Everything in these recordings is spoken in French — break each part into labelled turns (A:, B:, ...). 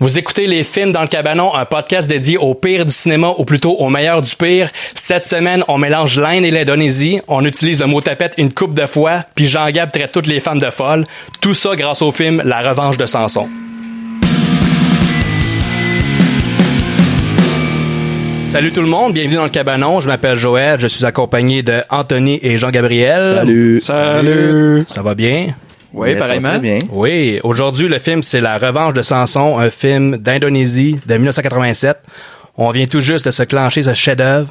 A: Vous écoutez Les Films dans le Cabanon, un podcast dédié au pire du cinéma, ou plutôt au meilleur du pire. Cette semaine, on mélange l'Inde et l'Indonésie, on utilise le mot tapette une coupe de fois, puis Jean-Gab traite toutes les femmes de folles. Tout ça grâce au film La Revanche de Samson. Salut tout le monde, bienvenue dans le cabanon. Je m'appelle Joël, je suis accompagné de Anthony et Jean-Gabriel.
B: Salut.
C: Salut.
A: Ça va bien?
B: Oui,
C: Bien,
B: pareillement.
C: ça va très bien.
A: Oui, aujourd'hui, le film, c'est La Revanche de Samson, un film d'Indonésie de 1987. On vient tout juste de se clencher ce chef-d'œuvre.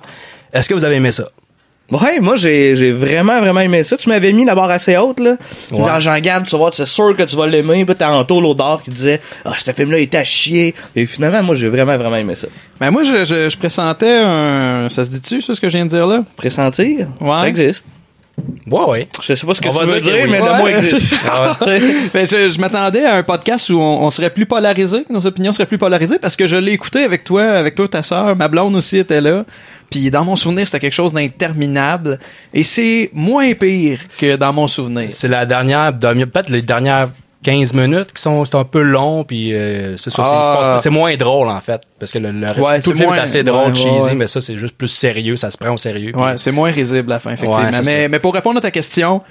A: Est-ce que vous avez aimé ça?
C: Ouais, moi j'ai j'ai vraiment vraiment aimé ça. Tu m'avais mis la barre assez haute là. Tu me
A: Ouais.
C: dis, Ah, Jean Gab, tu vas voir, c'est sûr que tu vas l'aimer. Puis t'as Anto Laudard qui disait "Ah, ce film là il était à chier." Et finalement, moi j'ai vraiment vraiment aimé ça.
B: Ben moi, je, je, je pressentais un... Ça se dit-tu, ça, ce que je viens de dire là?
C: Pressentir,
B: Ouais.
C: ça existe.
A: Ouais, ouais.
C: Je sais pas ce que
A: On
C: tu
A: va
C: veux
A: dire
C: dire,
A: que oui.
C: mais le mot
B: Ouais.
C: existe.
A: Ah ouais.
B: Ben, je je m'attendais à un podcast où on, on serait plus polarisé, que nos opinions seraient plus polarisées, parce que je l'ai écouté avec toi, avec toi, ta sœur, ma blonde aussi était là. Puis dans mon souvenir, c'était quelque chose d'interminable. Et c'est moins pire que dans mon souvenir.
A: C'est la dernière, demi- peut-être les dernières 15 minutes qui sont, sont un peu longs, puis euh, c'est ça, c'est-
B: Ah.
A: il se passe pas- c'est moins drôle en fait, parce que le, le-
B: Ouais,
A: tout
B: c'est
A: le film
B: moins-
A: est assez drôle,
B: ouais,
A: cheesy,
B: ouais, ouais.
A: mais ça c'est juste plus sérieux, ça se prend au sérieux. puis-
B: Ouais, c'est moins risible à la fin, effectivement.
A: Ouais, c'est ça.
B: mais, mais pour répondre à ta question,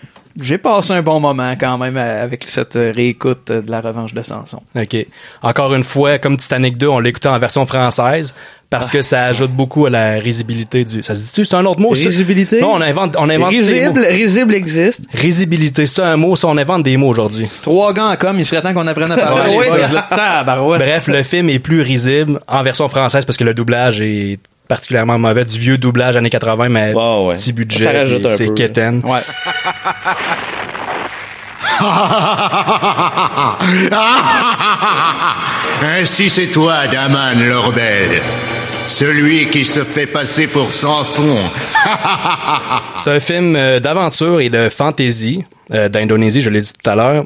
B: j'ai passé un bon moment quand même euh, avec cette euh, réécoute euh, de la revanche de Samson.
A: OK. Encore une fois, comme Titanic 2, on l'écoutait en version française
B: Ah.
A: parce que ça ajoute beaucoup à la risibilité du. Ça se dit-tu? C'est un autre mot? ça?
C: Risibilité?
A: Non, on invente, on invente. ces mots.
C: Risible, risible existe.
A: Risibilité, c'est un mot, ça, on invente des mots aujourd'hui.
B: Trois gants en com, il serait temps qu'on apprenne à
C: Ah,
B: parler.
A: Ouais,
B: les
A: ouais.
B: boys, là. Tabarouette.
A: Bref, le film est plus risible en version française parce que le doublage est particulièrement mauvais. Du vieux doublage années 80, mais
C: Ouais, ouais.
A: petit
C: Ça
A: budget.
C: rajoute
A: puis
C: un
A: C'est
C: peu,
A: quétaine.
B: Ouais.
D: Ainsi c'est toi, Daman le rebelle. Celui qui se fait passer pour Samson.
A: C'est un film euh, d'aventure et de fantasy euh, d'Indonésie, je l'ai dit tout à l'heure.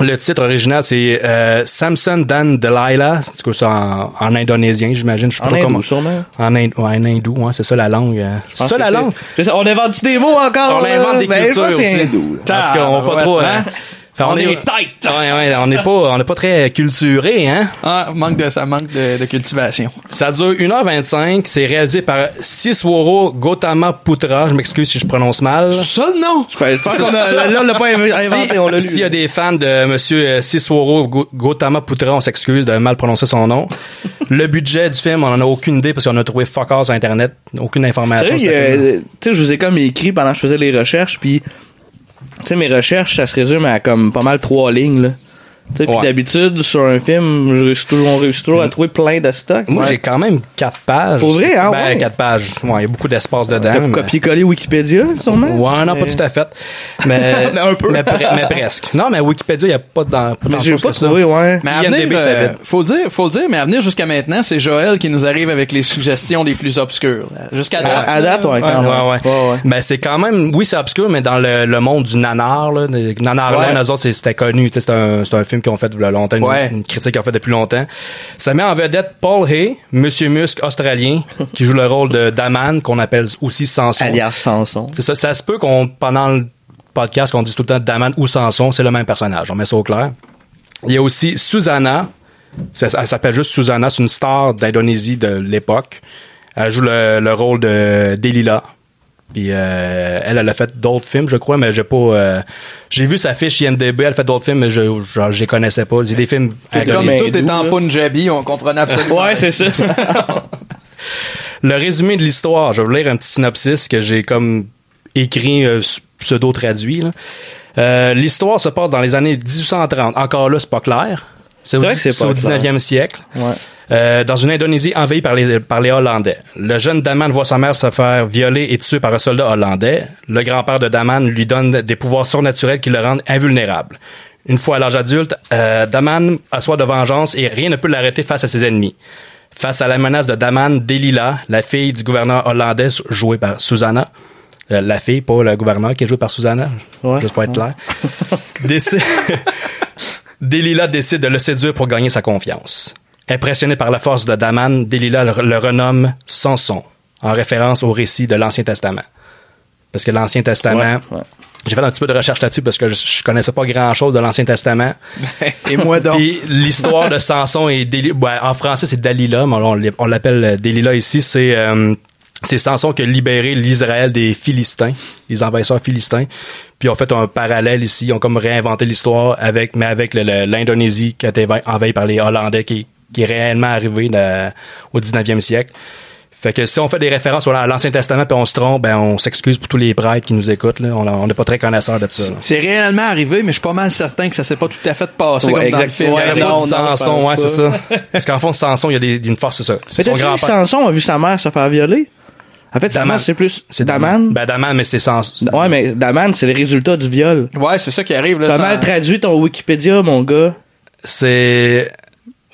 A: Le titre original, c'est euh, Samson Dan Delilah. C'est quoi ça en, en indonésien, j'imagine. Je sais
C: En
A: pas
C: hindou,
A: comment.
C: sûrement.
A: En, ind- ouais, en hindou, ouais, c'est ça la langue. euh. C'est ça la langue?
C: Je sais, on invente des mots encore.
A: On
C: là?
A: invente des
C: Ben, je
A: cultures
C: pense que c'est
A: aussi.
C: hindou, là.
A: Parce qu'on va pas trop. hein. Fait,
C: On est tight.
A: Ouais, ouais, on n'est pas, on n'est pas très culturé, hein.
B: Ah, manque de ça, manque de, de cultivation.
A: Ça dure 1h25. C'est réalisé par Sisworo Gautama Putra. Je m'excuse si je prononce mal.
B: Ça, non!
C: Je pense qu'on a-
A: ça.
C: Là, on l'a pas inv- inventé, on l'a lu.
A: Si- S'il y a des fans de Monsieur euh, Sisworo Go- Gautama Putra, on s'excuse de mal prononcer son nom. le budget du film, on en a aucune idée parce qu'on a trouvé fuck all sur Internet. Aucune information.
C: C'est vrai
A: sur ce
C: que,
A: film.
C: euh, tu sais, je vous ai comme écrit pendant que je faisais les recherches, puis, tu sais, mes recherches, ça se résume à comme pas mal trois lignes, là. Tu sais, puis
A: Ouais. Mm.
C: d'habitude, sur un film, je réussis toujours, on réussit toujours à trouver plein de stocks.
A: Moi,
C: euh, Ouais.
A: j'ai quand même quatre pages.
C: Pour vrai, hein,
A: Ben,
C: ouais.
A: quatre pages. Ouais, il y a beaucoup d'espace dedans.
C: T'as
A: mais-
C: copié-collé Wikipédia, sûrement?
A: Ouais, non, pas
C: Mais-
A: tout à fait. Mais,
C: Un peu.
A: mais, pre- mais presque. Non, mais Wikipédia, il n'y a pas dans, pas
C: Mais
A: tant de
C: j'ai
A: choses
C: pas
A: que ça.
C: trouvé, ouais.
B: Mais à
A: IMDb,
B: venir,
A: c'était
B: euh,
A: vite.
B: faut le dire, faut le dire, mais à venir jusqu'à maintenant, c'est Joël qui nous arrive avec les suggestions les plus obscures. Jusqu'à
C: À-
B: date.
C: à date, ouais,
A: Ouais,
C: quand même.
A: ouais, ouais.
C: Ouais, ouais.
A: Mais c'est quand même, oui, c'est obscur, mais dans le, le monde du nanar, là, des- nanar
B: Ouais.
A: Land, eux autres, c'est- c'était connu. tu sais, C'est un, c'est un film qu'on fait depuis longtemps, une,
B: Ouais.
A: une critique qu'on fait depuis longtemps. Ça met en vedette Paul Hay, Monsieur Musk australien, qui joue le rôle de Daman, qu'on appelle aussi Samson.
C: Alias Samson.
A: C'est ça, ça se peut qu'on, pendant le podcast, qu'on dise tout le temps Daman ou Samson, c'est le même personnage. On met ça au clair. Il y a aussi Susanna. Ça- Elle s'appelle juste Susanna. C'est une star d'Indonésie de l'époque. Elle joue le, le rôle de Delila. Puis euh, elle, elle a fait d'autres films, je crois, mais j'ai pas. euh, j'ai vu sa fiche IMDb, elle a fait d'autres films, mais je genre, je les connaissais pas. C'est des films.
B: Comme
A: indonésiens.
C: hindou,
B: tout est en
C: ah, là.
B: Punjabi, on comprenait absolument.
C: Ouais, c'est ça.
A: Le résumé de l'histoire, je vais vous lire un petit synopsis que j'ai comme écrit euh, pseudo traduit. Euh, l'histoire se passe dans les années 1830. Encore là, c'est pas clair. C'est au,
C: C'est vrai
A: dix-
C: que c'est
A: c'est
C: pas
A: au
C: clair.
A: 19e siècle.
C: Ouais.
A: Euh, dans une Indonésie envahie par les, par les Hollandais. Le jeune Daman voit sa mère se faire violer et tuer par un soldat hollandais. Le grand-père de Daman lui donne des pouvoirs surnaturels qui le rendent invulnérable. Une fois à l'âge adulte, euh, Daman assoit de vengeance et rien ne peut l'arrêter face à ses ennemis. Face à la menace de Daman Delila, la fille du gouverneur hollandais jouée par Susanna, euh, la fille, pas le gouverneur qui est joué par Susanna,
C: Ouais.
A: juste pour être clair, décide, Delila décide de le séduire pour gagner sa confiance. Impressionné par la force de Daman, Delila le, le renomme Samson, en référence au récit de l'Ancien Testament. Parce que l'Ancien Testament,
C: Ouais, ouais.
A: J'ai fait un petit peu de recherche là-dessus parce que je, je connaissais pas grand-chose de l'Ancien Testament.
C: Ben,
B: Et moi donc.
A: Puis l'histoire de Samson et Delilah. en français, c'est Dalila, mais on, on l'appelle Delilah ici. C'est euh, c'est Samson qui a libéré l'Israël des Philistins, les envahisseurs philistins. Puis ils ont fait un parallèle ici. Ils ont comme réinventé l'histoire avec, mais avec le- le- l'Indonésie qui a été envahi- envahie par les Hollandais, qui, qui est réellement arrivé de- au 19e siècle. Fait que si on fait des références au- à l'Ancien Testament puis on se trompe, ben on s'excuse pour tous les prêtres qui nous écoutent. Là. On on n'est pas très connaisseurs de ça. là.
B: C'est réellement arrivé, mais je suis pas mal certain que ça s'est pas tout à fait passé
C: Ouais,
B: comme dans le
C: exact.
B: film.
C: Ouais,
A: Il y a
C: non,
A: pas
C: non,
A: de
C: je
A: Samson,
C: pense
A: ouais,
C: pas.
A: c'est ça. Parce qu'en fond, Samson, il y a des, une force, c'est ça. C'est son
C: Peut-être que
A: grand-père.
C: Samson a vu sa mère se faire violer. En fait, Samson,
A: Daman.
C: c'est plus. C'est
A: Daman.
C: Daman.
A: Ben, Daman, mais c'est Samson.
C: Ouais, mais Daman, c'est le résultat du viol.
B: Ouais, c'est ça qui arrive. Là,
C: T'as
B: ça-
C: mal traduit ton Wikipédia, mon gars.
A: C'est.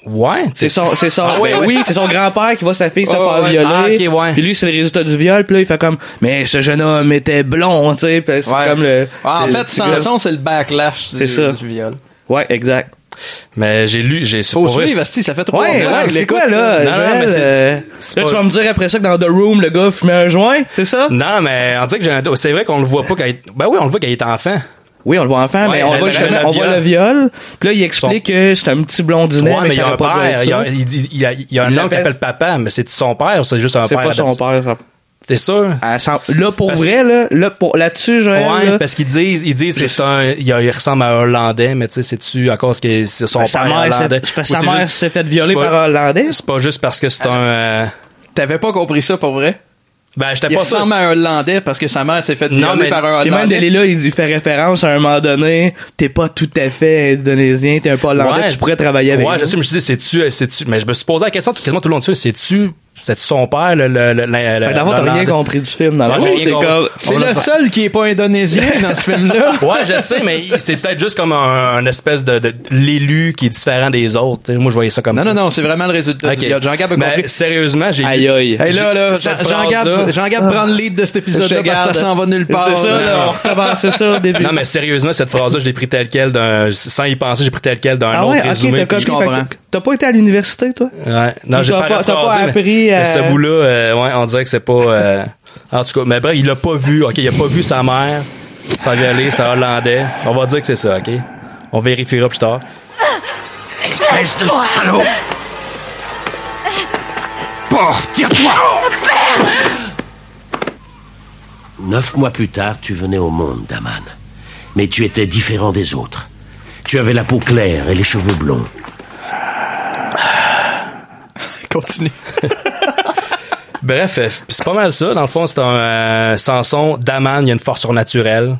A: Ouais.
C: C'est son, c'est son, ben oui, c'est son grand-père qui voit sa fille se
A: Ah Ouais,
C: faire
A: ouais.
C: violer.
A: Ah, ok, ouais.
C: Puis lui, c'est le résultat du viol. Puis là, il fait comme, mais ce jeune homme était blond, tu sais. Puis c'est
B: Ouais.
C: comme le.
B: Ouais, en
A: Ah,
C: le-
B: fait,
C: c'est le-
B: Samson, c'est le backlash du,
C: C'est ça.
B: du viol.
C: Ouais, exact.
A: Mais j'ai lu, j'ai
B: Faut
A: pour vrai,
B: suivre,
A: c'est-
B: Asti, ça fait trois
C: Ouais,
B: fois
C: ouais,
B: que tu
C: c'est
B: l'écoutes,
C: quoi, là?
A: Non, non,
C: Joël,
A: mais c'est-
C: euh,
A: c'est
C: là,
A: pas-
C: tu vas me dire après ça que dans The Room, le gars fumait un joint, c'est ça?
A: Non, mais on dirait que j'ai un doute. C'est vrai qu'on le voit pas quand il... Ben oui, on le voit quand il est enfant.
C: Oui, on le voit enfant,
A: Ouais,
C: mais on,
A: le-
C: voit
A: le-
C: justement-
A: le
C: on voit
A: viol.
C: le viol. Puis là, il explique que c'est un petit blondinet,
A: Ouais,
C: mais,
A: mais il y
C: ça
A: a un
C: aurait pas dû être
A: père.
C: ça.
A: Il y a, il dit- il y a- il y a
C: Il
A: un homme qui
C: l'appelle-
A: appelle papa, mais c'est son père ou c'est juste un
C: C'est
A: père?
C: pas son
A: adoptif?
C: père. ça.
A: T'es sûr?
C: À Sam- Là, pour
A: Parce-
C: vrai, là, là, pour- là-dessus, Joël,
A: ouais,
C: Ah, là,
A: parce qu'ils disent, ils disent que c'est un, il, a- il ressemble à un Hollandais, mais tu sais, c'est-tu à cause que c'est son
C: Ben,
A: père
C: sa
A: est
C: mère s'est-
A: Hollandais?
C: c'est parce
A: Ou
C: que sa mère
A: juste-
C: s'est faite violer
A: c'est pas-
C: par un Hollandais.
A: C'est pas juste parce que c'est un, euh,
B: T'avais pas compris ça, pour vrai?
A: ben, j'étais
B: Il
A: pas sûr.
B: ressemble à un Hollandais parce que sa mère s'est fait violer
A: Non, mais-
B: par un
C: Et
B: Hollandais.
C: même Delilah, il lui fait référence à un moment donné, t'es pas tout à fait indonésien, t'es un peu hollandais,
A: Ouais.
C: tu pourrais travailler avec
A: Ouais,
C: nous.
A: je sais, mais je me suis dit, c'est-tu, euh, c'est-tu, mais je me suis posé la question tout, quasiment tout le long dessus, c'est-tu, c'est son père, le, le, le, le,
C: Fait que
A: le-
C: d'abord, t'as rien
A: l'Hollandais?
C: compris du film, dans le
A: Ouais,
C: fond,
A: j'ai
C: c'est
A: rien compris.
C: comme,
B: C'est
A: On
B: le
A: a-
B: seul qui est pas indonésien dans ce film-là.
A: Ouais, je sais, mais c'est peut-être juste comme un, un espèce de, de- l'élu qui est différent des autres. tu sais. moi, je voyais ça comme
B: Non,
A: ça.
B: non, non, c'est vraiment le résultat
A: Ok.
B: du viol. Jean-Gab a
A: Mais
B: compris.
A: sérieusement, j'ai.
C: Aïe, aïe.
B: Hey, là, là,
A: Cette
B: Jean- Jean-Gab
A: phrase-là-
B: Jean-Gab prend le lead de cet
C: Ah. Je
B: épisode-là
C: te
B: parce que ça
C: garde.
B: s'en va nulle part.
C: C'est ça, là,
A: Non.
C: on recommençait ça au début.
A: Non, mais sérieusement, cette phrase-là, je l'ai pris telle quelle d'un, sans y penser, j'ai pris telle quelle d'un
C: ah
A: autre
C: ouais, ok,
A: résumé.
C: t'as
A: puis
C: copié,
A: je
C: fait
A: comprends.
C: que T'as pas été à l'université, toi?
A: Ouais. Non,
C: Puis
A: j'ai
C: t'as
A: pas,
C: pas- t'as pas
A: paraphrasé, mais-
C: appris
A: mais
C: à-
A: ce bout-là, euh, ouais, on dirait que c'est pas, euh, en tout cas, mais bref, il l'a pas vu, ok, il a pas vu sa mère, sa violer, sa hollandais. On va dire que c'est ça, ok? On vérifiera plus tard.
D: Espèce de salaud Porte, tire-toi
E: Neuf mois plus tard, tu venais au monde, Daman. Mais tu étais différent des autres. Tu avais la peau claire et les cheveux blonds.
B: Continue.
A: Bref, euh, c'est pas mal ça. Dans le fond, c'est un euh, Samson, Daman, il y a une force surnaturelle.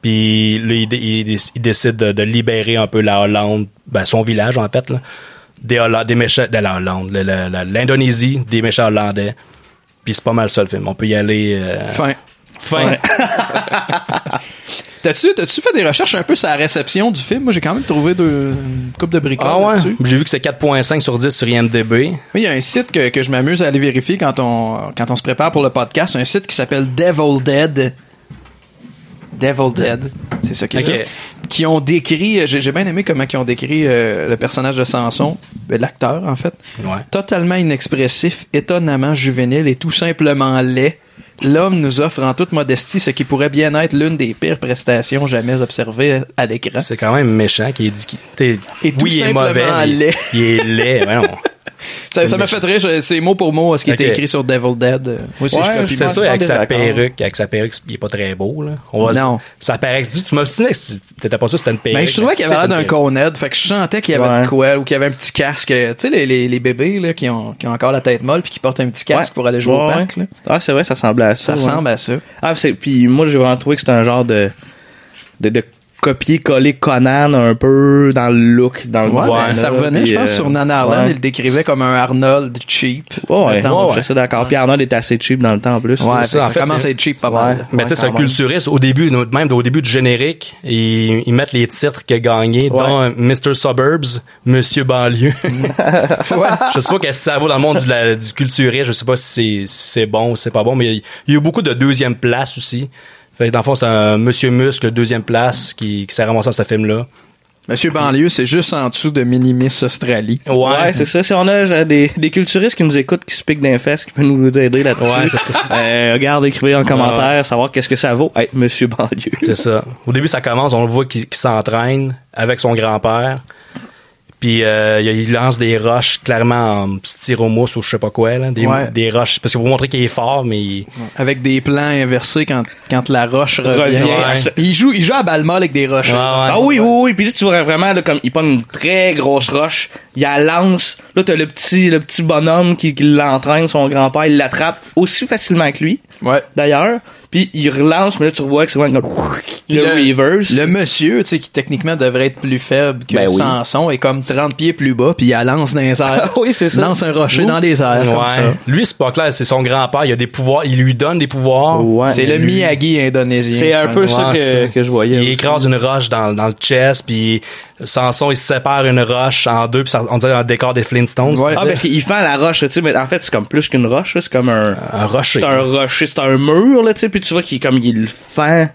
A: Puis là, il, dé- il dé- il décide de, de libérer un peu la Hollande, ben, son village en fait, là, des, Holla- des méchants de la Hollande, le- le- le- l'Indonésie, des méchants hollandais. Puis c'est pas mal ça le film. On peut y aller. euh,
B: Fin.
A: fin.
B: T'as-tu, t'as-tu fait des recherches un peu sur la réception du film? Moi, j'ai quand même trouvé deux, une coupe de bricoles
A: Ah ouais.
B: là-dessus.
A: J'ai vu que c'est 4.5 sur 10 sur IMDb.
B: Oui, il y a un site que, que je m'amuse à aller vérifier quand on, quand on se prépare pour le podcast. Un site qui s'appelle Devil Dead. Devil Dead. C'est ça qui est
A: Ok.
B: ça. Qui ont décrit, euh, j'ai j'ai bien aimé comment ils ont décrit euh, le personnage de Samson, euh, l'acteur en fait.
A: Ouais.
B: Totalement inexpressif, étonnamment juvénile et tout simplement laid. L'homme nous offre en toute modestie ce qui pourrait bien être l'une des pires prestations jamais observées à l'écran.
A: C'est quand même méchant qui est dit. qu'il- t'es-
B: Et tout
A: oui, il est
B: simplement
A: mauvais. mais Il,
B: laid.
A: il est laid. voyons.
B: Ça, ça m'a fait rire, je- c'est mot pour mot euh, ce qui était
A: Ok.
B: écrit sur Devil Dead. Euh, Moi aussi,
C: Ouais,
B: je suis
A: C'est-
B: copie-
A: c'est ça, avec sa
C: d'accord.
A: perruque. Avec sa perruque, il est pas très beau, là. On va
B: Non.
A: Sa perruque, tu- tu m'obstinais que si t'étais pas sûr que c'était une perruque.
B: Ben, je trouvais qu'il avait l'air
A: C'était
B: d'un
A: une perruque.
B: conhead, fait que je sentais qu'il y avait
C: Ouais.
B: de quoi, ou qu'il y avait un petit casque. euh, Tu sais, les, les, les bébés là, qui, ont, qui ont encore la tête molle puis qui portent un petit casque
C: Ouais.
B: pour aller jouer au
C: Ouais,
B: parc.
C: ouais.
B: Là.
C: Ah, c'est vrai, ça ressemblait à ça.
B: Ça
C: ouais.
B: ressemble à ça.
C: Ah, c'est puis moi j'ai vraiment trouvé que c'était un genre de de, de copier-coller Conan un peu dans le look, dans le
B: Ouais,
C: design,
B: ben, ça
C: là,
B: revenait,
C: puis,
B: je pense,
C: euh,
B: sur Nana Arlan,
C: ouais.
B: il le décrivait comme un Arnold cheap.
C: Ouais, ouais,
B: Mettons,
C: ouais, je suis d'accord. Puis Arnold est assez cheap dans le temps en plus.
A: ça, en
B: Ouais, ça
A: fait,
B: commence à
A: c'est-
B: être cheap pas
C: Ouais.
B: mal.
A: Mais tu sais, c'est
C: quand
A: un
C: même.
A: culturiste. Au début, même au début du générique, ils, ils mettent les titres qu'il a gagnés, dont euh, Mr. Suburbs, Monsieur Banlieue. je sais pas qu'est-ce que ça vaut dans le monde du, la- du culturiste. Je sais pas si c'est, si c'est bon ou c'est pas bon, mais il y a- il y a eu beaucoup de deuxième place aussi. Fait que dans le fond, c'est un Monsieur Muscle, deuxième place, qui, qui s'est ramassé dans ce film-là.
B: Monsieur Banlieue, c'est juste en dessous de Minimis Australie.
A: Ouais,
C: Ouais, c'est ça. Si on a genre, des, des culturistes qui nous écoutent, qui se piquent d'un fesse, qui peuvent nous aider là-dessus.
A: Ouais, c'est ça.
C: Euh, regarde, écrivez en commentaire, savoir qu'est-ce que ça vaut être Monsieur Banlieue.
A: C'est ça. Au début, ça commence, on le voit qu'il qu'il s'entraîne avec son grand-père. Puis euh, il lance des roches clairement en styromousse ou je sais pas quoi, là, des,
B: Ouais.
A: des roches. Parce que pour montrer qu'il est fort, mais il-
B: Avec des plans inversés quand, quand la roche revient.
A: Revient.
B: Il, joue, il joue à balle molle avec des roches.
A: Ouais, ouais.
C: Ah oui, oui, oui. Puis là, tu vois vraiment, là, comme, il prend une très grosse roche, il la lance. Là, t'as le petit, le petit bonhomme qui, qui l'entraîne, son grand-père, il l'attrape aussi facilement que lui,
B: Ouais.
C: d'ailleurs. Puis il relance, mais là, tu vois que c'est vraiment comme le, reverse.
B: Le monsieur, tu sais, qui techniquement devrait être plus faible que
C: Ben oui.
B: Samson, est comme 30 pieds plus bas, puis il la lance dans les airs.
C: Ah oui, c'est ça.
B: Lance un rocher
C: Ouh.
B: dans les airs, comme
A: Ouais.
B: ça.
A: Lui, c'est pas clair, c'est son grand-père, il a des pouvoirs, il lui donne des pouvoirs.
C: Ouais.
B: C'est le Miyagi indonésien.
C: C'est un
B: je
C: peu
B: pense.
C: ça
A: Ouais,
C: que,
A: c'est-
C: que je voyais.
A: Il
C: aussi.
A: écrase une roche dans, dans le chest, puis Samson, il se sépare une roche en deux, puis ça- on dirait un décor des Flintstones.
B: Ouais.
C: Ah, parce qu'il fend la roche, tu sais, mais en fait, c'est comme plus qu'une roche, là, c'est comme un...
B: Ah,
A: Un rocher.
C: C'est un rocher, c'est un mur, là, tu sais, puis tu vois qu'il comme il le fend.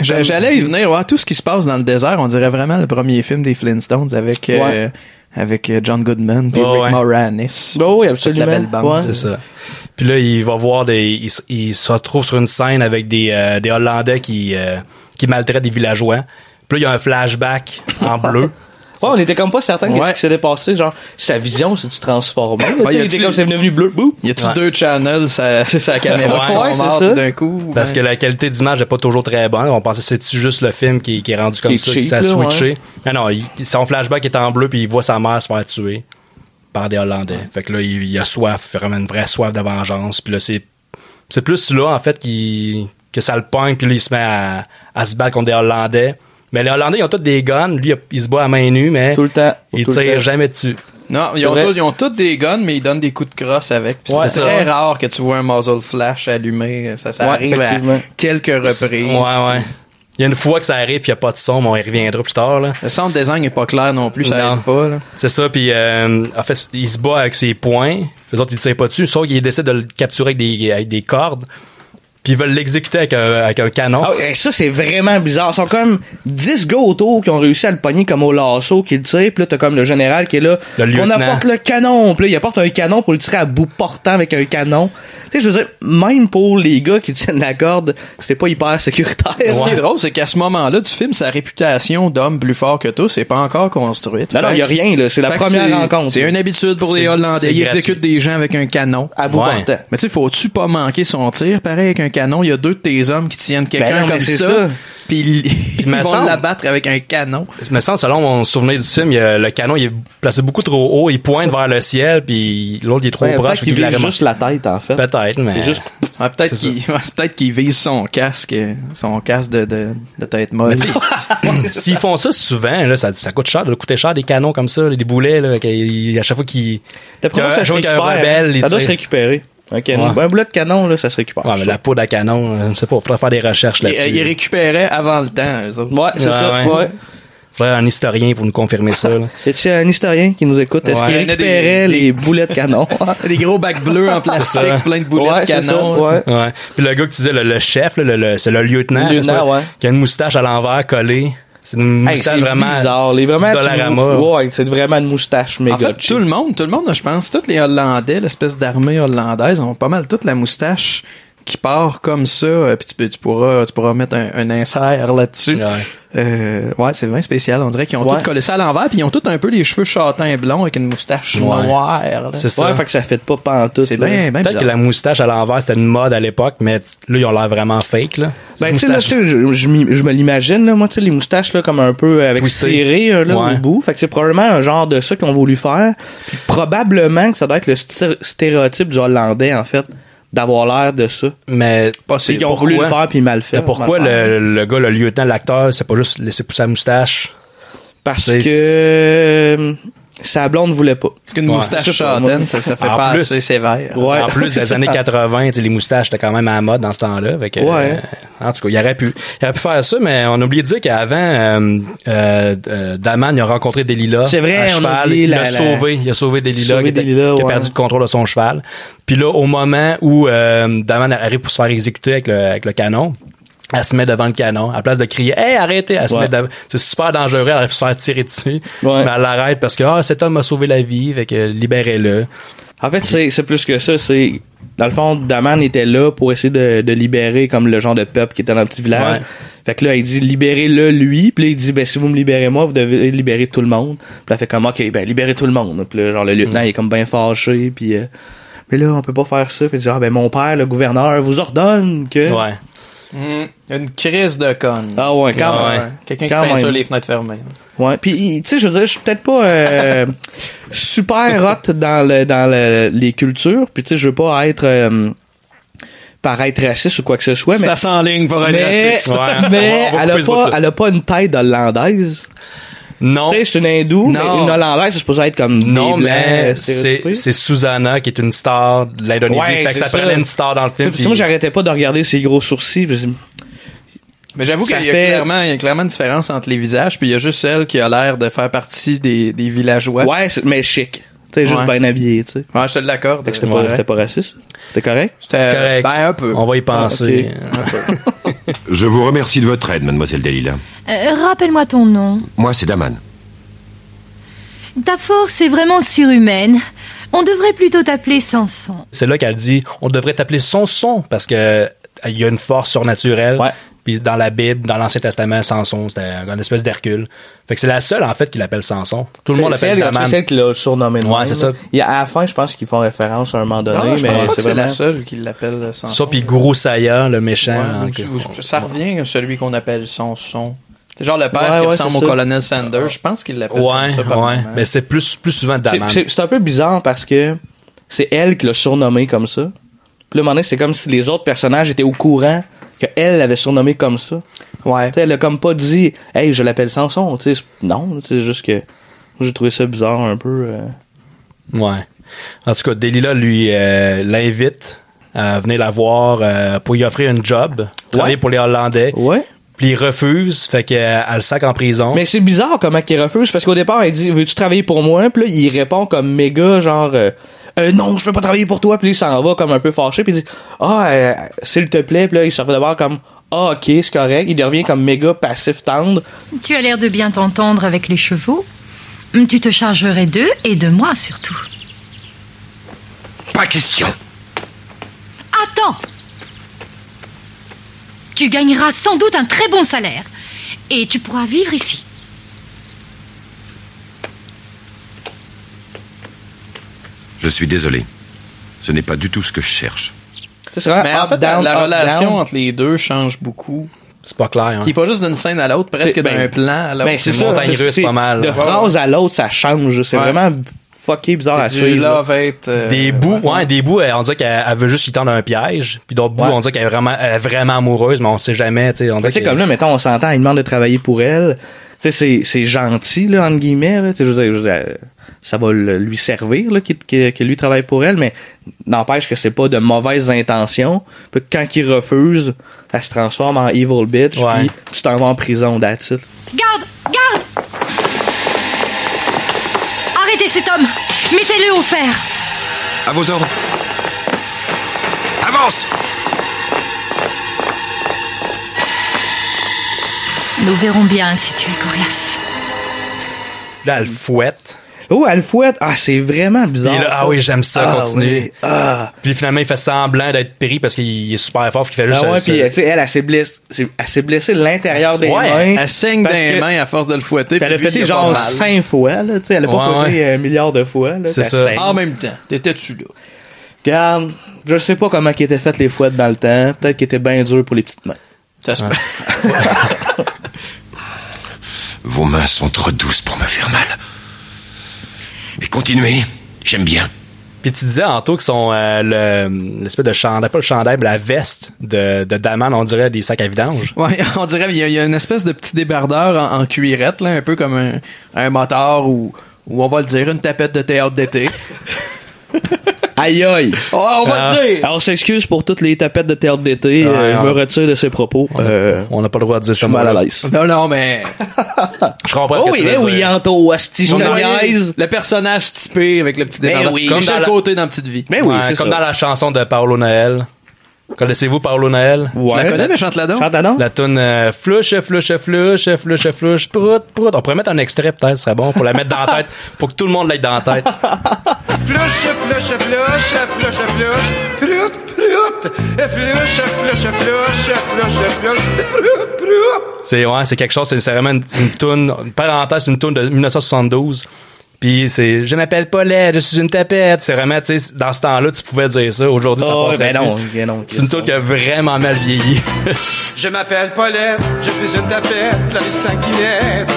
B: J'a- J'allais y venir, ouais, tout ce qui se passe dans le désert, on dirait vraiment le premier film des Flintstones avec, euh,
C: Ouais.
B: avec euh, John Goodman puis
A: Ouais,
B: Rick
A: ouais.
B: Moranis.
C: Bah oui,
B: absolument.
C: absolument.
B: Ouais.
A: C'est ça. Puis là, il va voir des. Il, s- il se retrouve sur une scène avec des, euh, des Hollandais qui, euh, qui maltraitent des villageois. Puis là, il y a un flashback en bleu.
C: Ouais, on était comme pas certain
B: Ouais.
C: qu'est-ce qui s'était passé, genre, sa vision, c'est-tu transformé? là,
B: Ouais,
C: tu sais,
B: y
C: il
B: a-tu-
C: était comme, c'est devenu bleu, boum.
B: Y a-tu
A: Ouais.
B: deux channels, ça- c'est sa caméra qui
C: Ouais,
B: sont
C: c'est
B: mortes
C: ça.
B: tout d'un coup?
A: Parce
B: ouais.
A: que la qualité d'image n'est pas toujours très bonne. On pensait c'est-tu juste le film qui, qui est rendu comme
C: Qui est
A: ça,
C: cheap,
A: qui s'est
C: là,
A: switché. Non, non, il- son flashback est en bleu, puis il voit sa mère se faire tuer par des Hollandais. Fait que là, il, il a soif, vraiment une vraie soif de vengeance. Puis là, c'est c'est plus là, en fait, qu'il- que ça le pogne, puis là, il se met à, à se battre contre des Hollandais. Mais les Hollandais, ils ont tous des guns. Lui, il se bat à main nue, mais
C: Tout le temps.
A: il
C: Tout le
A: tire
C: temps.
A: jamais dessus.
B: Non, ils
C: C'est
B: ont,
C: vrai.
B: tous, ils ont tous des guns, mais ils donnent des coups de crosse avec. Puis
A: Ouais, c'est
B: c'est très
A: ça.
B: rare que tu vois un muzzle flash allumé. Ça, ça
C: Ouais,
B: arrive à
C: effectivement.
B: quelques reprises.
A: Ouais, ouais. Il y a une fois que ça arrive, puis il n'y a pas de son, mais on y reviendra plus tard, là.
B: Le centre design est pas clair non plus, ça
A: Non.
B: aide pas. Là.
A: C'est ça, puis euh, en fait, il se bat avec ses poings. Les autres, ils ne tirent pas dessus, sauf qu'ils décident de le capturer avec des, avec des cordes. Puis ils veulent l'exécuter avec un, avec un canon.
C: Ah, et ça, c'est vraiment bizarre. Ils sont comme 10 gars autour qui ont réussi à le pogner comme au lasso, qui le tire, puis là, t'as comme le général qui est là.
A: Le
C: on
A: lieutenant.
C: apporte le canon, puis là, il apporte un canon pour le tirer à bout portant avec un canon. Tu sais, je veux dire, même pour les gars qui tiennent la corde, c'était pas hyper sécuritaire.
B: Ce qui
A: Ouais.
B: est drôle, c'est qu'à ce moment-là du film, sa réputation d'homme plus fort que tous n'est pas encore construite.
C: Non, non,
B: Fait
C: il y a
B: que-
C: rien, là. C'est la
B: fait que
C: première
B: c'est-
C: rencontre.
B: C'est une habitude pour les
A: C'est-
B: Hollandais.
A: c'est
B: Ils
A: gratuit.
B: exécutent des gens avec un canon.
C: à bout
A: Ouais.
C: portant.
B: Mais tu sais, faut-tu pas manquer son tir? Pareil, avec un canon, il y a deux de tes hommes qui tiennent
C: Ben
B: quelqu'un
C: non, mais
B: comme
C: c'est
B: ça.
C: ça.
B: Puis ils, ils
A: me
B: vont
A: semble-
B: l'abattre avec un canon.
A: Mais sans, selon mon souvenir du film, il y a- le canon il est placé beaucoup trop haut, il pointe vers le ciel, puis l'autre il est trop
C: Ouais,
A: proche.
C: peut-être
A: faut
C: qu'il
A: qu'il la
C: vise
A: remorque.
C: juste la tête, en fait.
A: Peut-être, mais...
C: C'est juste-
B: Ouais, ah, peut-être
A: C'est
B: qu'il ouais, c'est peut-être qu'il vise son casque, euh, son casque de, de, de tête
A: Mais
B: molle.
A: tu sais, S'ils font ça souvent, là, ça, ça coûte cher, de coûter cher des canons comme ça, là, des boulets, là, qu'ils- à chaque fois qu'ils...
C: D'après moi,
A: qu'un-
C: ça se
A: jour qu'il y a un
C: récupère.
A: rebelle, il
C: ça doit
A: tire.
C: se récupérer. Un, canon.
A: Ouais.
C: un boulet de canon, là, ça se récupère.
A: Ouais, mais la peau d'un canon, euh, je sais pas, faudrait faire des recherches
B: Il,
A: là-dessus.
B: il récupérait euh, avant le temps, eux autres.
C: Ouais, c'est
A: Ouais,
C: ça.
A: ouais.
C: Ouais.
A: Faudrait un historien pour nous confirmer ça. là.
C: C'est un historien qui nous écoute. Est-ce
A: Ouais.
C: qu'il
A: Il y en a
B: des-
C: récupérait les boulets de canon?
B: Des gros bacs bleus en plastique, plein de boulettes
C: Ouais,
B: de
C: c'est ça,
B: canon.
C: ouais.
A: Ouais. Puis le gars que tu disais, le, le chef, là, le- le- c'est le lieutenant,
C: Le lieutenant,
A: là, c'est pas-
C: ouais.
A: qui a une moustache à l'envers collée. C'est une
C: Hey,
A: moustache vraiment
C: bizarre. Les vraiment
A: du Dollarama.
C: tu- Ouais, c'est vraiment une moustache méga
B: En fait,
C: cheap.
B: tout le monde, tout le monde, je pense, tous les Hollandais, l'espèce d'armée hollandaise, ont pas mal toute la moustache qui part comme ça, euh, puis tu, peux- tu pourras, tu pourras mettre un, un insert là-dessus.
A: Ouais.
B: Euh, ouais, c'est vraiment spécial. On dirait qu'ils ont
C: Ouais.
B: tous collé ça à l'envers, puis ils ont tous un peu les cheveux châtains blonds avec une moustache noire. là.
A: C'est ça.
C: Ouais, fait que ça fait pas pantoute.
B: C'est
C: là.
B: bien, bien
A: Peut-être
B: bizarre.
A: que la moustache à l'envers, c'était une mode à l'époque, mais t- là, ils ont l'air vraiment fake. Là. C'est
C: Ben,
A: une
C: tu sais, là, tu
A: moustache-
C: sais, je, je m'im- je me l'imagine, là, moi, tu sais, les moustaches, là, comme un peu avec
A: Twistées.
C: ciré, euh, là,
A: Ouais.
C: au bout. Fait que c'est probablement un genre de ça qu'ils ont voulu faire. Puis probablement que ça doit être le sté- stéréotype du Hollandais, en fait, d'avoir l'air de ça.
A: mais
C: C'est qu'ils ont voulu le faire, puis mal fait.
A: Mais pourquoi
C: Mal fait.
A: le, le gars, le lieutenant, l'acteur, c'est pas juste laisser pousser la moustache?
C: Parce
A: C'est-
C: que euh, sa blonde voulait pas.
B: Parce qu'une
A: Ouais.
B: moustache
C: Je sais pas,
B: châtaine,
C: moi.
B: ça, ça fait
A: En
B: pas
A: plus-
B: assez sévère.
C: Ouais.
A: En plus, des années 80, tu sais, les moustaches étaient quand même à la mode dans ce temps-là. Fait que,
C: Ouais.
A: euh, en tout cas, il aurait pu, il aurait pu faire ça, mais on a oublié de dire qu'avant, euh, euh, euh, Daman, il a rencontré Delila.
C: C'est vrai,
A: à
C: on a
A: cheval.
C: oublié
A: il
C: la-
A: l'a
C: la-
A: sauvé. Il a sauvé Delila,
C: Sauvé
A: qui, était-
C: Delilah,
A: qui a
C: ouais.
A: perdu le contrôle de son cheval. Puis là, au moment où euh, Daman arrive pour se faire exécuter avec le, avec le canon, Elle se met devant le canon. À la place de crier, hey, arrêtez, elle se
C: Ouais.
A: met devant. C'est super dangereux, elle va se faire tirer dessus.
C: Ouais.
A: Mais elle l'arrête parce que, ah, cet homme m'a sauvé la vie, fait que euh, libérez-le.
C: En fait, c'est c'est plus que ça. C'est dans le fond, Daman était là pour essayer de, de libérer comme le genre de peuple qui était dans le petit village.
A: Ouais.
C: Fait que là, il dit libérez-le lui. Puis là, il dit ben si vous me libérez moi, vous devez libérer tout le monde. Puis là, fait comme ok, ben libérez tout le monde. Puis là, genre le
A: Mm.
C: lieutenant il est comme bien fâché. Puis euh, mais là, on peut pas faire ça. Puis il dit ah ben mon père, le gouverneur, vous ordonne que.
A: Ouais.
B: Hmm, Une crise de conne.
C: Ah ouais, quand
A: Ah
C: même.
A: ouais.
B: Quelqu'un qui
C: Quand
B: peint
C: même.
B: sur les fenêtres fermées.
C: Ouais. Puis il- tu sais, je veux dire, je suis peut-être pas euh, super hot dans le dans le- les cultures. Puis tu sais, je veux pas être euh, paraître raciste ou quoi que ce soit, mais
B: Ça s'enligne pour aller
C: mais,
B: raciste.
A: Ouais.
C: mais
A: On va
C: elle,
A: couper
C: a
A: ce
C: pas,
A: bout-là.
C: elle a pas une tête hollandaise.
A: Non.
C: Tu sais, c'est une hindoue, mais
B: Non.
C: une hollandaise, c'est supposé être comme
A: Non,
C: des blancs,
A: mais
C: euh,
A: c'est
C: stéréotypés.
A: c'est Susanna qui est une star de l'Indonésie.
C: Ouais,
A: fait que
C: c'est
A: ça
C: ça.
A: prenait une star dans le
C: Tu sais,
A: film. puis-
C: Moi, j'arrêtais pas de regarder ses gros sourcils. puis je dis,
B: Mais j'avoue
C: Ça
B: qu'il y, a
C: fait-
B: clairement- il y a clairement une différence entre les visages, puis il y a juste celle qui a l'air de faire partie des, des villageois.
C: Ouais, c'est- mais chic. Tu sais, juste
B: Ouais.
C: bien habillé, tu sais.
B: Ouais, je te l'accorde.
C: Fait que C'était
B: Ouais.
C: pas, c'était pas raciste. C'était correct?
B: C'était-
A: C'est correct.
B: Ben, un peu.
A: On va y penser.
F: Je vous remercie de votre aide, mademoiselle Dalila.
G: Euh, Rappelle-moi ton nom.
F: Moi, c'est Daman.
G: Ta force est vraiment surhumaine. On devrait plutôt t'appeler Samson.
A: C'est là qu'elle dit on devrait t'appeler son son parce que il y a une force surnaturelle.
C: Ouais.
A: Puis dans la Bible, dans l'Ancien Testament, Samson, c'était une espèce d'Hercule. Fait que c'est la seule, en fait, qui l'appelle Samson. Tout le monde
C: C'est
A: l'appelle
C: elle,
A: Daman.
C: c'est celle qui l'a surnommé. de
A: Ouais,
C: même,
A: c'est ça.
C: là. Il y a- à la fin, je pense qu'ils font référence à un moment donné,
B: Non, Ah, je
C: mais
B: pense pas que c'est
C: vraiment-
B: la seule qui l'appelle sans
A: Ça, puis Guru Saya, le méchant. hein, que-
B: ça revient à celui qu'on appelle son son. C'est genre le père
C: Ouais,
B: qui
C: ouais,
B: ressemble
C: c'est
B: au
C: ça.
B: colonel Sanders. Je pense qu'il l'appelle
A: Ouais,
B: comme ça par
A: ouais.
B: moment.
A: Mais c'est plus, plus souvent
C: C'est-
A: Daman.
C: C'est c'est un peu bizarre parce que c'est elle qui l'a surnommé comme ça. Puis le moment donné, c'est comme si les autres personnages étaient au courant qu'elle l'avait surnommé comme ça.
B: Ouais.
C: Tu sais, elle a comme pas dit Hey, je l'appelle Samson. Tu sais, c'est- non, tu sais, c'est juste que moi, j'ai trouvé ça bizarre un peu. euh.
A: Ouais. En tout cas, Delila lui euh, l'invite à venir la voir euh, pour lui offrir une job, travailler
C: Ouais.
A: pour les Hollandais.
C: Ouais.
A: Puis il refuse, fait qu'elle le sac en prison.
C: Mais c'est bizarre comment qu'il refuse parce qu'au départ, elle dit Veux-tu travailler pour moi Puis là, il répond comme méga genre euh, Euh, Non, je peux pas travailler pour toi. Puis là, il s'en va comme un peu fâché. Puis il dit Ah, euh, s'il te plaît. Puis là, il se fait d'abord comme Ah, ok, c'est correct. Il revient comme méga passif tendre.
G: Tu as l'air de bien t'entendre avec les chevaux. Tu te chargerais d'eux et de moi surtout.
D: Pas question.
G: Attends Tu gagneras sans doute un très bon salaire. Et tu pourras vivre ici.
F: Je suis désolé. Ce n'est pas du tout ce que je cherche.
C: Tu sais, C'est vraiment
B: Mais en
C: up,
B: fait, la-
C: down,
B: la
C: up,
B: relation
C: down.
B: entre les deux change beaucoup.
A: C'est pas clair. hein.
B: Puis pas juste d'une scène à l'autre, presque
C: C'est-
B: d'un
C: ben,
B: plan à l'autre.
C: Ben, c'est
A: c'est
C: ça.
A: montagne
C: tu sais,
A: russe,
C: c'est-
A: pas mal.
C: De
A: Ouais.
C: phrase à l'autre, ça change. C'est
B: Ouais.
C: vraiment fucké bizarre Ah, à
B: C'est du
C: suivre. là.
B: love hate, euh,
A: Des bouts, ouais, des bouts, elle- on dirait qu'elle elle veut juste lui tendre un piège. Puis d'autres bouts,
C: Ouais.
A: on dirait qu'elle est vraiment, elle est vraiment amoureuse, mais on sait jamais, tu sais. On
C: Tu
A: dirait
C: sais,
A: que-
C: comme là, mettons, on s'entend, il demande de travailler pour elle. Tu sais, c'est- c'est gentil, là, entre guillemets. Là. Tu sais, je veux dire- je veux dire, euh, ça va le- lui servir, là, qu'il- que, que lui travaille pour elle, mais n'empêche que c'est pas de mauvaises intentions. Puis quand il refuse, elle se transforme en evil bitch,
A: Ouais.
C: puis tu t'en vas en prison, that's it.
G: Garde Garde Arrêtez cet homme Mettez-le au fer
F: À vos ordres. Avance
G: Nous verrons bien si tu es coriace.
A: Là, elle fouette.
C: Oh, elle fouette! Ah, c'est vraiment bizarre.
A: Puis là, ah oui, j'aime ça,
C: Ah
A: continue.
C: oui, Ah,
A: Puis finalement, il fait semblant d'être pris parce qu'il est super fort, puis il fait juste. euh,
C: Ah ouais,
A: se-
C: puis tu sais, elle, elle s'est blessée, c'est- elle s'est blessée l'intérieur des
A: Ouais,
C: mains.
B: Elle saigne
C: Parce
B: des
C: que-
B: mains à force de le fouetter.
C: Puis elle a
B: puis lui, il
C: pété
B: a
C: genre
B: pas mal.
C: cinq fois, là, tu sais, elle a pas
A: Ouais,
C: pété un milliard de fois, là.
A: C'est
C: ça
A: ça. Ah.
C: saigne.
B: En même temps, t'étais-tu là?
C: Regarde, je sais pas comment qui étaient faites les fouettes dans le temps, peut-être qu'ils étaient bien durs pour les petites mains.
B: Ça se peut.
F: Vos mains sont trop douces pour me faire mal. Mais continuez, j'aime bien.
A: Puis tu disais, Anto, que son, euh, le- l'espèce de chandail, pas le chandail, mais la veste de, de Daman, on dirait des sacs à vidange.
B: Ouais, on dirait il y, a- il y a une espèce de petit débardeur en, en cuirette, là, un peu comme un, un moteur ou, ou on va le dire, une tapette de théâtre d'été.
C: Aïe aïe!
B: Oh, on va
A: Ah.
B: le dire!
C: Alors, on s'excuse pour toutes les tapettes de théâtre d'été,
A: Ouais,
C: euh, je
A: ouais.
C: me retire de ces propos. Euh,
A: Hein? On n'a pas le droit de dire
C: je
A: ça.
C: suis mal à
A: moi-là.
C: l'aise.
B: Non, non, mais...
A: Je comprends pas
C: Oh
A: ce que
C: oui,
A: tu veux
C: eh
A: dire.
C: oui, Anto, Asti, je
B: On
C: te
B: voyait
C: niaise.
B: le personnage typé avec le petit
C: Mais
B: débardeur.
C: oui.
B: comme
A: Comme
B: chaque
A: dans la-
B: côté dans Petite Vie.
C: Mais oui,
A: Ouais,
C: c'est
A: comme
C: ça.
A: dans la chanson de Paolo Noël. Connaissez-vous Paolo Noël?
B: Tu la connais, mais chante-la donc.
C: Chante-la donc.
A: La toune euh, flouche, flouche, flouche, flouche, flouche, prout, prout. On pourrait mettre un extrait peut-être, ce serait bon pour la mettre dans la tête, pour que tout le monde l'ait dans la tête.
H: Flush, flush, flush, flush, flush, prut, prut, flush, flush, flush, flush, flush, prut, prut.
A: C'est ouais, c'est quelque chose, c'est c'est vraiment une, une toune, une parenthèse, une toune de 1972. Puis c'est je m'appelle Paulette, je suis une tapette. C'est vraiment tu sais dans ce temps-là, tu pouvais dire ça. Aujourd'hui, ça
C: Oh,
A: passe
C: ben non, ben non,
A: C'est une toune qui a vraiment mal vieilli.
H: Je m'appelle Paulette, je suis une tapette, la vie sanguinette.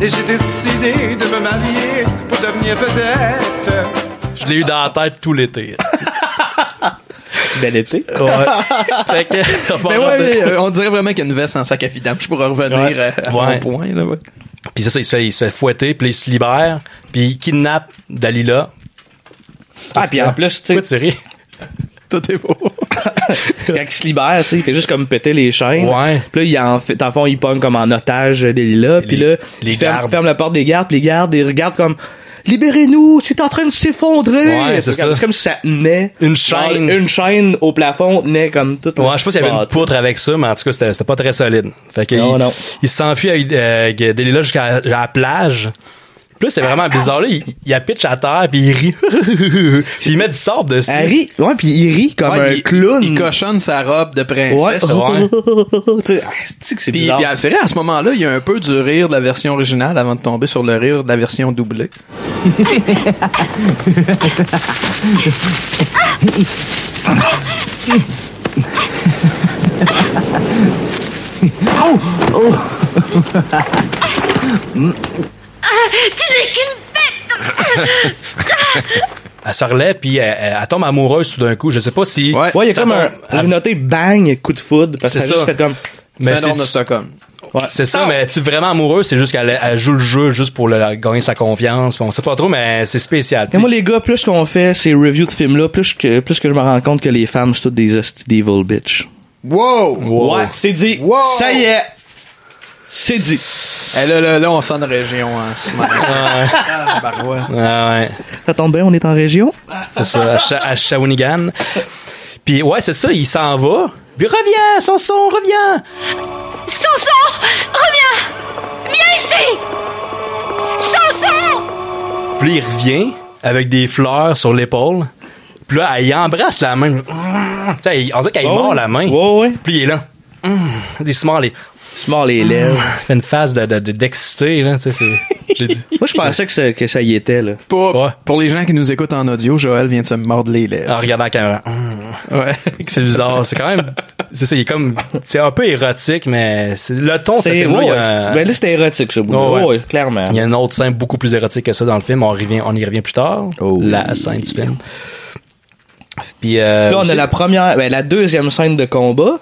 H: Et j'ai décidé de me marier pour devenir vedette.
A: Je l'ai eu dans la tête tout l'été. esti.
C: Bel été.
A: Ouais. fait que t'as pas
B: Mais
A: raté.
B: ouais, euh, on dirait vraiment qu'il y a une veste en sac à vidange. Je pourrais revenir
A: Ouais.
B: euh, à mon
A: Ouais.
B: point. Là, ouais.
A: Puis c'est ça, il se fait, il se fait fouetter, puis il se libère, puis il kidnappe Dalila.
C: Ah, puis en plus, tu sais,
A: Pourquoi tu ris?
B: Tout est beau.
C: quand il se libère, tu sais, il fait juste comme péter les chaînes.
A: Ouais.
C: Puis là, il en fait, dans le fond, il pogne comme en otage euh, des lilas. Puis
A: les-
C: là,
A: les
C: il ferme,
A: gardes.
C: ferme la porte des gardes, puis les gardes, ils regardent comme, libérez-nous, tu es en train de s'effondrer.
A: Ouais, c'est ça.
C: comme- comme si ça tenait.
A: Une
C: Genre,
A: chaîne.
C: Une chaîne au plafond tenait comme tout.
A: Ouais, je sais pas s'il y avait une poutre avec ça, mais en tout cas, c'était c'était pas très solide. Fait que
C: Non,
A: il,
C: non.
A: il s'enfuit avec, euh, avec Delilah jusqu'à à la plage. Puis là, c'est vraiment bizarre. Là, il, il a pitch à terre, puis il rit. puis il met du sable dessus.
C: Elle rit. Ouais, puis il rit comme
B: Ouais,
C: un
B: il-
C: clown.
B: Il cochonne sa robe de
C: Ouais.
B: princesse.
A: ouais.
C: Tu sais, ah, c'est-tu que c'est
B: Puis,
C: bizarre.
B: puis, c'est vrai, à ce moment-là, il y a un peu du rire de la version originale avant de tomber sur le rire de la version doublée.
G: Tu n'es qu'une bête
A: Elle se relève, puis elle, elle- elle tombe amoureuse tout d'un coup. Je sais pas si...
B: Ouais.
C: Ouais, il y a
A: ça
C: comme
A: tombe-
C: un, j'ai noté bang, coup de foudre, parce que
A: C'est
C: ça a juste
A: ça.
C: fait comme,
A: Mais
B: c'est un
A: c'est-
B: de Stockholm.
A: Ouais, c'est ça,
C: Ah!
A: mais tu vraiment amoureux, c'est juste qu'elle elle joue le jeu juste pour le- gagner sa confiance. Puis On sait pas trop, mais c'est spécial.
C: Et moi, les gars, plus qu'on fait ces reviews de films-là, plus que, plus que je me rends compte que les femmes, c'est toutes des hosties d'evil bitch.
B: Wow!
A: Wow.
C: Ouais, c'est dit.
B: Wow!
C: Ça y est. C'est dit.
B: Eh, là, là, là, on sonne région, hein, ce matin.
A: Ouais,
B: Ah,
C: bah,
B: barouette.
A: ouais.
C: Ça tombe bien, on est en région.
A: C'est ça, à, Sha- à Shawinigan. Puis ouais, c'est ça, il s'en va. Puis reviens, son son, reviens.
G: Sanson Reviens Viens ici Sanson
A: Puis il revient avec des fleurs sur l'épaule. Puis là, elle y embrasse la main. Tu sais, elle- on dirait qu'elle
C: Ouais.
A: mord la main.
C: Ouais, Ah. ouais.
A: Puis il est là. Il se mord les...
C: Tu mords les lèvres.
A: Il fait une face de, de- de- d'excité, là. Tu sais, c'est... J'ai dit...
C: Moi, je pensais que ça, que ça y était, là.
B: Pour,
A: Ouais.
B: pour les gens qui nous écoutent en audio, Joël vient de se mordre les
A: En
C: Ah,
B: lèvres.
A: regardant la caméra.
B: Ouais.
A: Hmm. C'est bizarre, c'est quand même. C'est ça, il est comme. C'est un peu érotique, mais c'est- le ton, c'est.
C: C'est,
A: Il,
C: ouais,
A: y a-
C: ouais. Ben là, c'était érotique, ce bout
A: Ouais, ouais.
C: ouais, clairement.
A: il y a une autre scène beaucoup plus érotique que ça dans le film. On, revient, on y revient plus tard.
C: Oh.
A: La scène du film. Puis. euh,
C: Là, on a
A: aussi,
C: la première, ben, la deuxième scène de combat.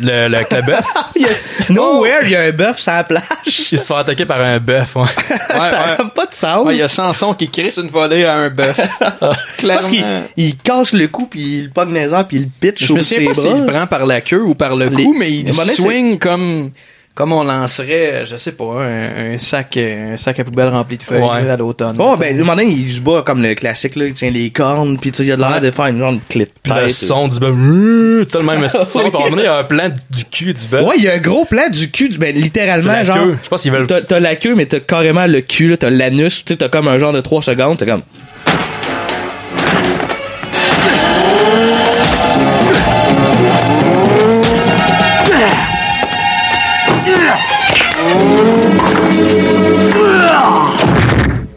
A: Le, le, avec le bœuf.
B: Oh!
C: Nowhere, il y a un bœuf sur la plage.
A: il se fait attaquer par un bœuf, ouais.
B: Ouais,
C: ça
B: ouais.
C: n'a pas de sens.
B: Ouais, il y a Samson qui crisse une volée à un bœuf. Clairement.
C: Parce qu'il il casse le cou, puis il pogne les airs, puis il pitch
B: Je me
C: sur
B: souviens
C: ses
B: pas s'il le
C: bras.
B: prend par la queue ou par le
C: Les-
B: cou, mais il
C: à un moment donné,
B: swing comme, comme on lancerait, je sais pas, un, un sac, un sac à poubelle rempli de feuilles
A: Ouais.
B: à l'automne.
C: Oh, ben, à un moment donné, il se bat comme le classique, là. Il tient les cornes, puis tu sais, il a de l'air de faire une genre de clé de
A: Puis le
C: tête.
A: son du bœuf. Hum, Tout le même style. Puis à un moment donné, il y a un plan du cul du bœuf.
C: Ouais, il y a un gros plan du cul, du- ben, littéralement,
A: C'est la
C: genre.
A: queue. Je pense qu'ils veulent-
C: T'as, t'as la queue, mais t'as carrément le cul, là, t'as l'anus, tu sais, t'as comme un genre de 3 secondes, t'es comme.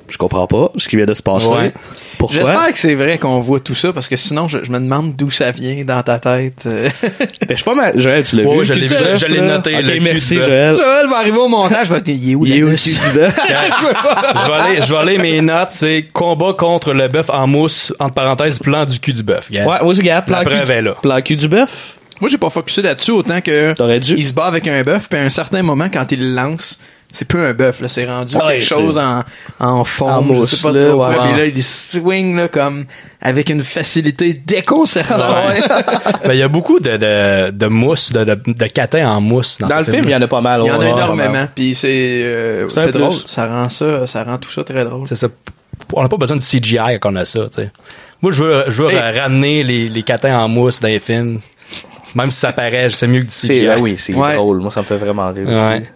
C: Je comprends pas ce qui vient de se passer.
A: Ouais.
C: Pourquoi?
B: J'espère que c'est vrai qu'on voit tout ça, parce que sinon, je, je me demande d'où ça vient dans ta tête. Euh,
C: Ben, je suis pas mal. Joël, tu l'as
A: Ouais,
C: vu.
A: ouais, je
C: le
A: l'ai
C: cul
A: vu,
C: du
A: je- je l'ai
C: bœuf, là?
A: noté,
C: Ok,
A: le cul
C: merci,
A: du bœuf.
C: Joël.
B: Joël va arriver au montage, va dire, il est où,
C: Il est
B: l'anus?
C: aussi du bœuf.
A: je, vais aller, je vais aller mes notes. C'est combat contre le bœuf en mousse, entre parenthèses, plan du cul du bœuf. Regarde.
C: Ouais, aussi, gars, plan
A: La preuve est
C: cul.
A: là.
C: Plan cul du bœuf.
B: Moi, j'ai pas focusé là-dessus autant que
C: T'aurais dû.
B: il se bat avec un bœuf, puis à un certain moment, quand il le lance, c'est plus un bœuf, là, c'est rendu
C: Ouais,
B: quelque
C: c'est-
B: chose en, en forme,
C: En
B: je
C: mousse,
B: sais pas
C: là,
B: trop
C: ouais,
B: quoi,
C: ouais.
B: puis là, il swing, là, comme, avec une facilité déconcertante.
A: Ouais. Ben, il y a beaucoup de, de, de mousse, de, de, de catin en mousse dans,
C: Dans le film, il y en a pas mal.
B: Il y en a
C: ouais,
B: énormément, puis c'est, euh,
C: C'est un
B: c'est
C: plus.
B: drôle, ça rend ça, ça rend tout ça très drôle.
A: C'est ça. On n'a pas besoin du CGI qu'on a ça, tu sais. Moi, je veux, je veux
B: Hey.
A: euh, ramener les, les catins en mousse dans les films. Même si ça paraît, c'est mieux que du
C: C'est,
A: CGI.
C: ah oui, c'est
B: Ouais.
C: drôle. Moi, ça me fait vraiment rire.
A: Ouais.
C: aussi.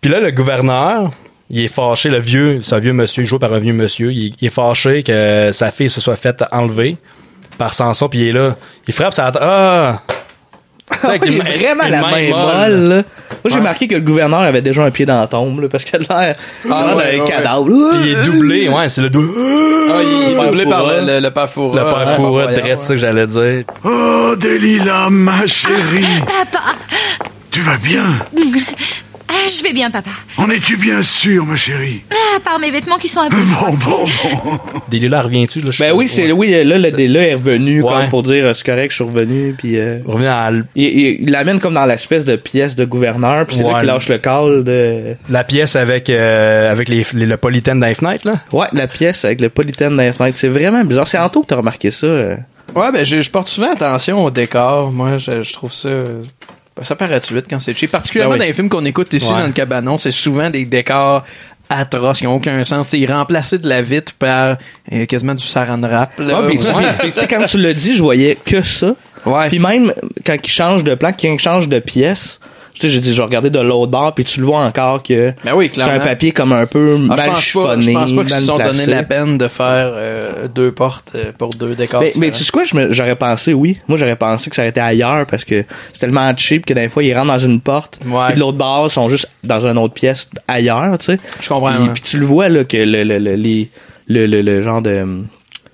A: Puis là, le gouverneur, il est fâché, le vieux, c'est un vieux monsieur, joué par un vieux monsieur, il, il est fâché que sa fille se soit faite enlever par Samson, puis il est là. Il frappe sa... Ah! Avec une
C: Il est
A: main-
C: vraiment
A: une
C: la main molle. là. Moi, j'ai marqué que le gouverneur avait déjà un pied dans la tombe, là, parce qu'il a l'air ah,
B: ouais, ouais.
C: cadavre.
A: Puis il est doublé, ouais, c'est le doublé.
B: Ah, il, il est
C: Le
B: doublé
C: père
B: par le,
C: Fourat.
B: le, Ah, le père Fourat.
A: Le père
B: Ouais,
A: Fourat,
B: Fourat,
A: direct, c'est ça que j'allais dire.
I: Oh, Delilah, ma chérie,
G: Papa,
I: tu vas bien
G: ah, je vais bien, papa.
I: En es-tu bien sûr, ma chérie
G: Ah, à part mes vêtements qui sont un peu.
I: Bon, bah. bon, bon.
A: Delilah, reviens-tu? Là, je suis-
C: Ben oui, c'est,
A: ouais.
C: oui, là, le délai est revenu,
A: Ouais.
C: comme pour dire, euh, c'est correct, je suis revenu, puis euh,
A: Reviens à l-
C: il- il il l'amène comme dans l'espèce de pièce de gouverneur, puis c'est
A: Ouais.
C: là qu'il lâche le call de...
A: la pièce avec, euh, avec les, les- le polythène dans les fenêtres, là.
C: Ouais, la pièce avec le polythène dans les fenêtres. C'est vraiment bizarre. C'est Anto que t'as remarqué ça. euh.
B: ouais. Ouais, ben, je, je porte souvent attention au décor. Moi, je, je trouve ça. euh, ben, ça paraît tout de suite quand c'est cheap. Particulièrement
A: Ben oui.
B: dans les films qu'on écoute ici,
A: Ouais.
B: dans le cabanon, c'est souvent des décors atroces qui n'ont aucun sens. C'est remplacé de la vitre par euh, quasiment du saran wrap. là.
C: Ouais, puis Ah, tu-
B: Ah, Ouais.
C: puis tu sais, quand tu le dis, je voyais que ça.
B: Ouais.
C: Puis même quand il change de plan, quand il change de pièce, tu sais, j'ai dit, je regardais de l'autre bord, puis tu le vois encore que
B: Ben oui,
C: c'est un
B: clairement.
C: papier comme un peu
B: Ah,
C: mal
B: je pense pas,
C: chiffonné.
B: je pense pas qu'ils
C: mal
B: se sont donné
C: placé.
B: la peine de faire euh, deux portes euh, pour deux décors.
C: Mais, mais
B: différents.
C: tu sais quoi, je me- j'aurais pensé, oui. Moi, j'aurais pensé que ça aurait été ailleurs parce que c'est tellement cheap que des fois, ils rentrent dans une porte.
B: Ouais.
C: Puis de l'autre bord, ils sont juste dans une autre pièce ailleurs, tu sais.
B: Je comprends,
C: Puis,
B: ouais.
C: puis tu le vois, là, que le, le, le, les- le, le, le genre de.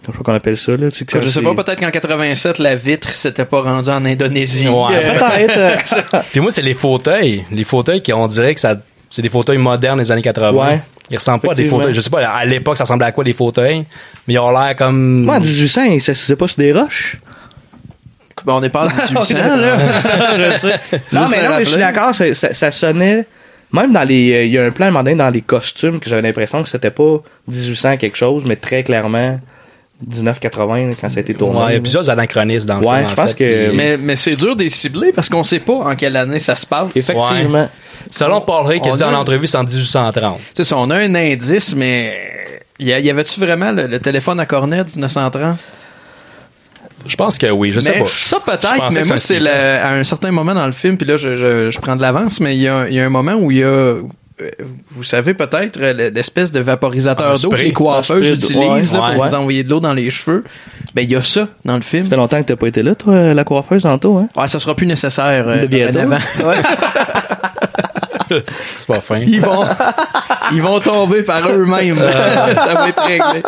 C: Je sais pas qu'on appelle ça, là. Tu sais,
B: je sais
C: c'est-
B: pas, peut-être qu'en 87, la vitre s'était pas rendue en Indonésie.
A: Ouais.
B: Euh,
C: Peut-être. euh,
A: Puis moi, c'est les fauteuils. Les fauteuils qui, on dirait que ça, c'est des fauteuils modernes des années 80.
C: Ouais.
A: Ils ressemblent pas à des
C: Effectivement.
A: fauteuils. Je sais pas, à l'époque, ça ressemblait à quoi des fauteuils? Mais ils ont l'air comme...
C: Moi, en 1800, ils s'assisaient pas sur des roches.
B: Ben, on est pas en 1800, là.
C: je sais. Non,
B: Juste
C: mais
B: le
C: non, mais je suis
B: rappeler.
C: d'accord, c'est- ça, ça sonnait. Même dans les. euh, Il y a un plan à un moment donné dans les costumes que j'avais l'impression que c'était pas 1800 quelque chose, mais très clairement 1980 là, quand ça a été tourné.
A: Ouais, il y a
C: là.
A: plusieurs anachronismes dans le
C: Ouais,
A: film, en
C: je pense
A: fait.
C: que-
A: Puis-
B: Mais, mais c'est dur de les cibler parce qu'on sait pas en quelle année ça se passe.
C: Effectivement.
A: Selon Paul Ray qui a
B: On
A: dit en
B: a-
A: entrevue, c'est en 1830.
B: Tu sais, on a un indice, mais il y, a- y avait-tu vraiment le, le téléphone à cornet 1930?
A: Je pense que oui, je sais
B: Mais
A: pas.
B: Ça
A: Je
B: peut-être,
A: pensais
B: mais
A: que
B: moi,
A: ça
B: c'est
A: se
B: le- à un certain moment dans le film, puis là, je, je- je prends de l'avance, mais il y a, il y a un moment où il y a, euh, vous savez peut-être, le- l'espèce de
A: Un
B: vaporisateur d'eau que
A: spray.
B: les coiffeuses
C: Un spray,
B: utilisent
A: ouais,
B: là, pour
A: ouais.
B: vous envoyer de l'eau dans les cheveux. Ben, il y a ça dans le film.
C: Ça fait longtemps que t'as pas été là, toi, la coiffeuse, Anto, hein?
B: Ouais, ça sera plus nécessaire. euh,
C: De bientôt.
B: dorénavant.
A: c'est pas fin. ça.
B: Ils vont, ils vont tomber par eux-mêmes.
A: Euh.
B: ça va être réglé.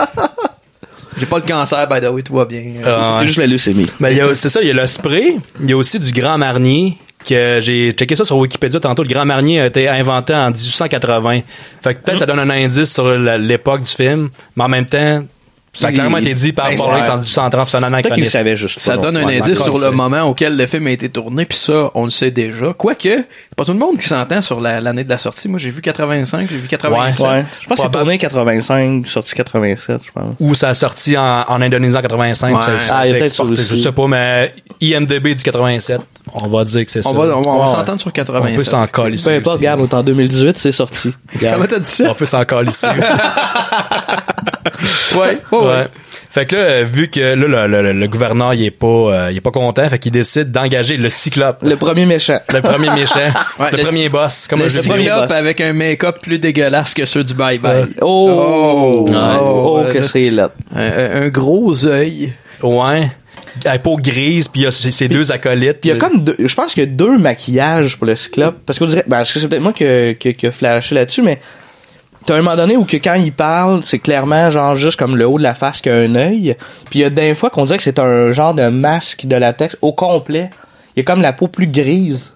B: J'ai pas le cancer, by the way, tout va bien.
A: Ah, ouais.
C: C'est juste la leucémie.
A: Ben, il y a- c'est ça, il y a le spray, il y a aussi du Grand Marnier, que j'ai checké ça sur Wikipédia tantôt. Le Grand Marnier a été inventé en 1880. Fait que peut-être ça donne un indice sur la- l'époque du film, mais en même temps, ça a
C: Il-
A: clairement été dit par
C: Ben,
A: Paul Ray,
C: c'est-
A: c'est en 1830, c'est un
C: Peut-être qu'ils le
A: anachronisme.
C: savaient juste pas.
B: Ça
C: non
B: donne
C: plus.
B: un
C: Ouais,
B: indice
C: encore,
B: sur
C: c'est-
B: le moment auquel le film a été tourné, puis ça, on le sait déjà. Quoique, pas tout le monde qui s'entend sur la- l'année de la sortie. Moi, j'ai vu 85, j'ai vu 87.
C: Ouais. Je pense que c'est
A: Probable.
C: tourné 85, sorti 87, je pense.
A: Ou ça a sorti en, en Indonésie en 85.
B: Ouais.
A: ça- ça a
C: Ah, il y a
A: été
C: peut-être
A: exporté,
C: ça aussi.
A: Je sais pas, mais IMDB du 87, on va dire que c'est ça.
B: On va, on va- on va
A: Ouais.
B: s'entendre sur
A: On
B: 87.
A: peut s'en coller
C: Peu importe, regarde, on est en 2018, c'est sorti.
B: Comment t'as dit ça?
A: On peut s'en coller ici.
B: Ouais. ouais, ouais.
A: Ouais. Fait que là, euh, vu que là, le, le- le- le gouverneur, il est pas, euh, il est pas content, fait qu'il décide d'engager le cyclope.
C: Le premier méchant.
A: Le premier méchant.
B: Ouais,
A: le,
B: le
A: premier
B: cy-
A: boss. Comme
B: Le
A: un jeu vidéo.
C: cyclope.
B: cyclope avec un make-up plus dégueulasse que ceux du Bye Bye.
C: Oh!
A: Ouais.
C: Oh,
B: Ouais.
C: que c'est là.
B: Un, un- un gros œil.
A: Ouais. La peau grise, puis il y a ses ses deux acolytes.
C: Puis il y a comme deux, je pense qu'il y a deux maquillages pour le cyclope. Parce qu'on dirait, ben, parce que c'est peut-être moi qui a, qui a- qui a flashé là-dessus, mais t'as un moment donné où que quand il parle, c'est clairement genre juste comme le haut de la face qui a un œil. Puis il y a des fois qu'on dirait que c'est un genre de masque de latex au complet. Il y a comme la peau plus grise.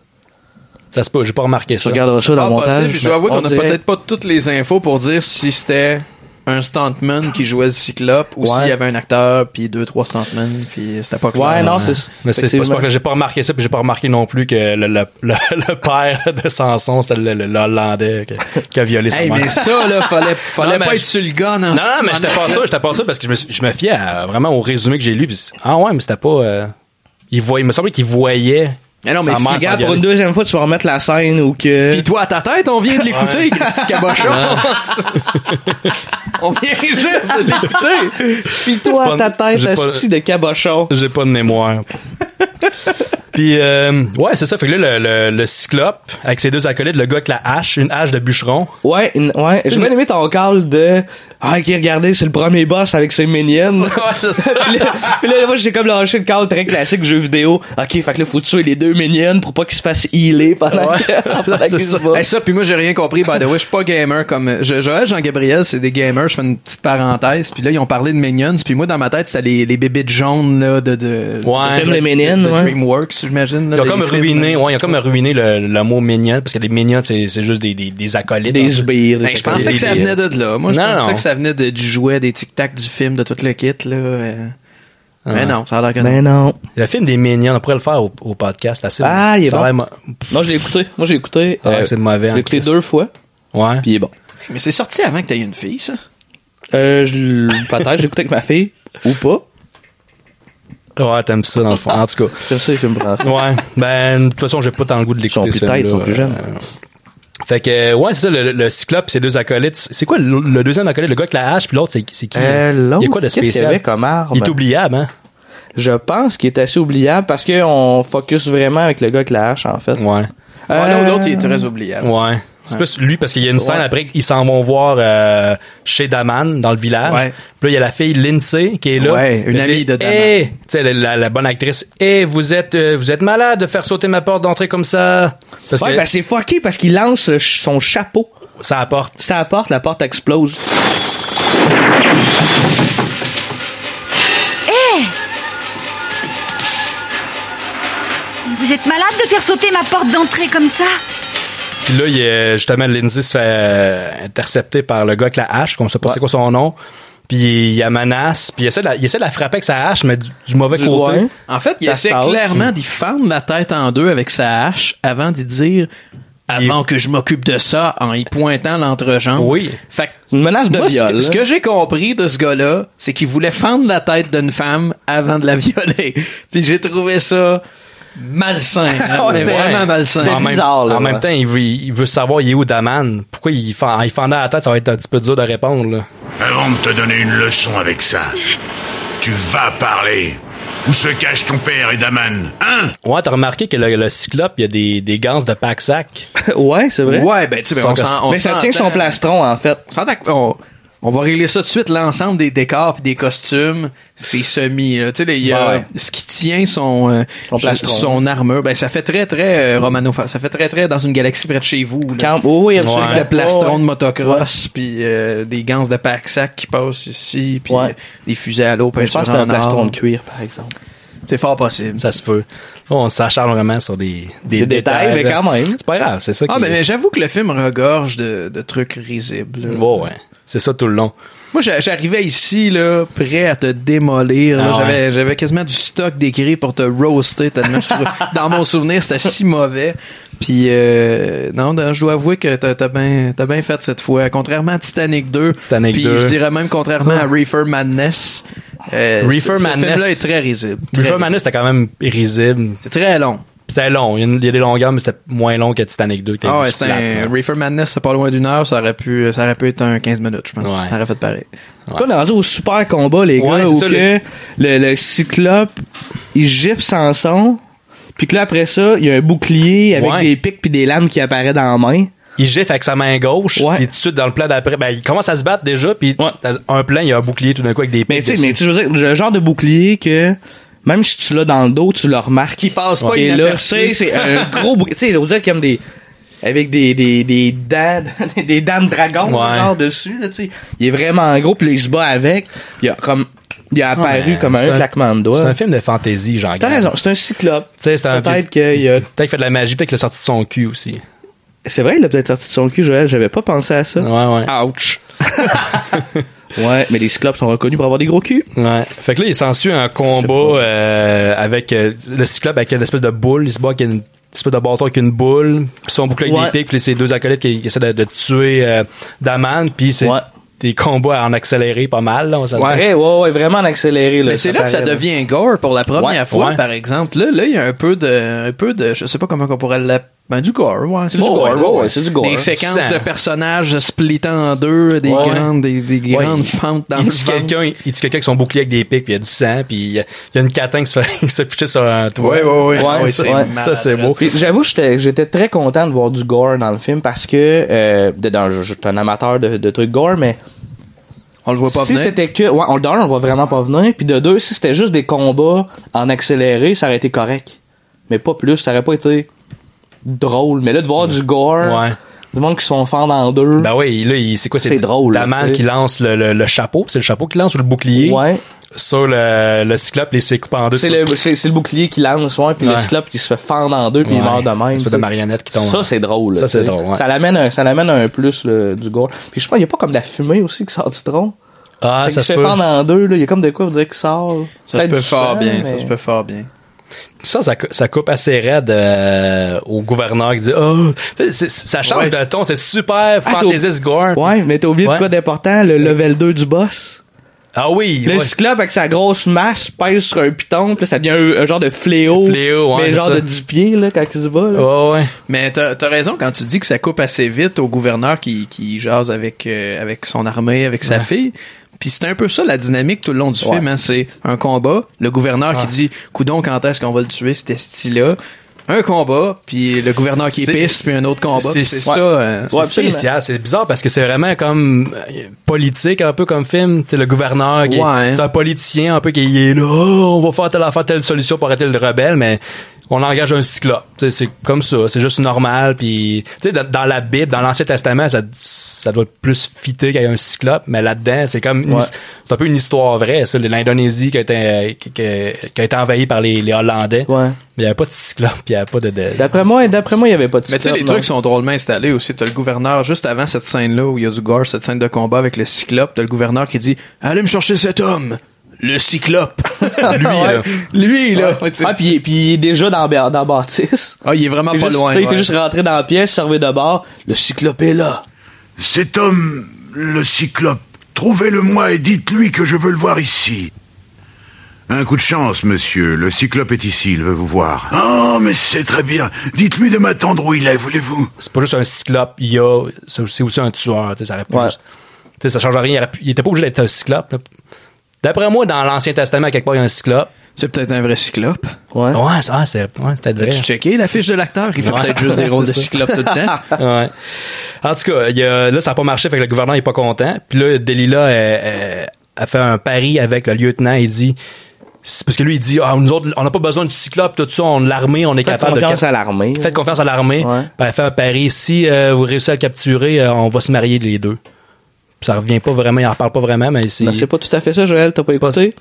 A: Ça se peut, j'ai pas remarqué
C: Tu
A: ça.
C: regarderas ça dans
B: Pas
C: mon
B: Ah, possible,
C: montage.
B: puis je dois avouer
C: mais
B: qu'on
C: on
B: n'a
C: dirait-
B: peut-être pas toutes les infos pour dire si c'était un stuntman qui jouait le cyclope ou
C: Ouais.
B: s'il y avait un acteur puis deux trois stuntmen puis c'était pas clair.
C: Ouais, non, c'est
A: Mais c'est pas, c'est
C: effectivement.
A: pas que j'ai pas remarqué ça, puis j'ai pas remarqué non plus que le, le- le- le père de Samson, c'était le, le- le Hollandais que- qui a violé son
B: Hey, mais ça là fallait fallait
A: Non, mais
B: pas
A: je-
B: être sur le gun en
A: Non, non, mais j'étais pas sûr, j'étais pas sûr parce que je me, suis- je me fiais à- vraiment au résumé que j'ai lu. Puis, c'est- ah ouais, mais c'était pas. euh, il, voyait, il me semblait qu'il voyait.
B: Mais non, mais
A: sa mère
B: regarde,
A: s'engueuler.
C: Regarde, pour une deuxième fois, tu vas remettre la scène où que.
B: Pis toi à ta tête, on vient de l'écouter, Christy Cabochon. on vient juste de l'écouter.
C: Pis toi,
A: J'ai pas-
C: ta tête,
A: j'ai
C: la
A: pas-
C: de cabochon.
A: J'ai pas de mémoire. Puis, euh, ouais, c'est ça. Fait que là, le, le- le cyclope, avec ses deux acolytes, le gars avec la hache, une hache de bûcheron.
B: Ouais, une- ouais. J'ai bien aimé ton call de Ah, qui regardez, c'est le premier boss avec ses minions.
A: Ouais, c'est ça.
B: puis, là, puis là, moi, j'ai comme lâché le call très classique jeu vidéo. Ok, fait que là, faut tuer les deux minions pour pas qu'ils se fassent healer pendant
A: Ouais,
B: que- pendant
A: c'est
B: qu'ils se
A: ça.
B: battent.
C: Hey, ça, puis moi, j'ai rien compris. By the way, je suis pas gamer comme. Je, Joël, Jean-Gabriel, c'est des gamers. Je fais une petite parenthèse. Puis là, ils ont parlé de Minions. Puis moi, dans ma tête, c'était les, les bébites jaunes, là, de. de
A: Ouais.
B: Tu aimes les
C: de,
B: Minions,
C: de
B: ouais.
C: Dreamworks, j'imagine. là,
A: Ils ont
C: les
A: comme
C: films,
A: ruiné,
C: là.
A: ouais, ils ont comme ruiné le, le mot mignon, parce que des mignons, c'est c'est juste des, des, des acolytes.
B: Des sbires. des
C: Ben, je
B: sbires.
C: pensais que ça
A: les-
C: venait de là. Moi, je
A: Non,
C: pensais
A: non.
C: que ça venait de- du jouet, des tic-tac, du film, de tout le kit, là. euh. Mais
A: Ah.
C: non, ça a l'air que non.
B: Mais non.
A: Le film des mignons, on pourrait le faire au, au podcast. Là, c'est-
B: Ah, il est
A: ça a
B: bon.
A: l'air mo-
B: Non, je l'ai écouté. Moi, j'ai écouté. euh,
A: Ah ouais, c'est mauvais,
B: J'ai
A: en
B: écouté
A: Christ.
B: deux fois,
A: Ouais.
B: puis il est bon.
C: Mais c'est sorti avant que t'aies une fille, ça.
B: Euh, je l- peut-être, j'ai écouté avec ma fille, ou pas.
A: Ouais, t'aimes ça, dans le fond. En tout cas.
B: Comme ça, les films pour enfants.
A: Ouais. Ben, de toute façon, j'ai pas tant le goût de
B: Ils sont
A: l'écouter.
B: plus
A: celui-là.
B: têtes, ils sont plus jeunes.
A: Euh, Fait que, euh, ouais, c'est ça, le, le cyclope, ses deux acolytes. C'est c'est quoi le, le deuxième acolyte, le gars avec la hache, puis l'autre, c'est c'est qui
B: Euh, l'autre,
A: Il y a quoi de
B: qu'est-ce qu'il y
A: spécial
B: avait comme arme?
A: Il est oubliable, hein
B: Je pense qu'il est assez oubliable parce qu'on focus vraiment avec le gars avec la hache, en fait.
A: Ouais.
B: Euh,
C: Ouais, l'autre, l'autre, il est très oubliable.
A: Ouais. C'est plus lui parce qu'il y a une scène
B: Ouais.
A: après qu'ils s'en vont voir euh, chez Daman dans le village.
C: Ouais.
A: Puis là, il y a la fille Lindsay qui est là.
C: Ouais, une
A: Elle
C: amie
A: dit,
C: de Daman.
A: Hey! Tu sais, la, la- la bonne actrice. Eh, vous êtes euh, vous êtes malade de faire sauter ma porte d'entrée comme ça. Parce
B: Ouais,
A: que
B: ben c'est fucké parce qu'il lance le ch- son chapeau.
A: ça apporte.
B: Ça la porte, la porte explose.
G: Vous êtes malade de faire sauter ma porte d'entrée comme ça
A: Puis là, il y a, justement Lindsay se fait euh, intercepter par le gars avec la hache, qu'on sait pas c'est quoi son nom. Puis il la menace, puis il essaie, de la, il essaie de la frapper avec sa hache, mais du, du mauvais
B: Du
A: côté.
B: loin.
C: En fait, il
B: Ça
C: essaie
B: se passe.
C: clairement d'y fendre la tête en deux avec sa hache avant d'y dire avant que je m'occupe de ça en y pointant l'entrejambe.
A: Oui.
C: Fait que
B: Une menace de
C: moi, ce que-
B: viol. hein.
C: Ce que, j'ai compris de ce gars-là, c'est qu'il voulait fendre la tête d'une femme avant de la violer. Puis j'ai trouvé ça malsain. hein.
B: Ah, Ouais,
C: C'était
B: ouais.
C: vraiment malsain.
B: Oh, C'était
A: en même,
B: bizarre, là,
A: en même
B: ouais.
A: temps, il veut, il veut savoir il est où Daman. Pourquoi il, fend- il fendait la tête, ça va être un petit peu dur de répondre. Là.
D: Avant de te donner une leçon avec ça, tu vas parler. Où se cache ton père et Daman Hein
A: Ouais, t'as remarqué que le, le cyclope, il y a des, des gants de pack sac.
B: ouais, c'est vrai.
C: Ouais, ben tu sais, ben, on s'en- on
B: mais ça
C: s'entend.
B: tient son plastron, en fait.
C: On s'entend que- on, on va régler ça tout de suite, l'ensemble des décors et des costumes, c'est semi. là. Tu sais, les- il y a-
B: Ouais, ouais.
C: ce qui tient son, euh,
B: Son
C: je-
B: plastron.
C: son armure, ben ça fait très très euh, Romano, ça fait très très dans une galaxie près de chez vous. là.
B: Quand, oh, oui, absolument.
C: Avec le plastron de motocross, puis euh, des gants de pack-sac qui passent ici, puis
B: Ouais.
C: euh, des fusées à l'eau.
B: Ouais. Je pense que
C: peinture
B: c'est un
C: en or.
B: plastron de cuir, par exemple.
C: C'est fort possible.
A: Ça se peut. On s'acharne vraiment sur des, des,
B: Des détails, mais quand même.
A: C'est pas grave, c'est ça
C: Ah,
A: qui-
C: mais, mais j'avoue que le film regorge de, de trucs risibles. là.
A: Ouais, ouais. C'est ça tout le long.
C: Moi, j'a- j'arrivais ici, là, prêt à te démolir. là.
A: Ah ouais.
C: J'avais- J'avais quasiment du stock d'écrit pour te roaster tellement je trouvais- Dans mon souvenir, c'était si mauvais. Puis, euh, non, non, je dois avouer que t'as as, bien ben fait cette fois. Contrairement à Titanic 2,
A: Titanic
C: puis
A: 2.
C: je dirais même contrairement à Reefer Madness, euh,
A: Reefer
C: ce-
A: Madness.
C: ce film-là est très risible. Très
A: Buffer
C: risible.
A: Manus, c'était quand même risible.
C: C'est très long.
A: C'était long. Il y, a une- il y a des longueurs, mais c'était moins long que Titanic 2.
C: Ah ouais, c'est un Reefer Madness, c'est pas loin d'une heure, ça aurait pu, ça aurait pu être un 15 minutes, je pense.
A: Ouais.
C: Ça aurait fait pareil.
A: Ouais.
B: Là, on est rendu au super combat, les
A: Ouais,
B: gars,
A: c'est
B: où
A: ça,
B: que le... le cyclope, il gifle Samson, puis que là, après ça, il y a un bouclier avec
A: Ouais.
B: des pics puis des lames qui apparaissent dans la main.
A: Il gifle avec sa main gauche,
B: Ouais.
A: puis tout de suite, dans le plan d'après, ben, il commence à se battre déjà, puis
B: Ouais.
A: dans un plan, il y a un bouclier tout d'un coup avec des
B: Mais
A: pics
B: tu sais,
A: dessus.
B: mais tu veux dire, le genre de bouclier que même si tu l'as dans le dos, tu le remarques.
C: Qui passe pas
B: Et là, tu
C: inaperçu.
B: sais, c'est un gros bouclier. Tu sais, on dirait comme des avec des des des dents des dents de dragon
A: Ouais.
B: genre dessus là, tu sais. Il est vraiment gros puis là, il se bat avec. Il a comme il a apparu
A: Ouais,
B: comme un,
A: Ben, c'est
B: claquement de
A: C'est
B: doigts.
A: un film de fantasy, genre.
B: T'as raison, c'est un cyclope.
A: Tu sais, c'est un-
B: Peut-être euh, qu'il y a
A: Peut-être qu'il fait de la magie, peut-être qu'il a sorti de son cul aussi.
B: C'est vrai, il a peut-être sorti de son cul, Joël, j'avais pas pensé à ça.
A: Ouais, ouais.
B: Ah.
C: Ouch.
B: Ouais, mais les cyclopes sont reconnus pour avoir des gros culs.
A: Ouais. Fait que là, il s'ensuit un combat euh, avec euh, le cyclope avec une espèce de boule. Il se bat avec une espèce de bâton avec une boule. Puis son boucle avec
B: Ouais.
A: des pics. Puis ses deux acolytes qui, qui essaient de, de tuer euh, Daman. Puis c'est
B: Ouais.
A: des combats en accéléré pas mal. Là, on s'entend.
B: Ouais, ouais, ouais, vraiment en accéléré là.
C: Mais c'est là que ça
B: paraît,
C: devient gore pour la première
B: Ouais,
C: fois,
A: ouais.
C: par exemple. Là, là, il y a un peu de, un peu de, je sais pas comment on pourrait l'app- Ben, du gore, ouais.
B: C'est du gore, ouais, ouais, c'est du gore.
C: Des séquences
A: Sang.
C: de personnages splittant en deux, des
B: Ouais, ouais.
C: grandes, des, des grandes
A: Ouais, il-
C: fentes dans
A: il
C: le
A: tue
C: ventre.
A: quelqu'un, il, il tue quelqu'un avec son bouclier avec des pics, puis il y a du sang, puis il y a, il y a une catin qui se fait, qui se fait pitcher sur un toit.
C: Ouais, ouais, ouais.
A: Ah
C: Ouais,
A: ça,
C: c'est malade,
A: ça, c'est beau.
B: Puis J'avoue, j'étais j'étais très content de voir du gore dans le film parce que euh, dedans, je, je suis un amateur de, de trucs gore, mais
C: On le voit pas
B: si
C: venir.
B: c'était que ouais, on, d'un, on le voit vraiment pas venir, puis de deux, si c'était juste des combats en accéléré, ça aurait été correct, mais pas plus, ça aurait pas été drôle. Mais là, de voir du gore,
A: Ouais.
B: du monde qui se font fendre en deux,
A: Ben oui, là, il- c'est quoi?
B: C'est drôle,
A: Daman
B: là,
A: qui lance le, le- le chapeau, c'est le chapeau qui lance ou le bouclier
B: ouais,
A: sur le, le cyclope, et il s'est coupé en deux.
B: c'est
A: sur-
B: le c'est c'est le bouclier qui lance, ouais, puis
A: Ouais.
B: le cyclope qui se fait fendre en deux, puis il
A: Ouais.
B: meurt de même.
A: Espèce de
B: tu sais.
A: marionnette qui tombe.
B: Ça c'est drôle. là,
A: Ça, c'est
B: tu sais.
A: drôle, ouais.
B: Ça l'amène, un- ça l'amène un plus là, du gore. Puis je pense il y a pas comme de la fumée aussi qui sort du tronc.
A: Ah,
B: Fait
A: ça
B: qu'il
A: se
B: se fait
A: peut.
B: fendre en deux, là. Il y a comme de quoi, vous dire qu'il sort.
C: Ça se
B: Peut-être
C: peut
B: du
C: fort
B: sang,
C: bien,
B: mais-
C: ça se peut fort bien.
A: Ça, ça, cou- ça coupe assez raide euh, au gouverneur qui dit Oh, Tu sais, c'est- c'est- ça change
B: Ouais.
A: de ton, c'est super
B: Ah,
A: fantaisiste gore.
B: Ouais, mais t'as oublié
A: Ouais.
B: de quoi d'important, le level 2 du boss.
A: Ah oui,
B: Le
A: ouais.
B: cyclope avec sa grosse masse pèse sur un piton, puis là, ça devient un, un genre de fléau.
A: Fléau, ouais,
B: Mais
A: c'est
B: genre
A: ça.
B: de 10 pieds, là, quand il se bat, là.
A: Ouais, ouais.
C: Mais t'as as raison quand tu dis que ça coupe assez vite au gouverneur qui, qui jase avec, euh, avec son armée, avec sa fille. Puis c'est un peu ça la dynamique tout le long du
B: Ouais.
C: film. hein. C'est un combat, le gouverneur qui dit « Coudon, quand est-ce qu'on va le tuer, cet esti-là? » Un combat, puis le gouverneur qui est
A: C'est-
C: pisse, puis un autre combat.
A: c'est-
C: puis C'est
A: ouais.
C: ça. euh,
A: C'est
B: Ouais, hein. absolument.
A: spécial, c'est bizarre parce que c'est vraiment comme euh, politique un peu comme film, tu sais le gouverneur qui est-
C: Ouais, hein.
A: c'est un politicien un peu qui est là, Oh, on va faire telle affaire, telle solution pour arrêter le rebelle mais on engage un cyclope. Tu sais, c'est comme ça, c'est juste normal puis tu sais dans, dans la Bible, dans l'Ancien Testament, ça ça doit être plus fité qu'il y a un cyclope, mais là-dedans, c'est comme une
B: Ouais.
A: his- c'est un peu une histoire vraie, ça l'Indonésie qui a été euh, qui, qui- qui a été envahie par les, les Hollandais.
B: Ouais.
A: Mais il y avait pas de cyclope, puis il y avait pas de, de-
B: D'après moi, d'après moi, il y avait pas de
C: Mais tu sais,
B: cyclope,
C: les
B: non.
C: trucs sont drôlement installés aussi. T'as le gouverneur, juste avant cette scène-là où il y a du gore, cette scène de combat avec le cyclope, t'as le gouverneur qui dit « Allez me chercher cet homme! » Le cyclope! Lui, là. Lui, là.
B: Ouais, ouais, puis il est- puis il est déjà dans, Bé- dans Baptiste.
C: Ah, il est vraiment
B: Il
C: pas
B: fait juste,
C: loin.
B: tu sais, il fait
C: ouais.
B: juste rentrer dans la pièce, servir de bord. Le cyclope est là.
D: Cet homme, le cyclope, trouvez-le-moi et dites-lui que je veux le voir ici. Un coup de chance, monsieur. Le cyclope est ici, il veut vous voir. Oh, mais c'est très bien. Dites-lui de m'attendre où il est, voulez-vous
A: c'est pas juste un cyclope, il y a, c'est c'est aussi un tueur, tu sais, ça aurait pas
B: Ouais.
A: juste- tu sais, ça change rien, il aurait pu- il était pas obligé d'être un cyclope, là. D'après moi, dans l'Ancien Testament, à quelque part, il y a un cyclope.
C: C'est peut-être un vrai cyclope.
A: Ouais,
B: Ouais.
A: c'est, ouais, c'est, ouais, c'est peut-être vrai.
C: As-tu checké la fiche de l'acteur? Il fait
A: Ouais.
C: peut-être juste des rôles de
A: C'est ça.
C: cyclope tout le temps.
A: Ouais. En tout cas, il y a- là, ça n'a pas marché, fait que le gouverneur est pas content. Puis là, Delila elle- elle- a fait un pari avec le lieutenant. Il dit, c'est- parce que lui, il dit, ah, nous autres, on n'a pas besoin du cyclope, tout ça, on l'armée, on est
B: Faites
A: capable de.
B: confiance à l'armée.
A: Faites confiance à l'armée.
B: Ouais.
A: Ben, fait un pari. Si euh, vous réussissez à le capturer, euh, on va se marier les deux. Puis ça revient pas vraiment, il en reparle pas vraiment, mais c'est.
B: Non, c'est pas tout à fait ça, Joël, t'as pas
A: C'est pas
B: écouté.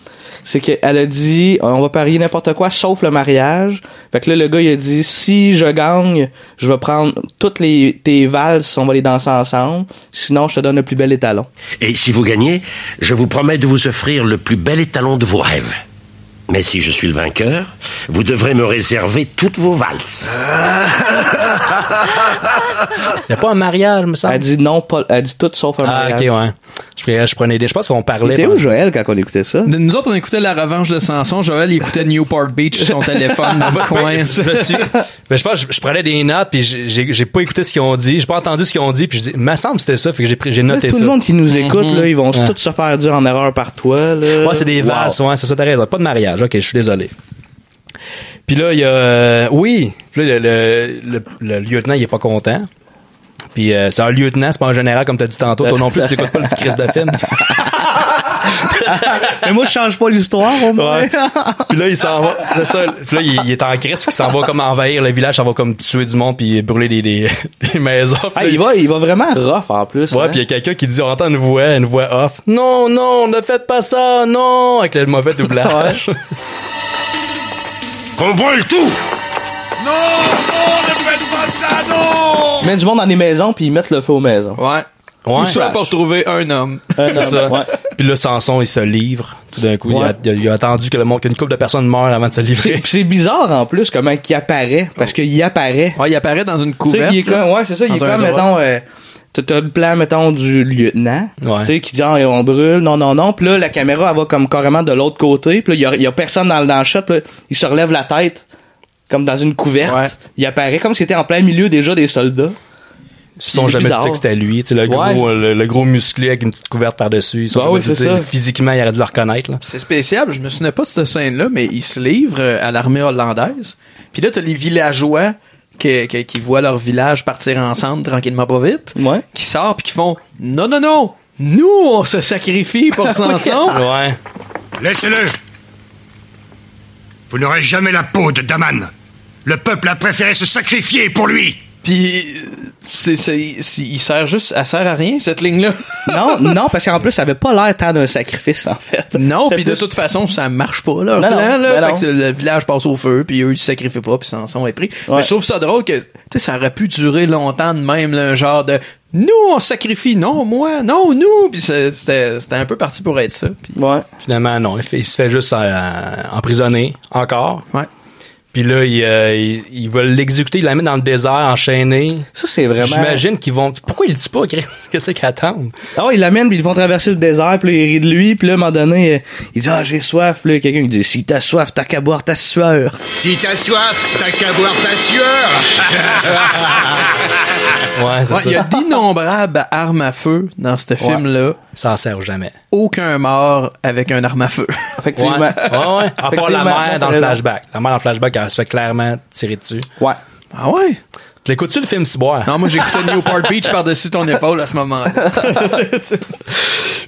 B: C'est qu'elle a dit, euh, on va parier n'importe quoi, sauf le mariage. Fait que là, le gars, il a dit, si je gagne, je vais prendre toutes les, tes valses, on va les danser ensemble. Sinon, je te donne le plus bel étalon.
E: Et si vous gagnez, je vous promets de vous offrir le plus bel étalon de vos rêves. Mais si je suis le vainqueur, vous devrez me réserver toutes vos valses.
A: Il y a pas un mariage, me semble.
B: Elle dit non, pas, elle dit tout sauf un
A: ah, ok,
B: mariage.
A: ouais. Je, prenais- je prenais des. Je pense qu'on parlait.
B: T'es où, Joël, quand on écoutait ça?
C: Nous autres, on écoutait La Revanche de Samson. Joël, il écoutait Newport Beach sur son téléphone dans le coin.
A: je, me suis- mais je pense que je, je prenais des notes, puis j'ai- j'ai j'ai pas écouté ce qu'ils ont dit. J'ai pas entendu ce qu'ils ont dit, puis je dis, me semble que c'était ça, fait que j'ai pris- j'ai
B: Là,
A: noté
B: tout
A: ça.
B: le monde qui nous écoute, là, ils vont
A: Ouais.
B: tous se faire dire en erreur par toi. Là.
A: Ouais, c'est des
B: Euh, Wow.
A: valses, ouais, c'est ça, t'as raison. Pas de mariage, ok, je suis désolé. Puis là, il y a. euh, oui, Puis là, le, le- le- le lieutenant, il est pas content. Puis euh, c'est un lieutenant, c'est pas un général, comme t'as dit tantôt. Toi non plus, tu écoutes pas le Christ de film.
B: Mais moi, je change pas l'histoire, au moins.
A: Ouais. Puis là, il s'en va. Là, ça, puis là, il, il est en crise, puis il s'en va comme envahir le village, s'en va comme tuer du monde, puis brûler des, des, des maisons. Puis
B: Ah,
A: là,
B: il va, il va vraiment rough, en plus.
A: Ouais,
B: hein.
A: puis il y a quelqu'un qui dit on entend une voix, une voix off. Non, non, ne faites pas ça, non, avec le mauvais doublage.
E: Qu'on brûle tout
D: Non, non, ne faites pas ça, non
B: Ils mettent du monde dans des maisons, puis ils mettent le feu aux maisons.
C: Ouais. Tout ça pour trouver un homme.
A: C'est ça.
B: Ouais.
A: Puis là, Samson, il se livre. Tout d'un coup, il, a,
B: Ouais.
A: il a- il a attendu que le monde, qu'une couple de personnes meurent avant de se
B: C'est
A: livrer.
B: pis c'est bizarre en plus comment qu'il apparaît parce qu'il apparaît.
C: Ouais, il apparaît dans
B: Tu
C: une
B: sais,
C: couverte.
B: il est
C: là.
B: comme ouais, c'est ça, il est
C: Dans un
B: comme
C: endroit.
B: mettons euh, t'as- t'as le plan mettons du lieutenant,
A: Ouais.
B: tu sais qui dit Ah, on brûle, non non non, puis là la caméra elle va comme carrément de l'autre côté, puis là il y a, il y a personne dans le dans le shot, puis là, il se relève la tête
C: comme dans une couverte.
B: Ouais.
C: Il apparaît comme s'il était en plein milieu déjà des soldats.
A: Ils sont
C: C'est
A: jamais
C: bizarre.
A: tout texte à lui. Tu sais, le, gros, euh, le, le gros musclé avec une petite couverte par-dessus. Ils sont
C: Bah
A: jamais
C: oui, c'est
A: tout- tu sais,
C: ça.
A: Physiquement, il aurait dû le reconnaître. Là.
B: C'est spécial, je me souviens pas de cette scène-là, mais il se livre euh, à l'armée hollandaise. Puis là, t'as les villageois qui, qui, qui voient leur village partir ensemble tranquillement pas vite,
C: Ouais.
B: qui sortent puis qui font « Non, non, non! Nous, on se sacrifie pour ça ensemble!
A: Ouais.
I: Laissez-le Vous n'aurez jamais la peau de Daman. Le peuple a préféré se sacrifier pour lui !»
B: Puis euh, c'est, c'est, c'est- il sert juste... Elle sert à rien, cette ligne-là.
C: Non, non, parce qu'en plus, ça avait pas l'air tant d'un sacrifice, en fait.
B: Non,
C: C'est
B: puis de
C: plus-
B: toute façon, ça marche pas, là.
C: Non, non,
B: plan, là.
C: ben
B: Fait
C: non.
B: que le village passe au feu, puis eux, ils se sacrifient pas, puis Samson est pris.
C: Ouais.
B: Mais je trouve ça drôle que, tu sais, ça aurait pu durer longtemps de même, là, un genre de « Nous, on se sacrifie! Non, moi! Non, nous! » Puis c'est- c'était c'était un peu parti pour être ça. Puis,
C: Ouais.
A: Finalement, non. Il, fait- il se fait juste euh, emprisonner encore.
B: ouais.
A: Puis là, ils, euh, ils- ils veulent l'exécuter. Ils la mettent dans le désert, enchaînée.
C: Ça, c'est vraiment.
A: J'imagine qu'ils vont. Pourquoi ils le tuent pas, Chris? Qu'est-ce qu'ils attendent?
C: Ah, ouais, ils l'amènent, puis ils vont traverser le désert, puis là, ils rient de lui, puis là, à un moment donné, euh, il dit, ah, j'ai soif, puis là, quelqu'un il dit, si t'as soif, t'as qu'à boire ta sueur.
D: Si t'as soif, t'as qu'à boire ta sueur
A: Ouais, c'est
B: Ouais, Ah, il y a
A: ça.
B: d'innombrables armes à feu dans ce film-là.
A: Ça en sert jamais.
B: Aucun mort avec un arme à feu.
A: Ouais,
C: Effectivement.
A: ouais, ouais. À part la
C: Effectivement,
A: mère dans
C: t'as
A: le
C: raison.
A: flashback. La mère dans le flashback, elle se fait clairement tirer dessus.
C: Ouais.
B: ah ouais?
A: Tu L'écoutes-tu le film Ciboire?
B: Non, moi, j'écoutais Newport Beach par-dessus ton épaule à ce moment-là.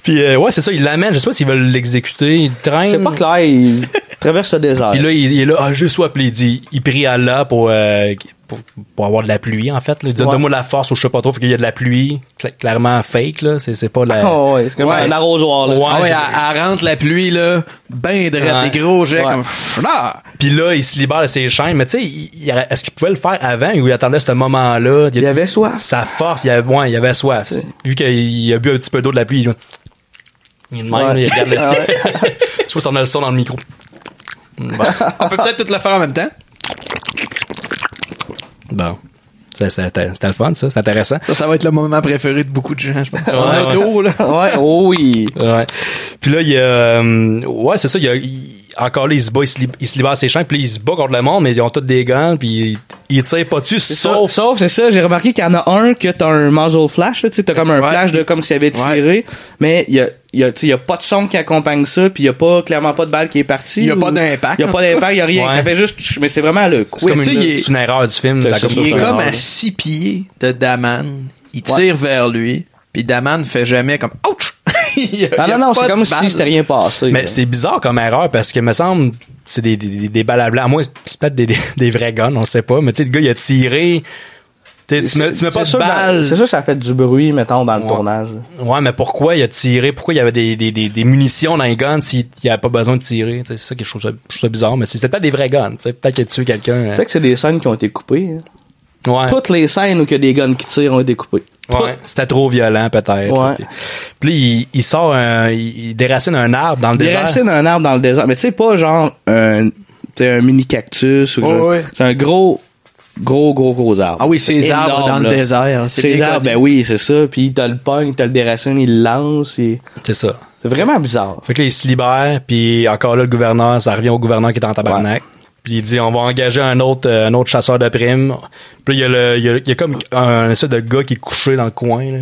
A: Puis euh, ouais, c'est ça, ils l'amènent. Je sais pas s'ils veulent l'exécuter. Ils traînent.
C: C'est pas
B: Hmm.
C: clair, il traverse le désert.
A: Puis là, il, il est là, ah, j'ai soif. Puis il dit, il prie Allah pour, euh, pour, pour avoir de la pluie, en fait. là. Il dit,
C: Ouais.
A: donne-moi de la force ou je sais pas trop. Fait qu'il y a de la pluie, cl- clairement fake, là. C'est, c'est pas la.
C: Oh, ouais, c'est comme un arrosoir, là.
A: Ouais,
B: Ah ouais,
A: c'est
B: elle,
A: ça.
B: elle rentre la pluie, là, ben de
A: Ouais.
B: des gros jets,
C: Ouais.
B: comme... Pff, là.
A: Puis là, il se libère de ses chaînes. Mais tu sais, il- il- est-ce qu'il pouvait le faire avant ou il attendait ce moment-là?
C: Il y avait soif.
A: sa force, il y avait, ouais, il y avait soif. Vu qu'il a bu un petit peu d'eau de la pluie, il, il est de même,
C: Ouais.
A: là, il regarde le
C: Ah
A: ciel. Je sais pas si on a le son dans le micro.
B: On peut peut-être tout le faire en même temps.
A: Bon. Ça, C'était c'était le fun, ça. C'est intéressant.
B: Ça, ça va être le moment préféré de beaucoup de gens, je pense. On
A: ouais.
B: a d'eau, là.
C: Ouais, oh oui.
A: Ouais. Puis là, il y a. euh, ouais, c'est ça. Il y a, il- encore là, il se bat, il se, li- il se libère ses chaînes, puis là, il se bat contre le monde, mais ils ont tous des gants, puis ils, ils tirent pas dessus, sauf.
C: Sauf, sauf c'est ça, j'ai remarqué qu'il y en a un que t'as un muzzle flash, là, tu sais, t'as comme un
B: Ouais.
C: flash de comme s'il avait tiré, mais il y a, il y, a, tu sais, il y a pas de son qui accompagne ça, puis il y a pas, clairement pas de balle qui est partie.
B: Il y a pas
C: ou-
B: d'impact.
C: Il y a pas d'impact, il y a rien.
A: Ouais.
C: Ça fait juste, mais c'est vraiment le coup.
A: C'est comme
B: tu sais,
A: une,
B: il est-
A: c'est une erreur du film. ça,
C: c'est
A: comme
C: ça,
B: Il est
A: ça.
B: comme
C: ouais.
B: à six pieds de Daman. Il tire vers lui, puis Daman fait jamais comme... Ouch! Il y a-
C: Ah
B: il y a
C: non, non,
B: pas
C: c'est
B: de
C: comme si
B: balle.
C: c'était rien passé.
A: Mais
C: là.
A: c'est bizarre comme erreur parce que me semble c'est des, des, des- des balles à blanc. À Moi, c'est peut-être des, des, des vrais guns, on sait pas. Mais tu sais, le gars, il a tiré. Tu sais, tu mets, tu mets pas
C: C'est
A: de
C: sûr,
A: balles.
C: dans- C'est sûr que ça fait du bruit, mettons, dans le
A: Ouais.
C: tournage. là.
A: Ouais, mais pourquoi il a tiré? Pourquoi il y avait des, des, des, des munitions dans les guns s'il n'y avait pas besoin de tirer? Tu sais, C'est ça que je trouve ça, je trouve ça bizarre. Mais c'était pas des vrais guns. tu sais. Peut-être qu'il a tué quelqu'un. euh,
C: Peut-être que c'est des scènes qui ont été coupées. hein.
A: Ouais.
C: Toutes les scènes où il y a des guns qui tirent ont été coupées.
A: Ouais, c'était trop violent peut-être.
C: Ouais.
A: Puis, puis il, il sort un, il, il déracine un arbre dans le
C: Des
A: désert.
C: racines d'un arbre dans le désert. Mais tu sais, pas genre un, tu sais, un mini cactus ou quelque
B: Ouais,
C: chose.
B: ouais.
C: C'est un gros, gros, gros, gros arbre.
B: Ah oui, ces arbres
C: énorme,
B: dans le
C: là.
B: désert. c'est
C: Ces
B: des
C: arbres,
B: connes.
C: ben oui, c'est ça. Puis t'as le punk, t'as le déracine, il le lance. il-
A: C'est ça.
C: C'est vraiment bizarre.
A: Fait que là, il se libère, puis encore là, le gouverneur, ça revient au gouverneur qui est en tabarnak. Puis il dit, on va engager un autre, euh, un autre chasseur de primes. Puis il y a le, il y a, il y a comme un espèce de gars qui est couché dans le coin, là.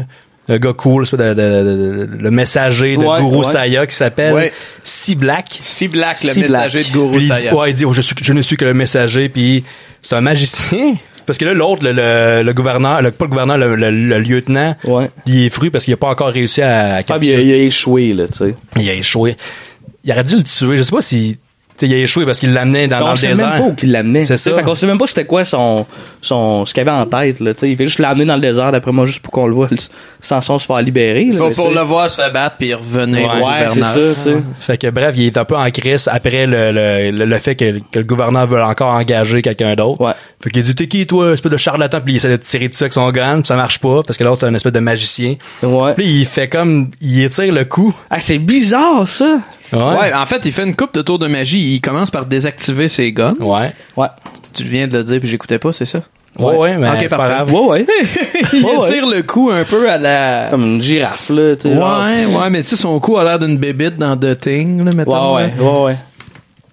A: Le gars cool, espèce de, de- de- de- le messager de
C: Ouais,
A: Guru
C: ouais.
A: Saya qui s'appelle
B: Ouais.
A: Si Black.
B: Si Black, le
C: Si
B: messager
C: Black.
B: de Guru
A: Puis il dit,
B: Saya.
A: ouais, il dit, oh, je, suis- je ne suis que le messager, puis c'est un magicien. Parce que là, l'autre, le, le- le gouverneur, le, pas le gouverneur, le, le- le lieutenant,
C: Ouais.
A: il est fru parce qu'il a pas encore réussi à, à
C: Ah, puis il, a- il a échoué, là, tu sais.
A: il a échoué. Il aurait dû le tuer. Je sais pas si tu sais, il a échoué parce qu'il l'amenait dans, dans
C: On
A: le
C: sait
A: désert.
C: même pas où qu'il l'amenait.
A: C'est
C: tu sais.
A: ça.
C: Fait qu'on sait même pas c'était quoi son, son, ce qu'il avait en tête, là, tu sais. Il fait juste l'amener dans le désert, d'après moi, juste pour qu'on le voit, le- Samson se faire libérer, là.
B: Ils sont pour
C: Ouais,
B: le voir se battre, puis revenir au
C: ouais, c'est
B: gouverneur.
C: ça, tu sais.
A: Fait que bref, il est un peu en crise après le, le, le, le fait que, que le gouverneur veut encore engager quelqu'un d'autre.
C: Ouais.
A: Fait qu'il dit T'es qui toi, espèce de charlatan, puis il essaie de tirer dessus avec son gun, puis ça marche pas, parce que l'autre c'est un espèce de magicien.
C: Ouais.
A: Puis il fait comme il étire le coup.
C: Ah, c'est bizarre, ça.
B: Ouais. en fait, il fait une coupe de tour de magie. Il commence par désactiver ses guns.
A: Ouais.
C: Ouais.
B: Tu viens de le dire, puis j'écoutais pas, c'est ça?
A: Ouais, ouais,
C: Ben,
A: mais
B: Ok,
A: c'est pas
B: parfait.
A: grave.
C: Ouais, ouais.
B: il
C: Ouais, ouais.
B: tire le coup un peu à la...
C: Comme une girafe, là, tu sais.
B: Ouais,
C: genre.
B: ouais, mais tu sais, son coup a l'air d'une bébite dans The Thing, là, mettons.
C: Ouais,
B: là.
C: ouais, ouais, ouais.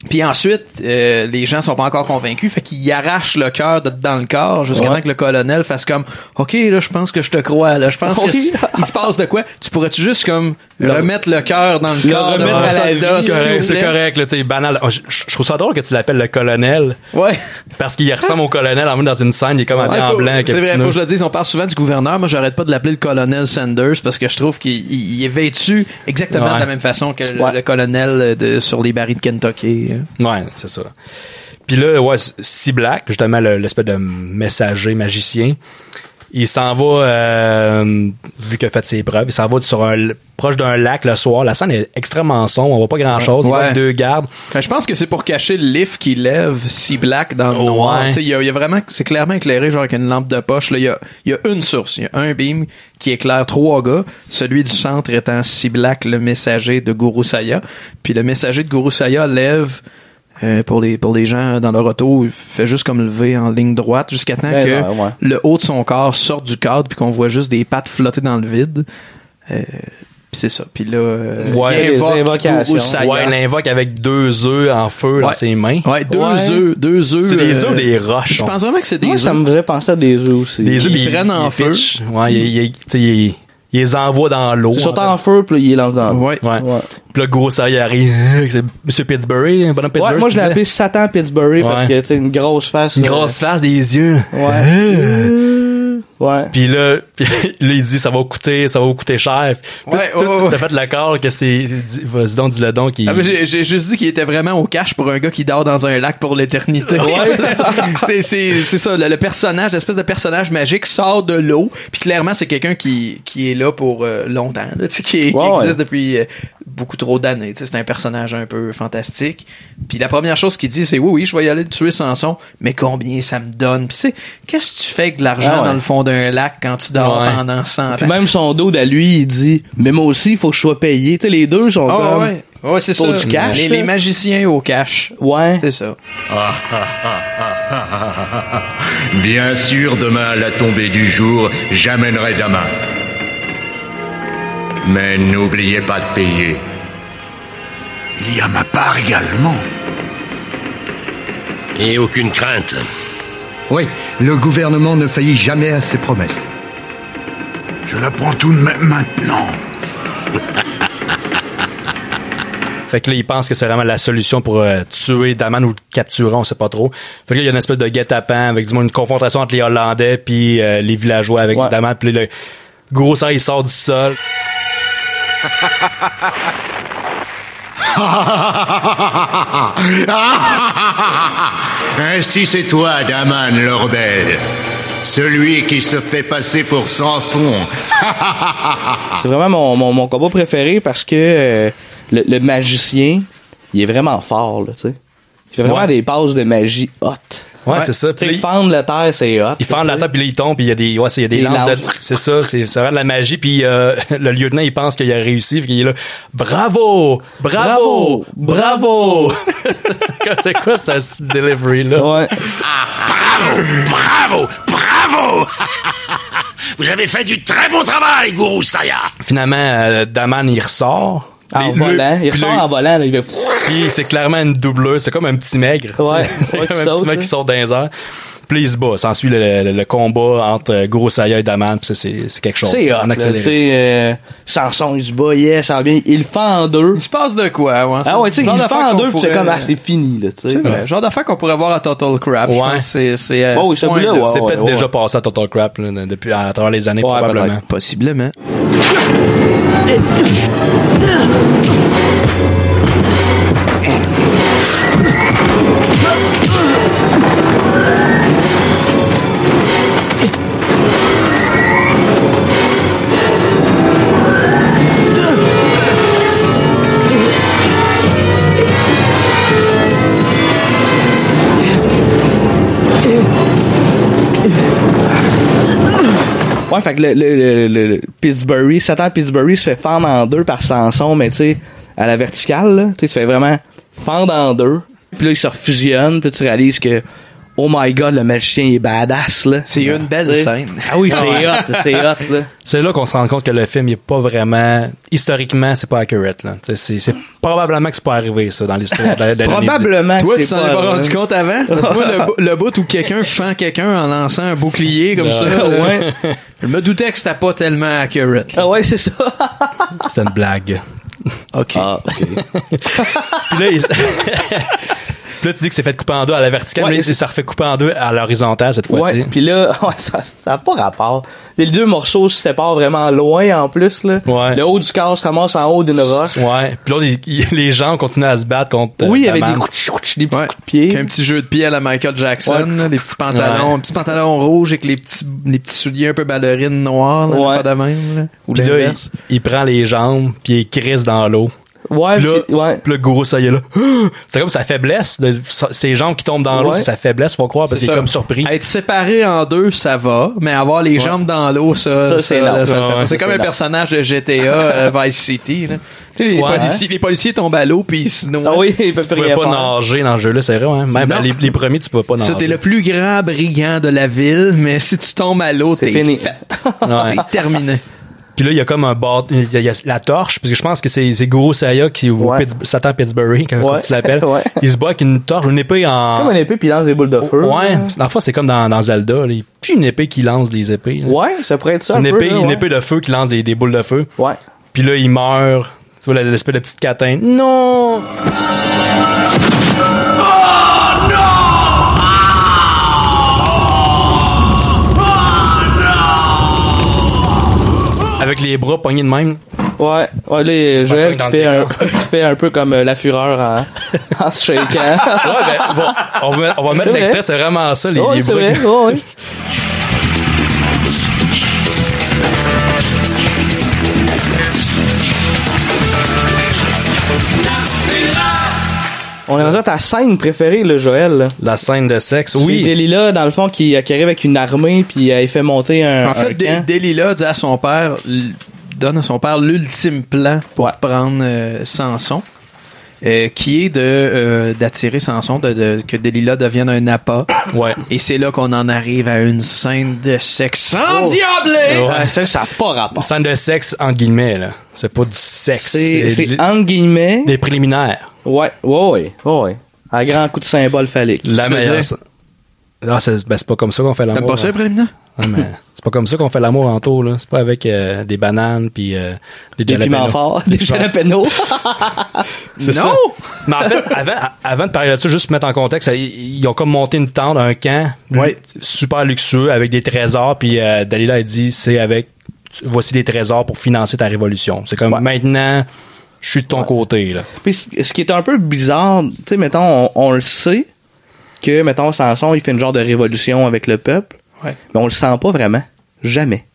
C: Puis ensuite, euh, les gens sont pas encore convaincus, fait qu'ils y arrachent le cœur de- dans le corps jusqu'à
B: Ouais.
C: temps que le colonel fasse comme OK, là, je pense que je te crois, là, je pense que
B: Oui.
C: c- il se passe de quoi Tu pourrais-tu juste comme remettre le cœur dans le,
B: le
C: corps de
B: remettre
C: mon
B: à la
C: soldat,
B: vie,
C: s'il vous
A: Correct, C'est
C: plaît?
A: correct, là, tu sais, banal. Oh, Je je trouve ça drôle que tu l'appelles le colonel,
C: Ouais.
A: parce qu'il ressemble au colonel en même dans une scène, il est comme habillé
C: Ouais,
A: en
C: faut-
A: blanc.
C: C'est vrai,
A: Capitino.
C: faut que je le dise, on parle souvent du gouverneur. Moi, j'arrête pas de l'appeler le colonel Sanders parce que je trouve qu'il il- il est vêtu exactement
A: Ouais.
C: de la même façon que le,
B: Ouais.
C: le colonel euh, de, sur les barils de Kentucky. euh.
A: Ouais, c'est ça. Puis là, ouais, si Black, justement le- l'espèce de messager magicien, il s'en va, euh, vu qu'il a fait ses preuves, il s'en va sur un, proche d'un lac le soir. La scène est extrêmement sombre, on voit pas grand-chose. Il
C: Ouais.
A: y a deux gardes.
C: Enfin, Ben, je pense que c'est pour cacher le lift qui lève si black dans le noir.
A: Ouais.
C: Tu sais, Il y, a- il y a vraiment, c'est clairement éclairé genre avec une lampe de poche. là. Il y a, il y a une source, il y a un beam qui éclaire trois gars. Celui du centre étant si black, le messager de Guru Saya. Puis le messager de Guru Saya lève. euh, pour les pour les gens dans leur auto, il fait juste comme lever en ligne droite jusqu'à temps
B: Ben,
C: que
B: ouais, ouais.
C: le haut de son corps sorte du cadre puis qu'on voit juste des pattes flotter dans le vide. Euh, puis c'est ça. Puis là, euh,
A: Ouais,
C: il
B: les
C: invoque
B: invocations.
C: Guru Saya.
A: Ouais, il l'invoque avec deux œufs en feu dans
C: Ouais.
A: ses mains.
C: Ouais, deux
B: Ouais.
C: œufs, deux œufs.
A: C'est des
C: euh,
A: œufs ou des roches?
C: Je pense vraiment que c'est des
B: Moi, ça me
C: œufs.
B: faisait penser à des œufs aussi.
A: Des œufs,
C: Ils
A: puis
C: prennent en
A: ils
C: feu.
A: pitchent. Ouais, ils- ils- tu sais, ils- ils les envoient dans l'eau.
B: Ils sont
A: en
B: en feu, puis là, il est dans le
C: Ouais.
A: Ouais.
B: Ouais.
A: Puis là, gros, ça, il arrive. C'est Monsieur Pittsburgh, un bonhomme Pittsburgh.
B: Ouais, moi,
A: tu
B: je l'ai
A: disais.
B: appelé Satan Pittsburgh parce
A: Ouais.
B: que, tu sais, une grosse face.
A: Une
B: euh,
A: grosse face, des yeux. Hein?
B: Ouais. Euh. ouais.
A: Puis là, puis là, il dit, ça va coûter, ça va vous coûter cher. Puis
C: Ouais,
A: tout- tout-
C: ouais,
A: tout-
C: ouais.
A: T'as fait l'accord que c'est, dis- vas-y donc, dis-le donc. Il,
C: Ah, mais j'ai- J'ai juste dit qu'il était vraiment au cash pour un gars qui dort dans un lac pour l'éternité. c'est c'est- c'est ça, le, le personnage, l'espèce de personnage magique sort de l'eau, puis clairement c'est quelqu'un qui, qui est là pour euh, longtemps, là, tu sais, qui, qui
B: Ouais, ouais.
C: existe depuis euh, beaucoup trop d'années. tu sais, C'est un personnage un peu fantastique. Puis la première chose qu'il dit, c'est oui, oui, je vais y aller tuer Samson, mais combien ça me donne? Puis c'est, qu'est-ce que tu fais avec de l'argent
B: Ah ouais.
C: dans le fond d'un lac quand tu dors
A: Ouais.
C: pendant 100 ans?
B: Puis même son dos à lui, il dit Mais moi aussi, il faut que je sois payé. Tu sais, les deux sont
C: Ah
B: comme.
C: ouais. Ouais, c'est
B: Pour
C: ça.
B: du cash,
C: les,
B: là.
C: les magiciens au cash.
B: Ouais.
C: C'est ça.
D: Bien sûr, demain à la tombée du jour, j'amènerai Daman. Mais n'oubliez pas de payer.
J: Il y a ma part également.
E: Et aucune crainte.
D: Oui, le gouvernement ne faillit jamais à ses promesses.
J: Je la prends tout de même maintenant.
A: Fait que là, il pense que c'est vraiment la solution pour euh, tuer Daman ou le capturer, on sait pas trop. Fait que là, il y a une espèce de guet-apens avec du moins une confrontation entre les Hollandais puis euh, les villageois avec
B: Ouais.
A: Daman. Puis là, le gros sang, il sort du sol.
D: Ainsi c'est toi, Daman le rebelle. Celui qui se fait passer pour Samson.
A: Ah.
B: C'est vraiment mon, mon, mon combat préféré parce que euh, le, le magicien, il est vraiment fort, là, tu sais. Il fait vraiment
A: Ouais.
B: des passes de magie haute.
A: Ouais, c'est ça. Puis
B: Tu
A: là,
B: sais,
A: il-
B: fendre la terre, c'est hot.
A: Il fend la table, puis là, il tombe, puis il y a des, ouais, c'est- il y a des
B: Des
A: lances de,
B: lances.
A: c'est ça, c'est, c'est vraiment de la magie, puis euh, le lieutenant, il pense qu'il a réussi, puis il est là, bravo, bravo, bravo! c'est, quoi, c'est quoi ce delivery, là?
B: Ouais.
E: Bravo Bravo Vous avez fait du très bon travail, Guru Saya
A: Finalement, euh, Daman, il ressort.
B: En
A: Les- le-
B: Ah, volant.
A: puis
B: Il ressort
A: le-
B: en volant, là, il fait.
A: Puis c'est clairement une doubleur, c'est comme un petit maigre. tu
B: Ouais,
A: sais. c'est
B: ouais,
A: comme
B: qui
A: un
B: saute,
A: petit maigre
B: là.
A: qui sort dans les airs. Puis là, il se bat. S'ensuit le, le- le combat entre euh, Guru Saya et Daman, puis ça, c'est, c'est quelque chose.
B: C'est hot,
A: En
B: là,
A: accéléré.
B: tu sais. euh, Samson, il se bat, yes, ça vient. Il le fend en deux.
C: Il se passe de quoi, ouais.
B: Ah ouais, tu sais, il
C: Genre
B: le
C: d'affaires
B: fend en
C: qu'on
B: deux, puis c'est
C: pourrait-
B: comme, ah, c'est fini, là, tu sais.
C: C'est vrai. Genre d'affaires qu'on pourrait voir à Total Crap. Je
A: Ouais.
C: pense que c'est, c'est, à
B: Ouais, Bah oui,
C: ce
B: celui-là,
C: point-là.
B: ouais.
A: C'est peut-être déjà passé à Total Crap là, depuis à travers les années
B: Ouais,
A: probablement.
B: peut-être.
C: Possiblement.
B: Ouais, fait que le, le, le, le- le Pittsburgh, Satan Pittsburgh se fait fendre en deux par Samson, mais tu sais, à la verticale, là, tu sais, tu fais vraiment fendre en deux. Puis là, il se refusionne, puis tu réalises que
C: Oh my god, le magicien il est badass, là.
B: C'est une belle
C: Tu sais.
B: scène.
C: Ah oui, c'est hot, c'est hot, là.
A: C'est là qu'on se rend compte que le film n'est pas vraiment. Historiquement, c'est pas accurate. Là. Tu sais, C'est, c'est probablement que c'est pas arrivé, ça, dans l'histoire de la- de l'Indonésie.
C: Probablement que
B: Toi, tu
C: c'est
B: t'en
C: pas
B: es pas
C: vrai.
B: rendu compte avant? Parce que moi, le, bo- le bout où quelqu'un fend quelqu'un en lançant un bouclier comme ça, là,
C: Ah. Ouais.
B: je me doutais que c'était pas tellement accurate. là.
C: Ah ouais, c'est ça.
A: C'était une blague.
B: OK.
C: Ah.
A: Puis là, il- Puis là, tu dis que c'est fait couper en deux à la verticale,
C: Ouais,
A: mais
C: c'est-
A: ça refait couper en deux à l'horizontale cette fois-ci.
C: Ouais, puis là, ouais, ça n'a pas rapport. Les deux morceaux se séparent vraiment loin en plus. Là.
A: Ouais.
C: Le haut du corps se ramasse en haut d'une roche.
A: Ouais. Puis là, il- il- les gens continuent à se battre contre. euh,
C: Oui, avec des
A: Taman.
C: coups, de chou- chou- des petits
B: Ouais.
C: coups de pied.
B: Un petit jeu de pied à la Michael Jackson,
C: Ouais.
B: là, les petits pantalons,
A: Ouais.
B: un petit pantalon rouge avec les petits, les petits souliers un peu ballerines noires, là, pas
C: Ouais.
B: de même, là. Ou
A: Puis là, il,
B: l'inverse.
A: il prend les jambes, puis il crisse dans l'eau.
C: Ouais,
A: Puis
C: puis-
A: là,
C: ouais.
A: puis le gourou, ça y est là. C'est comme sa faiblesse. de- sa- ses jambes qui tombent dans l'eau,
C: Ouais.
A: c'est sa faiblesse, faut croire, parce
B: C'est
A: qu'il est
B: ça.
A: comme surpris.
B: Être séparé en deux, ça va, mais avoir les jambes dans l'eau, ça,
C: Ça, c'est
B: là,
C: long.
B: ça le fait
A: Ouais,
B: pas.
A: ouais,
B: C'est
A: ça,
B: comme
A: c'est
B: un
A: long.
B: personnage de GTA euh, Vice City. Là. Tu sais, les,
A: Ouais.
B: policiers, les policiers tombent à l'eau puis ils se noient.
C: Ah oui, il peut
A: tu
C: plus
A: pouvais
C: rien
A: pas
C: faire.
A: nager dans le jeu-là, c'est vrai. Hein? Même
B: Non.
A: les, les premiers, tu pouvais pas nager.
B: Ça, t'es le plus grand brigand de la ville, mais si tu tombes à l'eau, t'es
C: C'est fini.
B: fait.
A: Ouais.
B: C'est terminé.
A: Puis là, il y a comme un bord, il y a, il y a la torche, parce que je pense que c'est, c'est Guru Saya qui, ou
C: Ouais.
A: Pitts- Satan Pittsburgh, comme, comme
C: Ouais.
A: tu l'appelles.
C: Ouais.
A: Il se bat avec une torche, une épée en.
C: Comme une épée puis il lance des boules de feu.
A: Ouais,
C: là.
A: dans le fond, c'est comme dans, dans Zelda, là. Il- puis une épée qui lance des épées. là.
C: Ouais, ça pourrait être ça.
A: C'est une
C: un peu,
A: épée,
C: là,
A: une
C: ouais.
A: épée de feu qui lance des, des boules de feu.
C: Ouais.
A: Puis là, il meurt. Tu vois, l'espèce de petite catin. Non! Avec les bras pognés de même.
C: Ouais, ouais, là, Joël
A: dans
C: qui
A: le
C: fait, un,
A: décor.
C: qui fait un peu comme euh, la fureur en, en se shaking.
A: Ouais, ben, bon, on va, on va mettre
C: C'est vrai. Ah
A: l'extrait, c'est vraiment ça, les,
C: Ouais,
A: les
C: c'est
A: bras.
C: vrai, ouais, ouais. On est rendu à ta scène préférée, le Joël. là.
A: La scène de sexe,
C: C'est
A: oui.
C: Delilah, dans le fond, qui, euh, qui arrive avec une armée, puis euh, il fait monter un.
B: En fait,
C: un
B: Dé-
A: hein?
C: camp.
B: Delilah dit à son père, l- donne à son père l'ultime plan pour prendre euh, Samson, euh, qui est de euh, d'attirer Samson, de, de- que Delilah devienne un appât.
A: Ouais.
B: Et c'est là qu'on en arrive à une scène de sexe sans diable.
A: Oh. Ouais.
C: Ouais, ça, ça n'a pas rapport.
A: Scène de sexe, entre guillemets, là. C'est pas du sexe.
C: C'est
A: li-
C: c'est entre guillemets.
A: des préliminaires.
C: Ouais, ouais, ouais, ouais. À grand coup de symbole phallique.
A: La
B: tu veux
A: meilleure.
B: dire?
A: scène. Ah, c'est ben, c'est pas comme ça qu'on fait l'amour.
B: T'aimes pas ça,
A: hein.
B: le préliminaire?
A: Ouais, mais c'est pas comme ça qu'on fait l'amour en taux, là. C'est pas avec euh, des bananes puis euh, des,
C: Des
A: jalapenos.
C: piments forts, des jalapenos.
A: C'est ça.
B: Non!
A: Mais en fait, avant, avant de parler là-dessus, juste mettre en contexte, ils ils ont comme monté une tente, un camp
B: Ouais.
A: super luxueux avec des trésors. Puis euh, Dalila a dit, c'est avec, voici des trésors pour financer ta révolution. C'est comme maintenant, je suis de ton côté là.
C: Puis ce ce qui est un peu bizarre, tu sais, mettons, on, on le sait que, mettons, Samson, il fait une genre de révolution avec le peuple,
B: Ouais.
C: mais on le sent pas vraiment. Jamais.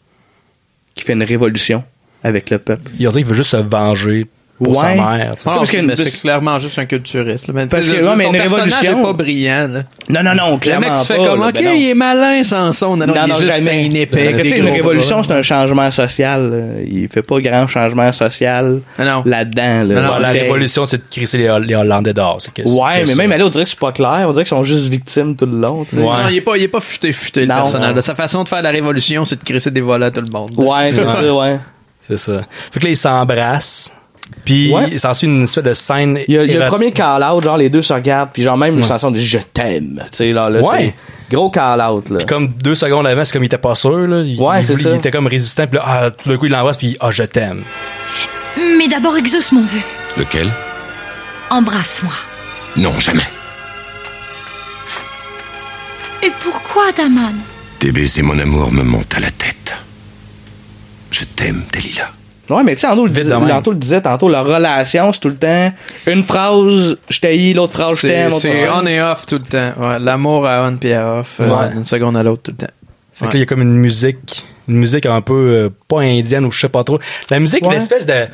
C: Qu'il fait une révolution avec le peuple.
A: Ils ont dit qu'ils veulent juste se venger pour sa
C: Ouais.
A: mère. tu sais.
B: Ah,
C: Parce que-
B: c'est c'est clairement juste un culturiste. là. Mais,
C: Parce
B: tu sais,
C: que, ouais, mais
B: son
C: une
B: personnage
C: révolution-
B: est pas brillant. là.
C: Non, non, non,
B: Le
C: clairement
B: mec, tu fais
C: pas,
B: comme,
C: là,
B: OK,
C: ben non.
B: il est malin, Samson. Non, Ben, non, il est juste
C: jamais.
B: un épais.
C: Parce que, tu sais,
B: des
C: une
B: gros
C: révolution, c'est un changement social. là. Il fait pas grand changement social
B: Non, non.
C: là-dedans. là.
B: Non, non,
A: Ouais, la
C: Il fait-
A: révolution, c'est de crisser les, Ho- les Hollandais d'or. c'est que- c'est
C: Ouais,
A: que
C: mais
A: ça.
C: même là, on dirait que c'est pas clair. On dirait qu'ils sont juste victimes tout le long. tu sais.
A: Ouais.
B: Non, il est pas, il est pas futé, futé, le
C: Non.
B: personnage. là. Sa façon de faire la révolution, c'est de crisser des volets à tout le monde.
C: Ouais, c'est ça, ouais.
A: C'est ça. Fait que là, ils s'embrassent. Puis,
C: Ouais.
A: ça suit une espèce de scène.
C: Il y a, il y a le
A: érotique.
C: premier call-out, genre les deux se regardent, puis genre même une chanson de Je t'aime. Tu sais, là, là,
A: Ouais.
C: c'est gros call-out, là.
A: Comme deux secondes avant, c'est comme il était pas sûr, là. Il,
C: Ouais,
A: il
C: c'est
A: voulait-
C: ça.
A: il était comme résistant, puis là, ah, tout d'un coup, il l'embrasse, puis ah, je t'aime.
G: Mais d'abord, exauce mon vœu.
F: Lequel
G: Embrasse-moi.
F: Non, jamais.
G: Et pourquoi, Daman
F: Tes baisers, mon amour, me montent à la tête. Je t'aime, Delilah.
C: Ouais, mais tu sais, Anto le,
A: Vite
C: disait-
A: de même.
C: Anto le disait tantôt, la relation, c'est tout le temps une phrase, je t'haïs, l'autre phrase, je
B: C'est
C: t'aime. l'autre
B: c'est
C: phrase.
B: on et off tout le temps. Ouais, L'amour à on puis à off, euh,
A: Ouais.
B: d'une seconde à l'autre tout le temps.
A: Fait que là, il y a comme une musique, une musique un peu euh, pas indienne ou je sais pas trop. La musique,
C: Ouais.
A: l'espèce de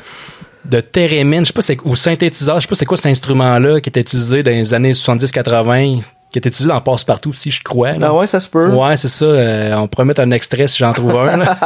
A: de thérémine, je sais pas c'est ou synthétiseur, je sais pas c'est quoi cet instrument-là qui était utilisé dans les années 70-80, qui était utilisé dans Passe-Partout aussi, je crois. là.
C: Ah ouais, ça se peut.
A: Ouais, c'est ça. euh, on pourrait mettre un extrait si j'en trouve un. là.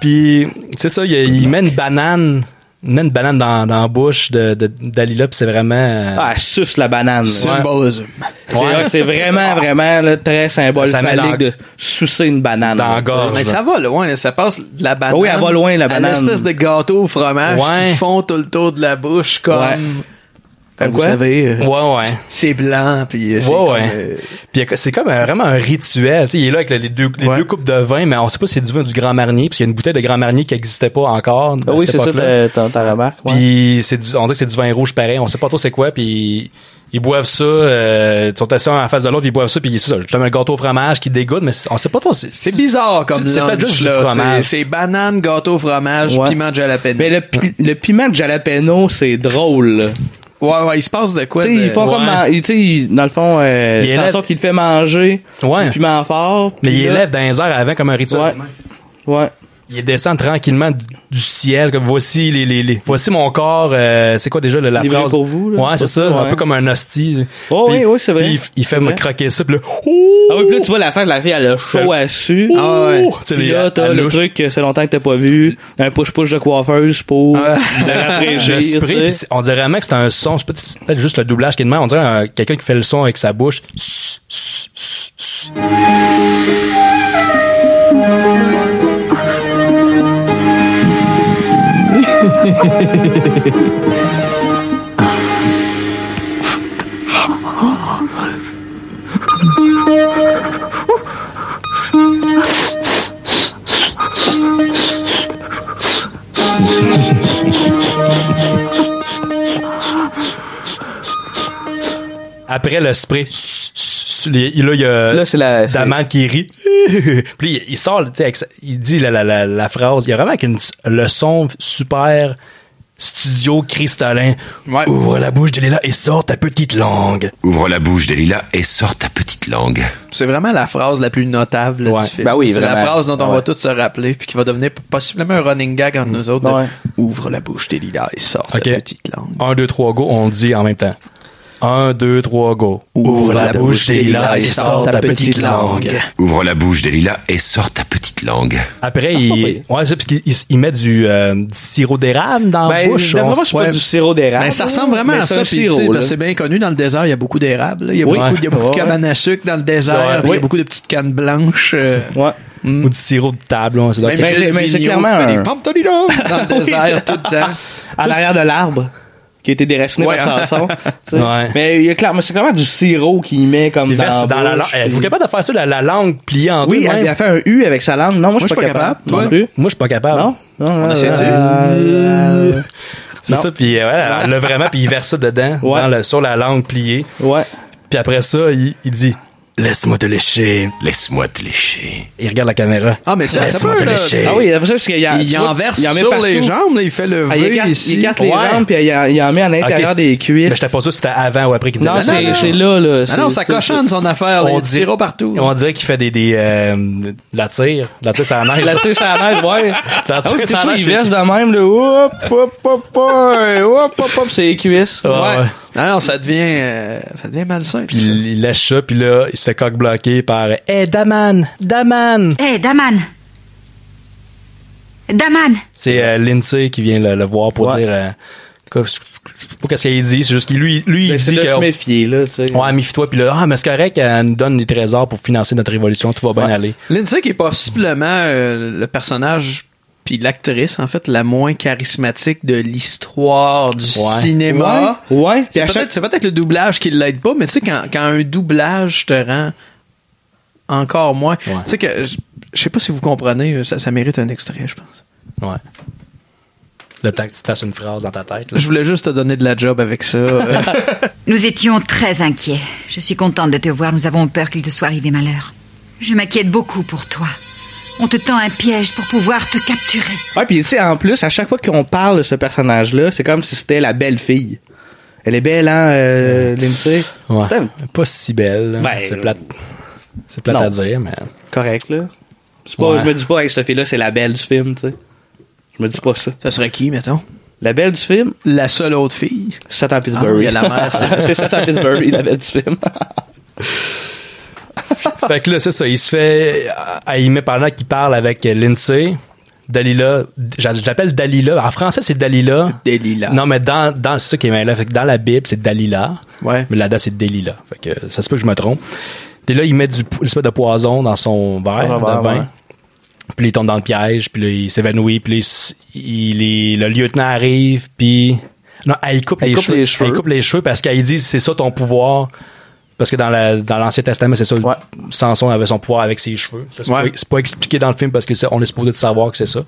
A: Puis, c'est ça, il, il met une banane. Il met une banane dans, dans la bouche de, de- d'Alila, puis c'est vraiment. euh,
B: Ah, elle suce la banane. Ouais.
C: Symbolism.
B: C'est vrai que c'est vraiment, vraiment là, très symbole
A: Ça met
B: phallique
A: dans-
B: de sucer une banane.
A: Dans la gorge.
B: Ben,
C: Mais ça va loin, là, ça passe de la banane.
B: Oui, elle va loin, la
C: à
B: banane.
C: l'espèce de gâteau au fromage
A: Ouais.
C: qui font tout le tour de la bouche comme.
B: Ouais.
C: Comme vous
B: quoi?
C: savez, euh,
A: Ouais, ouais.
C: c'est blanc, puis euh, c'est
A: Ouais,
C: comme,
A: ouais.
C: euh,
A: Puis il y a- c'est comme euh, vraiment un rituel. Tu sais, il est là avec les deux, les
C: Ouais.
A: deux coupes de vin, mais on sait pas si c'est du vin ou du Grand Marnier, parce qu'il y a une bouteille de Grand Marnier qui n'existait pas encore.
B: Ah
A: à
B: oui,
A: cette
B: c'est ça
A: époque-là.
B: ta, ta- ta remarque. ouais.
A: Puis c'est du- on dit que c'est du vin rouge pareil, on sait pas trop c'est quoi, puis ils boivent ça, euh, ils sont assis un en face de l'autre, puis ils boivent ça, puis c'est ça, justement un gâteau au fromage qui dégoûte, mais c'est- on sait pas trop. c'est-
C: c'est bizarre comme
A: C'est
C: lunch,
A: fait juste du
C: là.
A: fromage.
C: C'est, c'est banane, gâteau, fromage,
B: Ouais.
C: piment, jalapeno.
B: Mais le, pi- le piment de jalapeno, c'est drôle. là.
C: Ouais, ouais, il se passe de quoi?
B: Tu sais,
C: de-
B: ils font
A: ouais.
B: comme... man- ils- tu sais, ils- dans le fond, euh,
A: Il
B: c'est la
A: élève-
B: sorte qu'il fait manger
A: Ouais.
B: du piment fort.
A: Mais
B: puis
A: il
B: là-
A: élève dans les airs avant comme un rituel.
B: Ouais. Ouais.
A: Il descend tranquillement du, du ciel, comme voici les, les, les- voici mon corps, euh, c'est quoi déjà le- la
B: Livré
A: phrase?
B: pour vous, là.
A: Ouais, c'est ça, un
B: Ouais.
A: peu comme un hostie.
B: Oh,
A: Puis-
B: oui, oui, c'est vrai.
A: puis Il, il fait
B: C'est
A: me
B: vrai.
A: croquer ça, puis là, ouh!
B: Ah oui, puis là, tu vois la fin de la fille, elle a chaud à su.
C: Ah ouais.
A: Tu sais,
B: Puis
A: les-
B: là, t'as
A: la
B: le
A: louche.
B: truc que c'est longtemps que t'as pas vu. Un push-push de coiffeuse pour Ah. le rafraîchir.
A: Le spray,
B: tu sais.
A: pis c'est- on dirait vraiment que c'est un son, je sais pas si c'est peut-être juste le doublage qui est de même, on dirait un- quelqu'un qui fait le son avec sa bouche. Sss, sss, sss, sss. Après le spray, sss, sss, sss, les- là, il y a
B: Là, c'est la. c'est-
A: Daman qui rit. Puis il, il sort, tu sais, avec sa- il dit la, la, la, la phrase. Il y a vraiment avec une- le son super studio cristallin.
C: Ouais.
A: Ouvre la bouche de Léla et sort ta petite langue.
E: Ouvre la bouche de Lila et sors ta petite langue.
C: C'est vraiment la phrase la plus notable là,
A: Ouais.
C: du film.
B: Ben oui,
C: c'est la
B: vraiment.
C: phrase dont on va
B: Ouais.
C: tous se rappeler puis qui va devenir possiblement un running gag entre nous autres. de
B: Ouais.
C: Ouvre la bouche des lilas et sort
A: Ok.
C: ta petite langue.
A: 1, 2, 3, go, on le dit en même temps. 1, 2, 3, go. Ouvre la bouche des lilas et sort ta petite langue.
E: Ouvre la bouche de Lila et sors ta petite langue.
A: Après, il, ouais, c'est parce qu'il il- il met du, euh, du sirop d'érable dans la
B: Ben,
A: bouche.
B: d'après
A: on-
B: moi, c'est pas
A: ouais.
B: du sirop d'érable.
C: Ben, ça ressemble vraiment
B: Mais
C: à
B: c'est
C: ça,
B: un
C: puis, tu sais,
B: sirop,
C: parce que
B: là.
C: c'est bien connu dans le désert, il y a beaucoup d'érables, là. il y a
B: Oui.
C: beaucoup, il y a beaucoup de
B: Ouais.
C: cabanes à sucre dans le désert,
A: Ouais.
C: puis il y
A: Oui.
C: a beaucoup de petites cannes blanches. euh,
B: Ouais.
A: Ou du sirop de table. là, c'est dans
C: même
A: quelque-
B: mais-
C: Gilles
B: mais c'est
C: Vigneault
B: clairement
C: fait
B: un-
C: des pompes Tolino dans le désert tout le temps.
B: À l'arrière de l'arbre. Qui a été déraciné
C: Ouais.
B: par Samson. tu sais.
A: Ouais.
B: Mais il y a clairement, c'est clairement du sirop qu'il met comme
A: Il verse
B: dans,
A: dans la langue. Eh, Êtes-vous capable de faire ça, la, la langue pliée en
B: Oui,
A: deux?
B: elle,
A: même?
B: elle fait un U avec sa langue. Non, moi, je suis pas, capable.
C: Toi?
B: Non plus.
A: Moi, je suis pas capable.
B: Non? Non,
C: On
B: non,
C: essaie de-
B: euh,
A: C'est
B: Non.
A: ça, puis euh, ouais, là, vraiment, puis il verse ça dedans,
B: Ouais.
A: dans le- sur la langue pliée.
B: Ouais.
A: Puis après ça, il, il dit Laisse-moi te lécher.
E: Laisse-moi te lécher.
A: Il regarde la caméra.
C: Ah, mais ça, t'as
A: Laisse-moi
C: peur,
A: te
C: là.
A: lécher.
B: Ah oui, après ça, parce qu'il y a.
C: Il,
B: tu vois,
C: enverse
B: il en met
C: sur
B: partout.
C: les jambes, là, il fait le
B: Ah, il écarte,
C: ici.
B: il écarte les
A: Ouais.
B: jambes, puis il en, il en met à
A: Ok,
B: l'intérieur
A: c'est-
B: des
A: Mais
B: cuisses.
A: j'étais pas sûr si c'était avant ou après qu'il disait
B: non,
A: la-
C: non, non.
B: c'est c'est là, là.
C: Ah non, ça
B: c'est-
C: cochonne son affaire, là, il y a du
A: dit-
C: sirop partout.
A: On dirait qu'il fait des, des euh, de la tire, de la tire ça neige.
B: La tire, ça neige, ouais. Ah
A: La
B: La
A: tire,
B: tire,
A: ça
B: ça
A: enlève,
B: Il
A: j'ai-
B: verse de même, là. Hop, hop, hop, hop, hop, hop, c'est les cuisses.
A: Ah,
C: Ouais.
A: ouais.
C: Non, non, ça devient, euh, ça devient malsain.
A: Puis il, il lâche ça, puis là, il se fait coq bloqué par Hé, Daman! Daman!
K: Hé, Daman Daman
A: C'est euh, Lindsay qui vient le, le voir pour
B: Ouais.
A: dire. euh, que- je sais pas qu'est-ce qu'il dit, c'est juste qu'il lui, lui il
B: Mais Ben, c'est
A: dit
B: de
A: que.
B: se méfier, là, tu sais.
A: Ouais, méfie-toi, puis là, ah, mais c'est correct, elle nous donne des trésors pour financer notre révolution, tout va bien aller.
C: Lindsay qui est possiblement euh, le personnage puis l'actrice en fait la moins charismatique de l'histoire du
A: Ouais.
C: cinéma.
B: Ouais. Ouais. Puis
C: C'est
B: à
C: peut-être
B: chaque-
C: c'est peut-être le doublage qui l'aide pas, mais tu sais quand, quand un doublage te rend encore moins.
A: Ouais.
C: Tu sais que je je sais pas si vous comprenez, ça, ça mérite un extrait, je pense.
A: Ouais. Le temps que tu te fasses une phrase dans ta tête, là.
C: Je voulais juste te donner de la job avec ça. Euh,
K: Nous étions très inquiets. Je suis contente de te voir, nous avons peur qu'il te soit arrivé malheur. Je m'inquiète beaucoup pour toi. On te tend un piège pour pouvoir te capturer.
B: Ouais, puis tu sais, en plus, à chaque fois qu'on parle de ce personnage-là, c'est comme si c'était la belle fille. Elle est belle, hein, euh, Lindsay?
A: Ouais.
B: Putain,
A: Pas si belle. là.
B: Ben,
A: c'est plate. C'est plate
B: non.
A: à dire, mais.
B: correct, là. C'est Pas,
A: Ouais.
B: Je me dis pas, hey, cette fille-là, c'est la belle du film, tu sais. Je me dis pas ça.
C: ça serait qui, mettons
B: La belle du film,
C: La seule autre fille.
B: Satan
C: Ah, il
B: Pittsburgh.
C: y a la mère, c'est-
B: c'est Satan Pittsburgh, la belle du film.
A: fait que là, c'est ça. Il se fait. euh, Il met pendant qu'il parle avec euh, Lindsay. Dalila, j'a- j'appelle Dalila. En français, c'est Dalila.
B: C'est Dalila.
A: Non, mais dans, dans c'est ça qui est malin. Fait que dans la Bible, c'est Dalila.
B: Ouais.
A: Mais là-dedans, c'est Dalila. Fait que ça se peut que je me trompe. Et là, il met du, po- une espèce de poison dans son verre
C: Dans son verre,
A: de vin.
C: ouais.
A: Puis là, il tombe dans le piège, puis là, il s'évanouit, puis là, il s- il, est- le lieutenant arrive, puis... Non, elle coupe,
B: Elle
A: les,
B: coupe
A: cheveux,
B: les cheveux.
A: Elle coupe les cheveux parce qu'elle dit, c'est ça ton pouvoir. Parce que dans la- dans l'Ancien Testament, c'est ça,
C: Ouais.
A: Samson avait son pouvoir avec ses cheveux. Ça, C'est
B: Ouais.
A: pas- c'est pas expliqué dans le film parce que ça, on est supposé de savoir que c'est ça.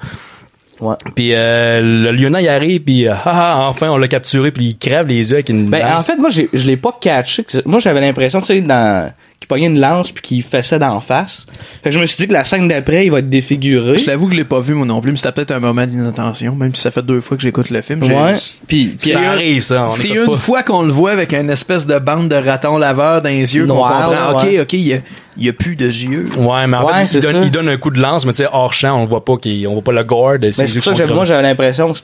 C: Ouais.
A: Puis euh, le lieutenant, il arrive, puis euh, ah, ah, enfin, on l'a capturé, puis il crève les yeux avec une
C: Ben, en
A: lance.
C: fait, moi, j'ai- je l'ai pas catché. que- Moi, j'avais l'impression, tu sais, dans, qu'il pognait une lance puis qu'il fessait d'en face. Fait que je me suis dit que la scène d'après, il va être défiguré.
B: Je l'avoue que je l'ai pas vu, moi non plus, mais c'était peut-être un moment d'inattention, même si ça fait deux fois que j'écoute le film. j'ai-
C: Ouais. Puis, puis
A: ça
B: une-
A: arrive, ça. on
B: C'est
A: n'écoute
B: une
A: pas.
B: fois qu'on le voit avec une espèce de bande de ratons laveurs dans les yeux, qu'on
C: Noir,
B: comprend,
C: ouais.
B: ok, ok, il y a, il y a plus de yeux.
A: Ouais, mais en
C: Ouais,
A: fait,
C: c'est
A: il donne,
C: ça.
A: il donne un coup de lance, mais tu sais, hors champ, on le voit pas, qu'il- on voit pas le gore de ses yeux
C: Mais Ben, c'est pour ça
A: qui
C: que
A: sont
C: j'avais- moi,
A: crevés.
C: j'avais l'impression que.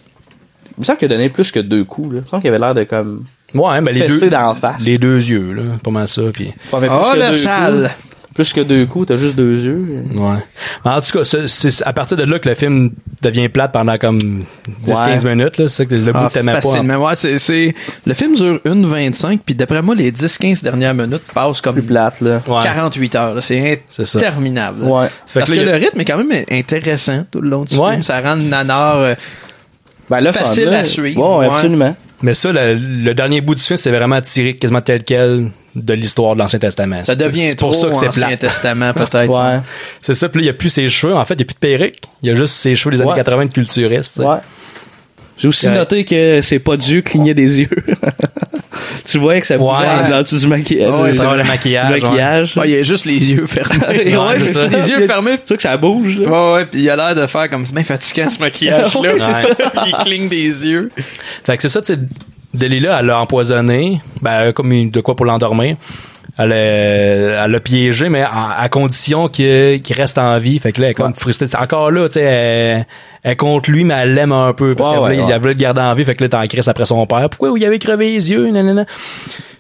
C: Il me semble qu'il a donné plus que deux coups, là. Il me semble qu'il avait l'air de comme.
A: Ouais, ben les
C: fessé
A: deux,
C: d'en face.
A: les deux yeux, là, pas mal ça, puis
C: Ouais, mais plus
B: Oh,
C: que
B: le
C: deux
B: sale!
C: coups. Plus que deux coups, t'as juste deux yeux.
A: ouais. En tout cas, c'est- c'est à partir de là que le film devient plate pendant comme 10-15 minutes, là, c'est ça que le bout
B: Ah,
A: que t'aimais pas.
B: facilement. Ouais, c'est, c'est- Le film dure 1h25, puis d'après moi, les 10-15 dernières minutes passent comme
C: Plus plate, là.
A: Ouais.
B: 48 heures. là. C'est
A: C'est ça.
B: interminable.
C: Ouais.
A: Fait que
B: Parce
A: là,
B: que,
A: il y
B: le
A: a-
B: rythme est quand même intéressant tout le long du
A: Ouais.
B: film. Ça rend le nanar euh,
C: Ben, là,
B: Facile
C: fun, là.
B: à suivre,
C: Ouais, ouais,
B: ouais.
C: absolument.
A: Mais ça, le, le dernier bout du film, c'est vraiment tiré quasiment tel quel de l'histoire de l'Ancien Testament.
B: ça
A: C'est-
B: devient
A: c'est pour
B: trop
A: ça que c'est
B: Ancien
A: plat.
B: Testament, peut-être.
C: Ouais.
A: C'est ça, puis là, il n'y a plus ses cheveux. En fait, il n'y a plus de perruque. Il y a juste ses cheveux des années
C: Ouais.
A: 80 de culturiste. tu sais.
C: Ouais. J'ai aussi
A: Correct.
C: noté que c'est pas Dieu cligner des yeux. tu vois que ça bouge
A: Ouais.
C: dans dessous du maquillage.
A: Ouais,
C: du-
A: ça va, le
C: du
A: maquillage, ouais.
C: maquillage.
B: Ouais, il y a juste les yeux fermés.
C: Et
A: Ouais, c'est ça.
B: Les yeux fermés.
C: Tu vois que ça bouge. là.
B: Ouais, ouais, puis il a l'air de faire comme c'est bien fatigant ce maquillage-là.
A: Ouais, c'est
B: il cligne des yeux.
A: Fait que c'est ça, tu sais, Delilah, elle l'a empoisonné, ben, elle a comme une- de quoi pour l'endormir. Elle euh, elle l'a piégé, mais à, à condition que- qu'il reste en vie. Fait que là, elle est comme frustrée. C'est Encore là, tu sais, elle, elle contre lui, mais elle l'aime un peu. Parce
C: Ouais,
A: qu'elle voulait,
C: ouais, ouais.
A: elle voulait le garder en vie. Fait que là, t'en crise après son père. Pourquoi il avait crevé les yeux? Nanana.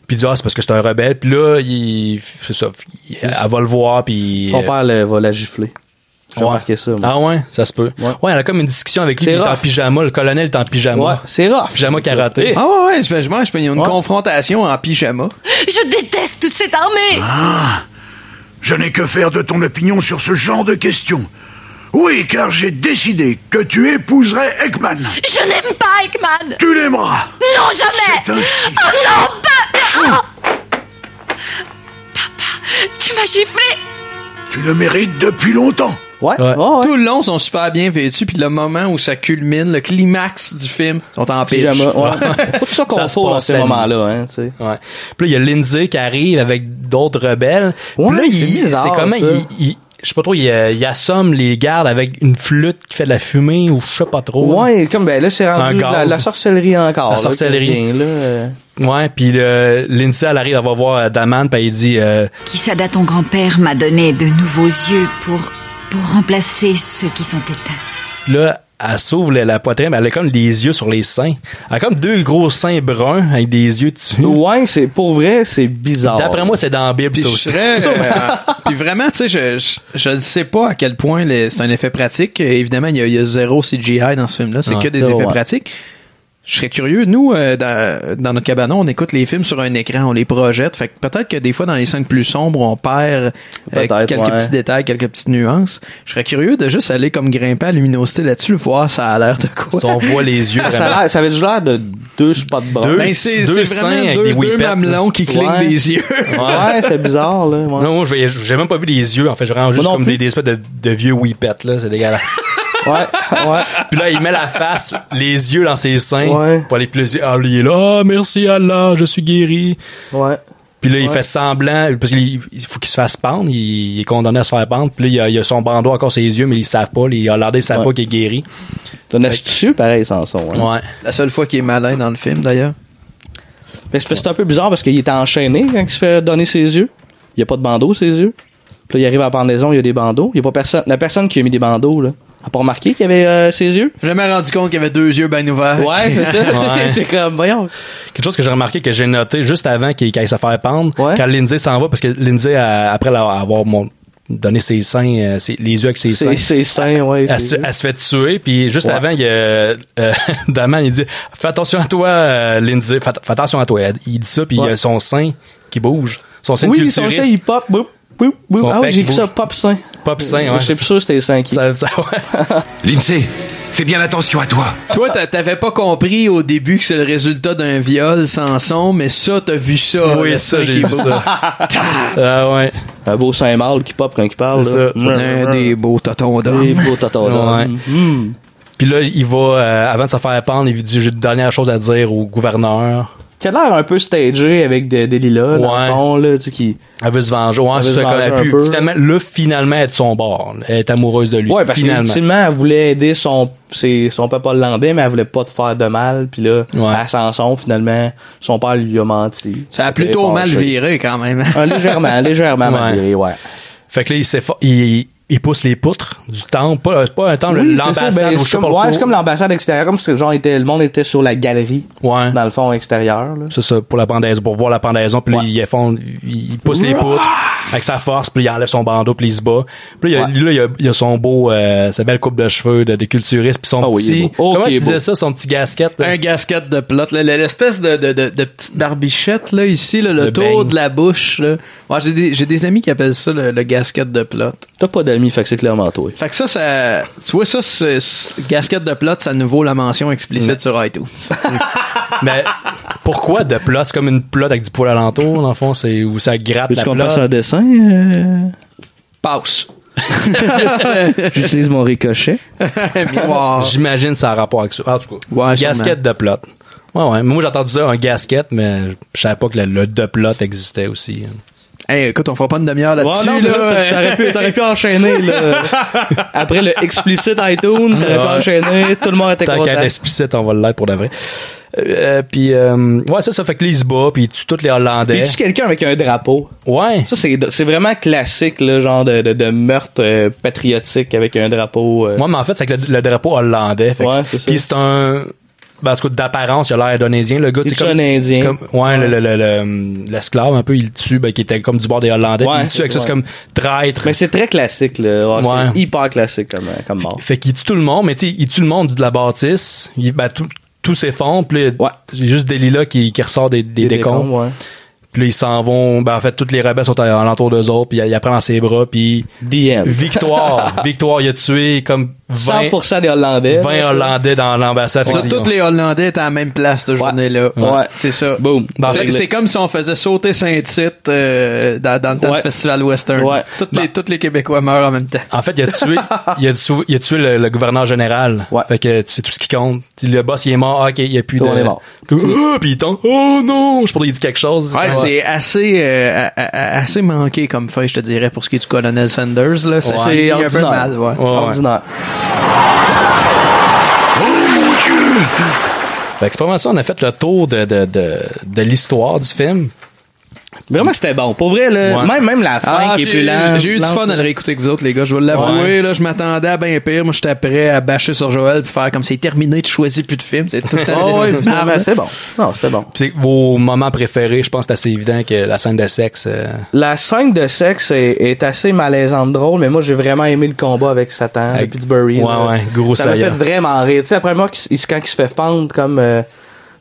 A: Puis il dit, ah, c'est parce que c'est un rebelle. Puis là, il, c'est ça, il- elle va le voir. Puis, euh,
C: Son père le- va la gifler. J'ai
A: ouais.
C: remarqué ça. moi.
A: Ah ouais, ça se peut. Ouais.
C: Ouais.
A: elle a comme une discussion avec lui.
C: C'est
A: Il est en
C: rough.
A: pyjama. Le colonel est en pyjama.
C: Ouais, c'est rough.
A: Pyjama karaté.
B: Ah ouais, ouais, je fais- moi, je fais une
C: Ouais.
B: confrontation en pyjama.
G: Je déteste toute cette armée
I: Hein Je n'ai que faire de ton opinion sur ce genre de questions. Oui, car j'ai décidé que tu épouserais Ekman.
G: Je n'aime pas Ekman
I: Tu l'aimeras.
G: Non, jamais Oh,
I: C'est ainsi.
G: Tu m'as giflé
I: Tu le mérites depuis longtemps.
C: Ouais.
A: Ouais.
C: ouais, ouais.
B: Tout le long, ils sont super bien vêtus, puis le moment où ça culmine, le climax du film, ils sont en pitch.
C: Pyjama. Ouais. Faut tout ça
A: Ça
C: qu'on
A: se
C: faut à
A: passe
C: ces
A: la
C: moments-là. Hein, tu sais.
A: Ouais. Puis là, il y a Lindsay qui arrive avec d'autres rebelles. Puis
C: Ouais,
A: là,
C: c'est
A: il-
C: bizarre,
A: c'est comment
C: ça.
A: il, il- je sais pas trop, il, euh, il assomme les gardes avec une flûte qui fait de la fumée ou je sais pas trop.
C: Ouais, comme ben là, c'est rendu
A: Un
C: la,
A: gaz.
C: la sorcellerie encore.
A: La
C: là,
A: sorcellerie.
C: qui revient, là, euh.
A: Ouais, puis euh, Lindsay elle arrive à va voir euh, Daman puis il dit euh,
G: Kisada, ton grand-père, m'a donné de nouveaux yeux pour, pour remplacer ceux qui sont éteints.
A: là elle s'ouvre la, la poitrine, mais elle a comme des yeux sur les seins. Elle a comme deux gros seins bruns avec des yeux dessus.
C: Ouais, c'est pour vrai, c'est bizarre.
A: Mm. D'après moi, c'est dans la Bible
B: Puis
A: ça
B: je
A: aussi.
B: serais, euh, puis vraiment, tu sais, je, je, je ne sais pas à quel point le- c'est un effet pratique. Euh, Évidemment, il y, a- il y a zéro CGI dans ce film-là, c'est
A: Ouais.
B: que des
C: Ouais,
B: effets
C: ouais.
B: pratiques. Je serais curieux, nous, euh, dans, dans notre cabanon, on écoute les films sur un écran, on les projette. Fait que peut-être que des fois, dans les scènes plus sombres, on perd euh,
C: Peut-être,
B: quelques
C: ouais.
B: petits détails, quelques petites nuances. Je serais curieux de juste aller comme grimper à la luminosité là-dessus, voir ça a l'air de quoi.
A: Si on voit les yeux.
C: Ah,
A: vraiment.
C: ça, a l'air- ça avait du l'air de deux spots bruns.
A: Deux.
B: Ben, c'est
A: deux
B: c'est
A: seins
B: vraiment
A: avec
B: deux,
A: des
B: deux
A: whippets, là.
B: mamelons qui clignent
C: Ouais.
B: des yeux.
C: Ouais, c'est bizarre, là. Ouais.
A: Non, moi, je voyais- j'ai même pas vu les yeux. En fait, j'ai vraiment juste
C: non
A: comme
C: plus.
A: des, des espèces de, de vieux whippets, là. C'est dégueulasse.
C: Ouais, ouais.
A: Puis là, il met la face, les yeux dans ses seins.
C: Ouais.
A: Pour aller plus. Ah, lui, il est là. Ah, merci Allah, je suis guéri.
C: Ouais.
A: Puis là, il fait semblant. Parce qu'il il faut qu'il se fasse pendre. Il, il est condamné à se faire pendre. Puis là, il a, il a son bandeau encore sur les yeux, mais il savent pas. Il a l'air de savent
C: Ouais.
A: pas qu'il est guéri.
C: T'as un astucieux, pareil, Samson. hein.
A: Ouais.
B: La seule fois qu'il est malin dans le film, d'ailleurs.
C: Mais c'est c'est un peu bizarre parce qu'il est enchaîné quand il se fait donner ses yeux. Il y a pas de bandeau, ses yeux. Puis là, il arrive à la pendaison, il y a des bandeaux. Il y a pas personne. La personne qui a mis des bandeaux, là. A pas remarqué qu'il y avait euh, ses yeux?
B: J'ai jamais rendu compte qu'il avait deux yeux bien ouverts.
C: Ouais, c'est ça.
A: Ouais.
C: c'est comme, voyons.
A: Quelque chose que j'ai remarqué, que j'ai noté juste avant qu'il qu'il aille se faire pendre,
C: Ouais.
A: quand Lindsay s'en va, parce que Lindsay, a- après l'avoir mon- donner ses seins, euh, ses- les yeux avec ses seins.
B: C'est c'est sain, ouais.
A: Elle se,
B: c'est-
A: elle se fait tuer, puis juste
B: Ouais.
A: avant, il, y a, euh, euh, Daman, il dit Fais attention à toi, euh, Lindsay, fais, fais attention à toi. Il dit ça, puis il y a
B: Ouais.
A: son sein qui bouge. Son sein de
B: Oui, son
A: culturiste.
B: sein, il pop. boum, boum, boum.
A: Son
B: Ah oui,
A: pec
B: j'ai écrit
A: bouge.
B: ça, pop sain.
A: Pop sain, ouais.
B: Euh, Je sais plus Ah sûr c'était sain qui.
A: Ça- ça- ouais.
E: Lindsay, fais bien attention à toi.
C: Toi, t'a- t'avais pas compris au début que c'est le résultat d'un viol sans son, mais ça, t'as vu ça.
A: Oui,
C: le
A: ça,
C: sein
A: j'ai
C: qui
A: vu
C: bouge.
A: ça. ah ouais.
B: Un beau saint mâle qui pop quand il parle.
A: C'est
B: là.
A: ça, c'est
C: Un des beaux totons d'homme.
B: Des beaux tatas, là.
A: Ouais.
B: Hmm.
A: Puis là, il va, euh, avant de se faire pendre, il dit J'ai une dernière chose à dire au gouverneur.
B: Qui a l'air un peu stagé avec des, des lilas, dans
A: Ouais.
B: le fond, là, tu sais, qui...
A: Elle veut se venger. Ouais,
B: Elle veut
A: c'est
B: se
A: ça
B: venger
A: qu'elle a
B: un
A: pu.
B: peu.
A: Finalement, là, finalement, elle est de son bord. Elle est amoureuse de lui.
B: Ouais, parce
A: finalement.
B: qu'ultimement, elle voulait aider son, ses- son papa hollandais, mais elle voulait pas te faire de mal. Puis là,
A: Ouais.
B: à Samson, finalement, son père lui a menti.
C: Ça a
B: Elle est
C: plutôt mal
B: fâchée.
C: viré quand même.
B: Un Ah, légèrement, légèrement mal
A: Ouais.
B: viré, ouais.
A: Fait que là, il, s'effa- il, il pousse les poutres du temple. Pas, pas un temple,
B: Oui, c'est ça,
A: l'ambassade
B: ben,
A: au
B: c'est comme, ouais, c'est comme l'ambassade extérieure, comme si genre, était, le monde était sur la galerie,
A: Ouais.
B: dans le fond extérieur. Là.
A: C'est ça, pour la pendaison, pour voir la pendaison. Puis là,
B: Ouais.
A: il, effonde- il pousse les poutres avec sa force, puis il enlève son bandeau, puis il se bat. Puis là, il y a- là, il y a, il y a son beau, euh, sa belle coupe de cheveux de, de culturiste, puis son
B: Ah oui, il est
A: petit...
B: beau. Oh,
A: comment
B: qu'il
A: tu
B: est
A: disais
B: beau.
A: ça, son petit gasket? là?
C: Un gasket de plot, là, l'espèce de, de, de, de petite barbichette là, ici, là, le,
A: Le
C: tour
A: bang.
C: de la bouche. là. Ouais, j'ai, des, j'ai des amis qui appellent ça le, le gasket de plot.
B: T'as pas d'amis, fait que c'est clairement toi.
C: Fait que ça, ça tu vois ça, c'est, c'est- gasket de plot, ça nous vaut la mention explicite sur iTunes.
A: Mais pourquoi de plot? C'est comme une plot avec du poil alentour, dans le fond, c'est où ça gratte
B: Peux-tu
A: la
B: qu'on fasse
A: plot.
B: un dessin? euh?
C: Passe.
B: J'utilise mon ricochet. Ah.
C: Miroir.
A: J'imagine ça a rapport avec ça. En tout cas,
C: Ouais,
A: gasket de plot. Ouais, ouais. Moi, j'ai entendu dire un gasket, mais je savais pas que le, le de plot existait aussi.
C: Hey, écoute, on fera pas une demi-heure là-dessus.
B: Ouais, non, c'est
C: là.
B: ça, t'aurais pu, t'aurais pu enchaîner, là. Après le explicit iTunes, t'aurais pu
A: Ouais.
B: enchaîner, tout le monde était
A: Tant
B: content.
A: qu'elle est explicite, on va l'être pour de vrai. Euh, euh, puis, euh, ouais, ça, ça fait que là, il se bat, puis il tue tous les Hollandais.
B: Mais tu quelqu'un avec un drapeau.
A: Ouais.
B: Ça, c'est, c'est vraiment classique, là, genre de, de, de meurtre euh, patriotique avec un drapeau. euh.
A: Moi, mais en fait, c'est avec le, le drapeau hollandais. Fait que
B: Ouais,
A: c'est-
B: c'est ça.
A: puis c'est un... Ben, en tout cas, d'apparence, il a l'air indonésien. Le gars,
B: Il
A: c'est
B: tue
A: comme...
B: un Indien.
A: c'est comme- ouais, le- le- le- le- l'esclave, un peu, il le tue, ben, qui était comme du bord des Hollandais. puis
B: Ouais,
A: il le tue avec ça,
B: ouais.
A: c'est comme traître.
B: Mais c'est très classique, là. Ouais,
A: Ouais.
B: C'est hyper classique comme, euh, comme mort.
A: Fait qu'il tue tout le monde, mais tu sais, il tue le monde de la bâtisse. Il, ben, tout, tout s'effondre. Puis là,
B: Ouais.
A: il y a juste des lilas qui, qui ressort des, des,
B: Des
A: décombres.
B: décombres, ouais.
A: Puis là, ils s'en vont. Ben, en fait, toutes les rebelles sont à- alentour d'eux autres. Puis il, il apprend dans ses bras. Puis
B: The end.
A: victoire. victoire. Il a tué comme 20,
B: 100% des Hollandais.
A: 20 Hollandais dans l'ambassade.
C: Ça,
A: Ils ont-
C: tous les Hollandais étaient à la même place cette journée-là.
B: Ouais. Ouais.
C: C'est ça.
B: Boom. Dans
C: C'est,
B: le-
C: c'est comme si on faisait sauter Saint-Tite euh, dans, dans le temps
B: Ouais.
C: du Festival Western.
B: Ouais. Bah.
C: Toutes les, toutes les Québécois meurent en même temps.
A: En fait, il a tué, il a tué, il a tué le, le gouverneur général.
B: Ouais.
A: Fait que c'est tout ce qui compte. Si Le boss, il est mort. Ah, OK, il a plus
B: Tout
A: de...
B: le monde est mort.
A: Ah, puis il tombe. Oh non! Je pourrais il dit quelque chose.
C: Ouais, c'est assez, euh, a- a- assez manqué comme fait, je te dirais, pour ce qui est du colonel Sanders. Là. C'est,
B: C'est
C: un peu
B: ordinaire.
C: mal, ouais.
A: Ouais, ouais.
B: Ordinaire.
A: Fait que Ben, c'est pas mal ça. On a fait le tour de, de, de, de l'histoire du film.
B: Vraiment, c'était bon. Pour vrai, là,
A: Ouais.
B: même, même la fin
C: Ah,
B: qui est
C: j'ai-
B: plus lente.
C: J'ai eu du
B: lente,
C: fun à
B: là.
C: le réécouter que vous autres, les gars. Je vais l'avouer, là, je m'attendais à bien pire. Moi, j'étais prêt à bâcher sur Joël puis faire comme c'est terminé, tu choisis plus de film. C'est tout le temps
B: Ah
C: de la
B: ouais,
C: petite merde.
B: finalement, c'est bon. Non, c'était bon.
A: Pis c'est vos moments préférés, je pense que c'est assez évident que la scène de sexe. euh,
B: La scène de sexe est, est assez malaisante drôle, mais moi j'ai vraiment aimé le combat avec Satan
A: Avec-
B: de Pittsburgh.
A: Ouais,
B: là.
A: ouais, gros
B: Ça m'a fait
A: saillant.
B: vraiment rire. Tu sais, après moi, qu'il- il- quand il se fait fendre comme euh,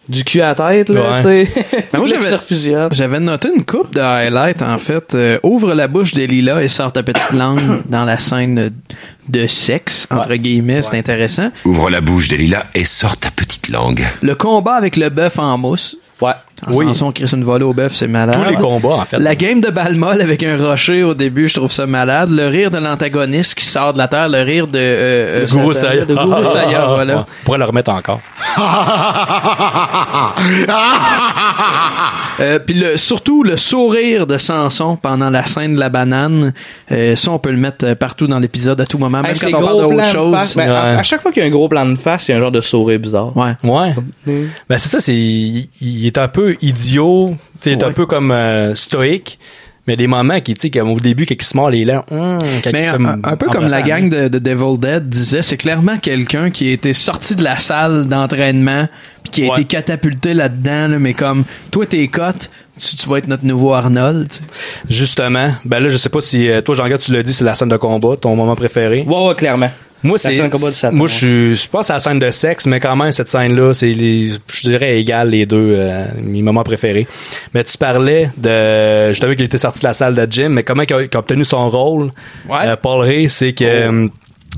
B: du cul à la tête, là,
A: Ouais.
B: tu sais.
C: Mais moi, j'avais-
B: surfusionne.
C: J'avais noté une coupe de highlight, en fait. Euh, ouvre la bouche des lilas et sort ta petite langue dans la scène de sexe, entre guillemets. C'est intéressant.
E: Ouvre la bouche, Delilah, et sors ta petite langue.
C: Le combat avec le bœuf en mousse.
B: Ouais.
C: En
A: Oui.
C: Samson, Chris, une volée au bœuf, c'est malade.
A: Tous les combats, en fait.
C: La game de balle molle avec un rocher au début, je trouve ça malade. Le rire de l'antagoniste qui sort de la terre, le rire de... euh, euh,
A: Gros
C: Satan,
A: saillant.
C: De Guru Saya, voilà.
A: Ouais. Ah, On pourrait le remettre encore.
C: Euh, Puis le, surtout le sourire de Samson pendant la scène de la banane. Euh, ça, on peut le mettre euh, partout dans l'épisode à tout moment, même
B: Hey, c'est
C: quand on
B: gros
C: parle d'autre
B: plan de
C: chose.
B: face. Ben, à-
A: Ouais.
B: À chaque fois qu'il y a un gros plan de face, il y a un genre de sourire bizarre.
C: Ouais.
A: Ouais.
C: Mm.
A: Ben c'est ça, c'est il, il est un peu idiot, tu sais, il est un peu comme euh, stoïque, mais des moments qui, tu sais, comme au début, quand il se mord les lèvres, hum, quand il
C: Mais
A: se
C: un, un peu comme
A: embrasse
C: la
A: la
C: gang de, de Devil Dead disait, c'est clairement quelqu'un qui était sorti de la salle d'entraînement puis qui a
A: Ouais.
C: été catapulté là-dedans, là, mais comme toi t'es cotes,
B: tu, tu vas être notre nouveau Arnold. tu sais.
A: Justement, ben là, je sais pas si euh, toi, Jean-Gars, tu l'as dit, c'est la scène de combat, ton moment préféré.
C: Ouais, ouais, clairement.
A: Moi,
C: La
A: c'est.
C: scène de combat de Satan,
A: Moi,
C: ouais.
A: je suis- je pense à la scène de sexe, mais quand même, cette scène-là, c'est, les- je dirais, égal les deux, euh, mes moments préférés. Mais tu parlais de. Je t'avais qu'il était sorti de la salle de gym, mais comment il a, qu'il a obtenu son rôle,
B: Ouais.
A: euh, Paul Ray, c'est que. euh,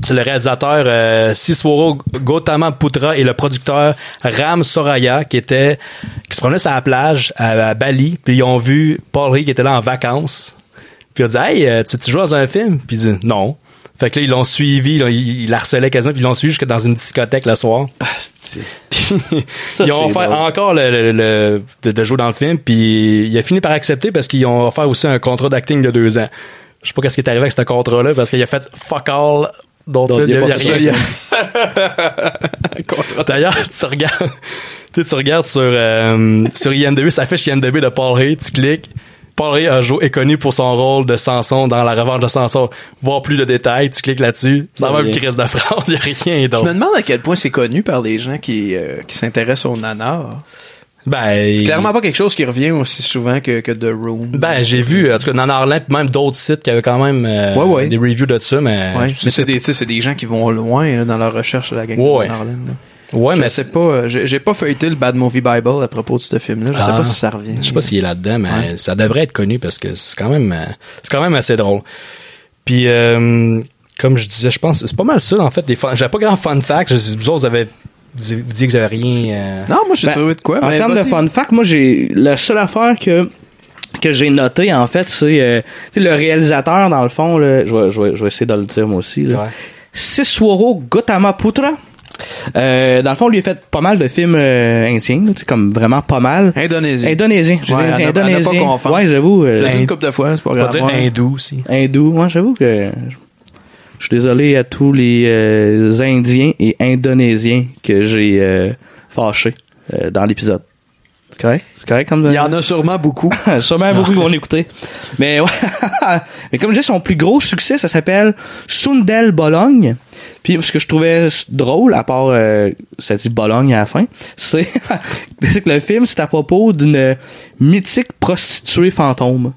A: C'est le réalisateur euh, Sisworo Gautama Putra et le producteur Ram Soraya qui était qui se promenaient sur la plage à, à Bali, puis ils ont vu Paul Ray qui était là en vacances. Puis il a dit Hey, euh, tu, tu joues dans un film? Puis il dit Non. Fait que là, ils l'ont suivi, ils l'ont- ils ils le harcelaient quasiment, puis ils l'ont suivi jusque dans une discothèque le soir. Puis ils ont
C: Ah, c'est
A: offert
C: drôle.
A: encore le, le- le- de, de jouer dans le film, puis il a fini par accepter parce qu'ils ont offert aussi un contrat d'acting de deux ans. Je sais pas qu'est-ce qui est arrivé avec ce contrat-là, parce qu'il a fait fuck all d'autres
C: D'autres,
A: films. Il
C: il a
A: a
C: pas
A: rien-
C: fait
A: il a- Contrat. D'ailleurs, tu regardes, tu sais, tu regardes sur, euh, sur IMDB, ça affiche IMDB de Paul Ray, tu cliques. Paul Ray a joué, est connu pour son rôle de Samson dans La Revanche de Samson. Voir plus de détails, tu cliques là-dessus. Ça va
C: Rien.
A: une crise de France, il n'y a rien
B: Je me
A: d'autre.
B: demande à quel point c'est connu par les gens qui, euh, qui s'intéressent au nanar.
A: Ben,
B: Clairement pas quelque chose qui revient aussi souvent que, que The Room.
A: Ben, j'ai vu, en tout cas, dans Narland, puis même d'autres sites qui avaient quand même euh,
B: Ouais, ouais.
A: des reviews de ça, mais.
B: Ouais, mais
A: je
B: c'est
A: sais
B: des, tu sais, c'est des gens qui vont loin là, dans leur recherche de la gang
A: Ouais.
B: de Narlene, là.
A: pas. Ouais,
B: Je
A: mais.
B: sais pas, euh, j'ai j'ai pas feuilleté le Bad Movie Bible à propos de ce film-là. Je sais
A: Ah.
B: pas si ça revient.
A: Je sais pas s'il est là-dedans, mais
B: Ouais.
A: ça devrait être connu parce que c'est quand même, euh, c'est quand même assez drôle. Puis, euh, comme je disais, je pense, c'est pas mal ça, en fait. des fun- J'avais pas grand fun fact. Je, vous autres, vous avez dit, vous disiez que j'avais rien. euh,
B: Non, moi j'ai
C: Ben,
B: trouvé de quoi.
C: En
B: mais
C: termes de
B: vas-y.
C: fun fact, moi, j'ai la seule affaire que que j'ai noté en fait, c'est euh, tu sais, le réalisateur dans le fond. là, Je vais, je vais- je vais essayer de le dire moi aussi. Là.
A: Ouais.
C: Siswaro Gautama Putra. Euh, dans le fond, lui a fait pas mal de films euh, indiens, là, tu sais, comme vraiment pas mal.
B: Indonésie.
C: Indonésien. je
B: Ouais,
C: veux dire,
B: à ne- à ne pas
C: indonésien.
B: confondre.
C: Ouais, j'avoue. euh,
B: J'ai vu
C: Ind-
B: une couple de fois, c'est pas
A: on va
B: grave.
A: dire
B: Ouais.
A: hindou aussi.
C: hindou. Moi, j'avoue que je suis désolé à tous les euh, Indiens et Indonésiens que j'ai euh, fâchés euh, dans l'épisode. C'est correct? C'est correct comme
B: Il y en a sûrement beaucoup.
C: Sûrement beaucoup qui vont l'écouter. Mais ouais. Mais comme je dis, son plus gros succès, ça s'appelle Sundel Bologne. Puis ce que je trouvais s- drôle, à part euh, ça dit Bologne à la fin, c'est c'est que le film, c'est à propos d'une mythique prostituée fantôme.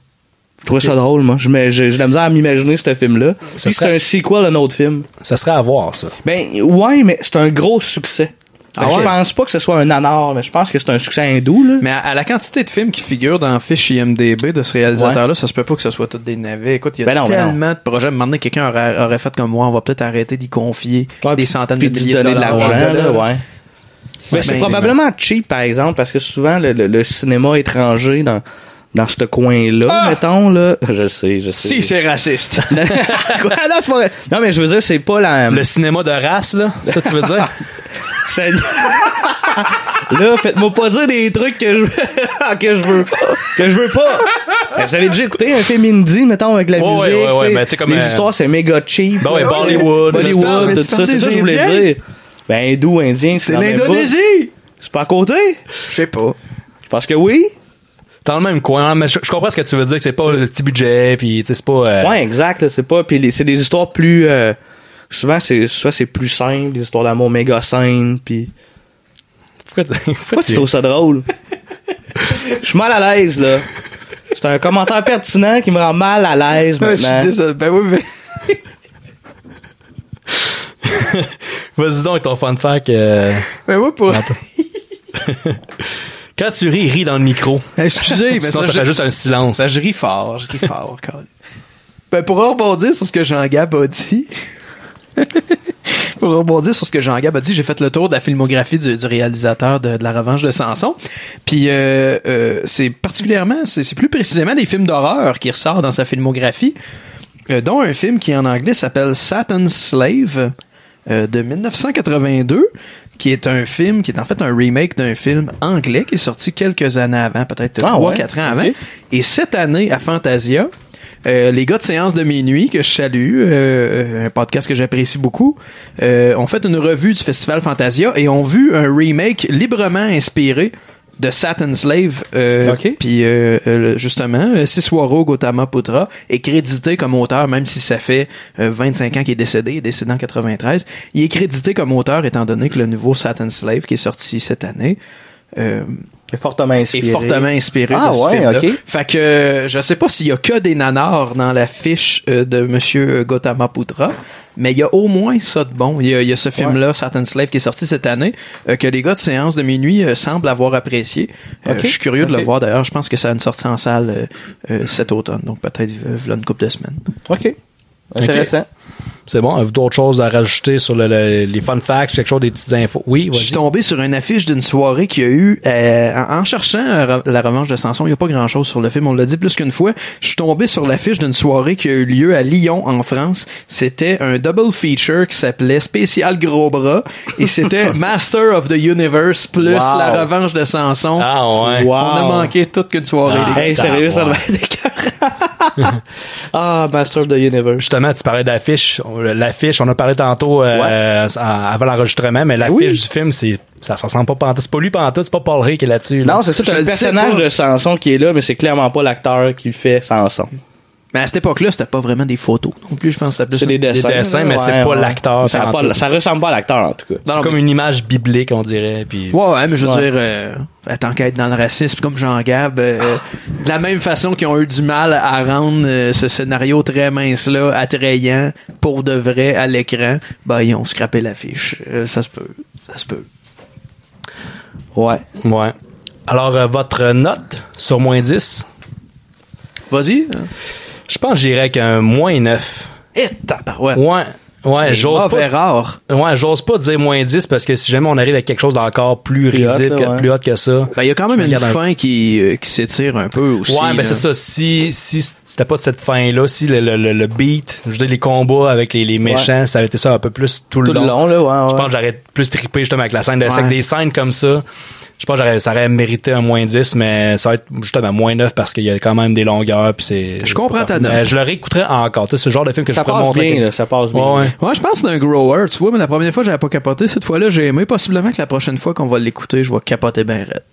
C: Je trouvais ça drôle, moi. Je me- J'ai j'ai de la misère à m'imaginer ce film-là. Puis
A: Ça
C: C'est
A: serait-
C: un sequel d'un autre film.
A: Ça serait à voir, ça.
C: Ben, ouais, mais c'est un gros succès.
B: Ah
C: Fait que
B: ouais?
C: Je pense pas que ce soit un anard, mais je pense que c'est un succès hindou, là.
B: Mais à, à la quantité de films qui figurent dans la fiche IMDB de ce réalisateur-là, ça se peut pas que ce soit tous des navets. Écoute, il y a
C: Ben non, ben
B: tellement de projets. Maintenant, quelqu'un aurait, aurait fait comme moi, on va peut-être arrêter d'y confier
C: Ouais,
B: des
C: puis-
B: centaines
C: puis
B: de
C: d'y
B: milliers de
C: donner de
B: dollars.
C: l'argent, là, ouais.
B: Ouais,
C: Mais c'est
B: ben,
C: probablement cheap, par exemple, parce que souvent, le, le- le cinéma étranger dans, dans ce coin-là, mettons, là. Je le sais, je sais.
B: Si c'est raciste.
C: Quoi? non, c'est pas vrai. Non, mais je veux dire, c'est pas la.
A: Le cinéma de race, là, ça tu veux dire?
C: c'est- là, faites-moi pas dire des trucs que je, que je veux pas. Que je veux pas. Ben, Vous avez déjà écouté un film indie, mettons, avec la
A: Ouais,
C: musique.
A: ouais, ouais,
C: tu sais.
A: ouais, mais tu sais, comme,
C: Les
A: euh,
C: histoires, c'est méga cheap.
A: Ben ouais,
C: là.
A: Bollywood,
B: mais
C: Bollywood,
B: tu
C: tout
B: parles
C: ça. C'est
B: des
C: ça que je
B: Indiens?
C: voulais dire. Ben, hindou, indien,
B: c'est
C: dans le même bout.
B: l'Indonésie.
C: C'est pas à côté?
B: Je sais pas.
C: Parce que oui.
A: Dans le même coin, hein, mais je, je comprends ce que tu veux dire, que c'est pas le petit budget, puis tu sais, c'est pas. euh,
C: Ouais, exact. là, C'est pas. Puis les- c'est des histoires plus. euh, souvent, c'est souvent c'est plus simple. Des histoires d'amour méga simples. Puis.
A: Pourquoi, tu- pourquoi
C: Pourquoi tu trouves ça drôle Je suis mal à l'aise là. C'est un commentaire pertinent qui me rend mal à l'aise
B: Ouais, Je suis
C: maintenant.
B: désolé. Ben oui, mais.
A: Vas-y donc, ton fun fact. euh,
B: Ben oui, pour.
A: Quand tu ris, ris dans le micro.
B: Excusez, mais
A: Sinon,
B: ça,
A: ça
B: je-
A: fait juste un silence.
B: Ben, je ris fort, je ris fort, quand Ben, pour rebondir sur ce que Jean-Gab a dit. pour rebondir sur ce que Jean-Gab a dit, j'ai fait le tour de la filmographie du, du réalisateur de, de La Revanche de Samson. Puis, euh, euh, c'est particulièrement, c'est c'est plus précisément des films d'horreur qui ressortent dans sa filmographie, euh, dont un film qui en anglais s'appelle Satan's Slave euh, de 1982 qui est un film qui est en fait un remake d'un film anglais qui est sorti quelques années avant, peut-être
C: Ah
B: trois,
C: ouais?
B: quatre ans avant. Et cette année, à Fantasia, euh, les gars de Séance de minuit, que je salue, euh, un podcast que j'apprécie beaucoup, euh, ont fait une revue du Festival Fantasia et ont vu un remake librement inspiré de Satin Slave, euh,
C: Ok.
B: puis euh, euh, justement, euh, Siswaro Gautama Putra est crédité comme auteur, même si ça fait euh, 25 ans qu'il est décédé, il est décédé en 93, il est crédité comme auteur étant donné que le nouveau Satin Slave qui est sorti cette année euh,
C: est fortement inspiré.
B: est fortement inspiré
C: Ah
B: de ce
C: ouais,
B: film-là.
C: ok.
B: Fait que euh, je sais pas s'il y a que des nanars dans la fiche euh, de Monsieur Gautama Putra, mais il y a au moins ça de bon. Il y a, il y a ce film-là, Satan Slave, qui est sorti cette année, euh, que les gars de séance de minuit euh, semblent avoir apprécié. Euh,
C: Ok.
B: Je suis curieux de le
C: Ok.
B: voir d'ailleurs. Je pense que ça a une sortie en salle euh, euh, cet automne, donc peut-être euh, v'là une couple de semaines.
C: OK. Intéressant.
A: C'est bon. Avez-vous d'autres choses à rajouter sur le- le- les fun facts, quelque chose, des petites infos? Oui,
B: Je suis
A: vas-y.
B: tombé sur une affiche d'une soirée qu'il y a eu euh, en en cherchant euh, la revanche de Samson. Il n'y a pas grand chose sur le film, on l'a dit plus qu'une fois. Je suis tombé sur l'affiche d'une soirée qui a eu lieu à Lyon, en France. C'était un double feature qui s'appelait Spécial Gros Bras et c'était Master of the Universe plus
C: Wow.
B: la revanche de Samson.
A: Ah ouais.
C: Wow.
B: On a manqué toute qu'une soirée.
A: Ah.
B: les gars.
C: Hey, sérieux, ça
A: ouais.
C: devait être écœurant. Ah, Master of the Universe.
A: Justement, tu parlais d'affiche. L'affiche, on a parlé tantôt euh, à- avant l'enregistrement, mais l'affiche
B: Oui.
A: du film, c'est ça se ressemble pas pantoute. C'est pas lui pantoute, c'est pas Paul Ray qui est là-dessus. là.
C: Non, c'est ça,
B: Je
C: t'as le
B: le sais
C: personnage
B: pas.
C: de Samson qui est là, mais c'est clairement pas l'acteur qui le fait Samson.
B: Mais à cette époque-là, c'était pas vraiment des photos non plus. Je pense que c'était plus
C: C'est des dessins.
A: dessins, mais
C: là,
A: c'est
C: ouais,
A: pas
C: ouais.
A: l'acteur
C: Ça, a
A: tantôt.
C: pas- ça ressemble pas à l'acteur, en tout cas.
A: C'est comme une image biblique, on dirait. Puis...
B: Ouais, ouais, mais je veux
C: Ouais.
B: dire, euh, tant qu'à être dans le racisme comme Jean Gab, euh, de la même façon qu'ils ont eu du mal à rendre euh, ce scénario très mince-là attrayant pour de vrai à l'écran, ben ils ont scrappé l'affiche. Euh, ça se peut. Ça se peut.
C: Ouais.
A: Ouais. Alors, euh, votre note sur moins 10,
B: Vas-y.
A: je pense que j'irais avec un moins 9.
B: Et ta parouette.
A: Ouais. Ouais, j'ose pas.
B: mauvais rare.
A: Ouais, j'ose pas dire moins 10 parce que si jamais on arrive à quelque chose d'encore plus
C: Plus haut,
A: rigide,
C: là,
A: que-
C: ouais.
A: plus haute que ça.
B: Ben, il y a quand même
A: je me
B: une
A: garde un-
B: fin qui, euh, qui s'étire un peu aussi.
A: Ouais, mais
B: là.
A: c'est ça. Si, si c'était pas de cette fin-là, si le, le, le, le beat, je veux dire, les combats avec les, les méchants, ça avait été ça un peu plus tout,
C: Tout le long, là, ouais, ouais.
A: Je pense que j'aurais plus trippé justement avec la scène de
B: Ouais.
A: sexe. Des scènes comme ça, je pense que j'aurais- ça aurait mérité un moins 10, mais ça va être justement moins 9 parce qu'il y a quand même des longueurs. Puis c'est,
B: Je comprends ta note.
A: Mais Je le réécouterai encore. Tu sais, c'est le genre de film que
C: Ça
A: je pourrais
C: passe
A: montrer.
C: bien, là, ça passe bien.
A: Ouais, ouais.
B: Ouais, je pense que c'est un grower, tu vois, mais la première fois, j'avais pas capoté. Cette fois-là, j'ai aimé. Possiblement que la prochaine fois qu'on va l'écouter, je vais capoter ben raide.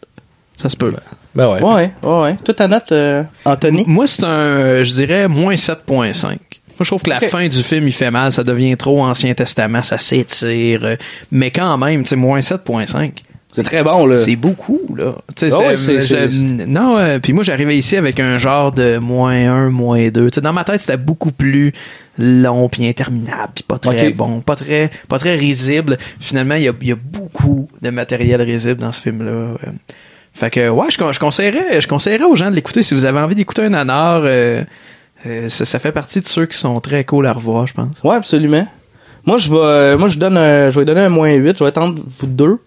B: Ça se peut.
A: Ben ouais.
C: Ouais, ouais, ouais. Toi, ta note, euh, Anthony?
B: M- Moi, c'est un, euh, je dirais, moins 7.5. Moi, je trouve que la
C: Ok.
B: fin du film, il fait mal. Ça devient trop Ancien Testament, ça s'étire. euh, Mais quand même, tu sais, moins 7.5.
C: C'est très bon, là.
B: C'est beaucoup, là. Tu sais,
C: Ah ouais,
B: c'est-
C: c'est-
B: je-
C: c'est-
B: Non, euh, puis moi, j'arrivais ici avec un genre de moins 1, moins 2. Tu sais, dans ma tête, c'était beaucoup plus long, puis interminable, puis pas très
C: Ok.
B: bon, pas très, pas très risible. Finalement, il y a, il y a beaucoup de matériel risible dans ce film-là. euh. Fait que, ouais, je, con- je conseillerais, je conseillerais aux gens de l'écouter. Si vous avez envie d'écouter un nanar, euh, euh, ça, ça fait partie de ceux qui sont très cool à revoir, je pense.
C: Ouais, absolument. Moi, je vais, euh, moi, je donne un, je vais donner un moins 8. Je vais attendre vous deux.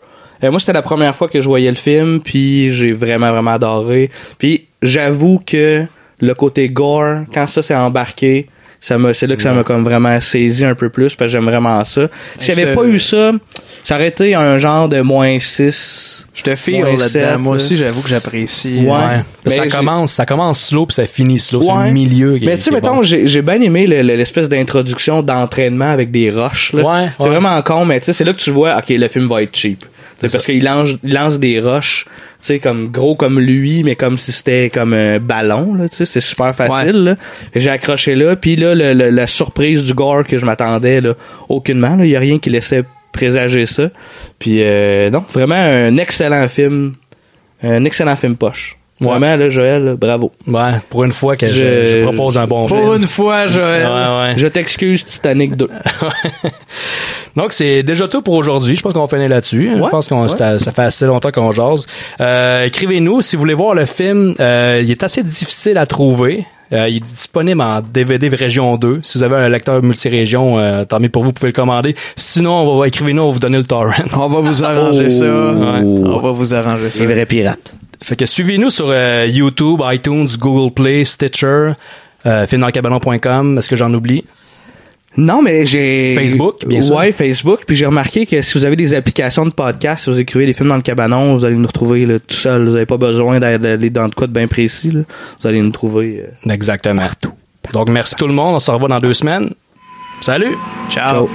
C: Euh, moi, c'était la première fois que je voyais le film, puis j'ai vraiment, vraiment adoré. Puis, j'avoue que le côté gore, quand ça s'est embarqué, ça me, c'est là que ça m'a comme vraiment saisi un peu plus, parce que j'aime vraiment ça. S'il
B: je
C: n'y avait
B: te-
C: pas eu ça, ça aurait été un genre de moins 6.
B: Je te file
C: Moins
B: là-dedans.
C: sept,
B: Moi
C: là.
B: aussi, j'avoue que j'apprécie.
C: Ouais. Mais
A: ça
C: j'ai-
A: commence, ça commence slow puis ça finit slow. C'est
C: Ouais.
A: le milieu qui
C: Mais
A: est-
C: tu sais,
A: qui est
C: mettons,
A: bon.
C: j'ai j'ai bien aimé le- le- l'espèce d'introduction d'entraînement avec des roches. là.
A: Ouais,
C: c'est
A: ouais.
C: vraiment con, mais tu sais, c'est là que tu vois, ok, le film va être cheap. C'est parce qu'il lance, il lance des roches, tu sais, comme gros comme lui, mais comme si c'était comme un ballon, là, tu sais, c'était super facile. là. J'ai accroché là, puis là, le- le- la surprise du gore que je m'attendais, là, aucunement, là, il y a rien qui laissait présager ça. Puis euh, non, vraiment un excellent film, un excellent film poche.
A: Ouais.
C: Vraiment, là, Joël, là, bravo.
A: Ouais, pour une fois que je,
C: Je-
A: je propose un bon
B: Pour
A: film.
B: une fois, Joël.
A: Ouais, ouais.
C: Je t'excuse, Titanic 2.
A: Donc, c'est déjà tout pour aujourd'hui. Je pense qu'on va finir là-dessus.
C: Ouais,
A: je pense qu'on
C: ouais.
A: ça, ça fait assez longtemps qu'on jase. Euh, Écrivez-nous si vous voulez voir le film. Euh, il est assez difficile à trouver. Euh, il est disponible en DVD Région 2. Si vous avez un lecteur multirégion, euh, tant mieux pour vous, vous pouvez le commander. Sinon, on va écrivez-nous, on va vous donner le torrent.
B: On va vous arranger
C: Oh.
B: ça.
C: Ouais.
B: On va vous arranger ça.
C: vrai pirate.
A: Fait que suivez-nous sur euh, YouTube, iTunes, Google Play, Stitcher, euh, filmdanslecabanon.com. Est-ce que j'en oublie?
C: Non, mais j'ai...
A: Facebook, bien sûr.
C: Ouais, Facebook. Puis j'ai remarqué que si vous avez des applications de podcast, si vous écrivez des films dans le cabanon, vous allez nous retrouver là, tout seul. Vous n'avez pas besoin d'a- d'aller dans le quoi de bien précis. là. Vous allez nous trouver... euh,
A: Exactement. Donc, merci tout le monde. On se revoit dans deux semaines. Salut!
B: Ciao.
C: ciao.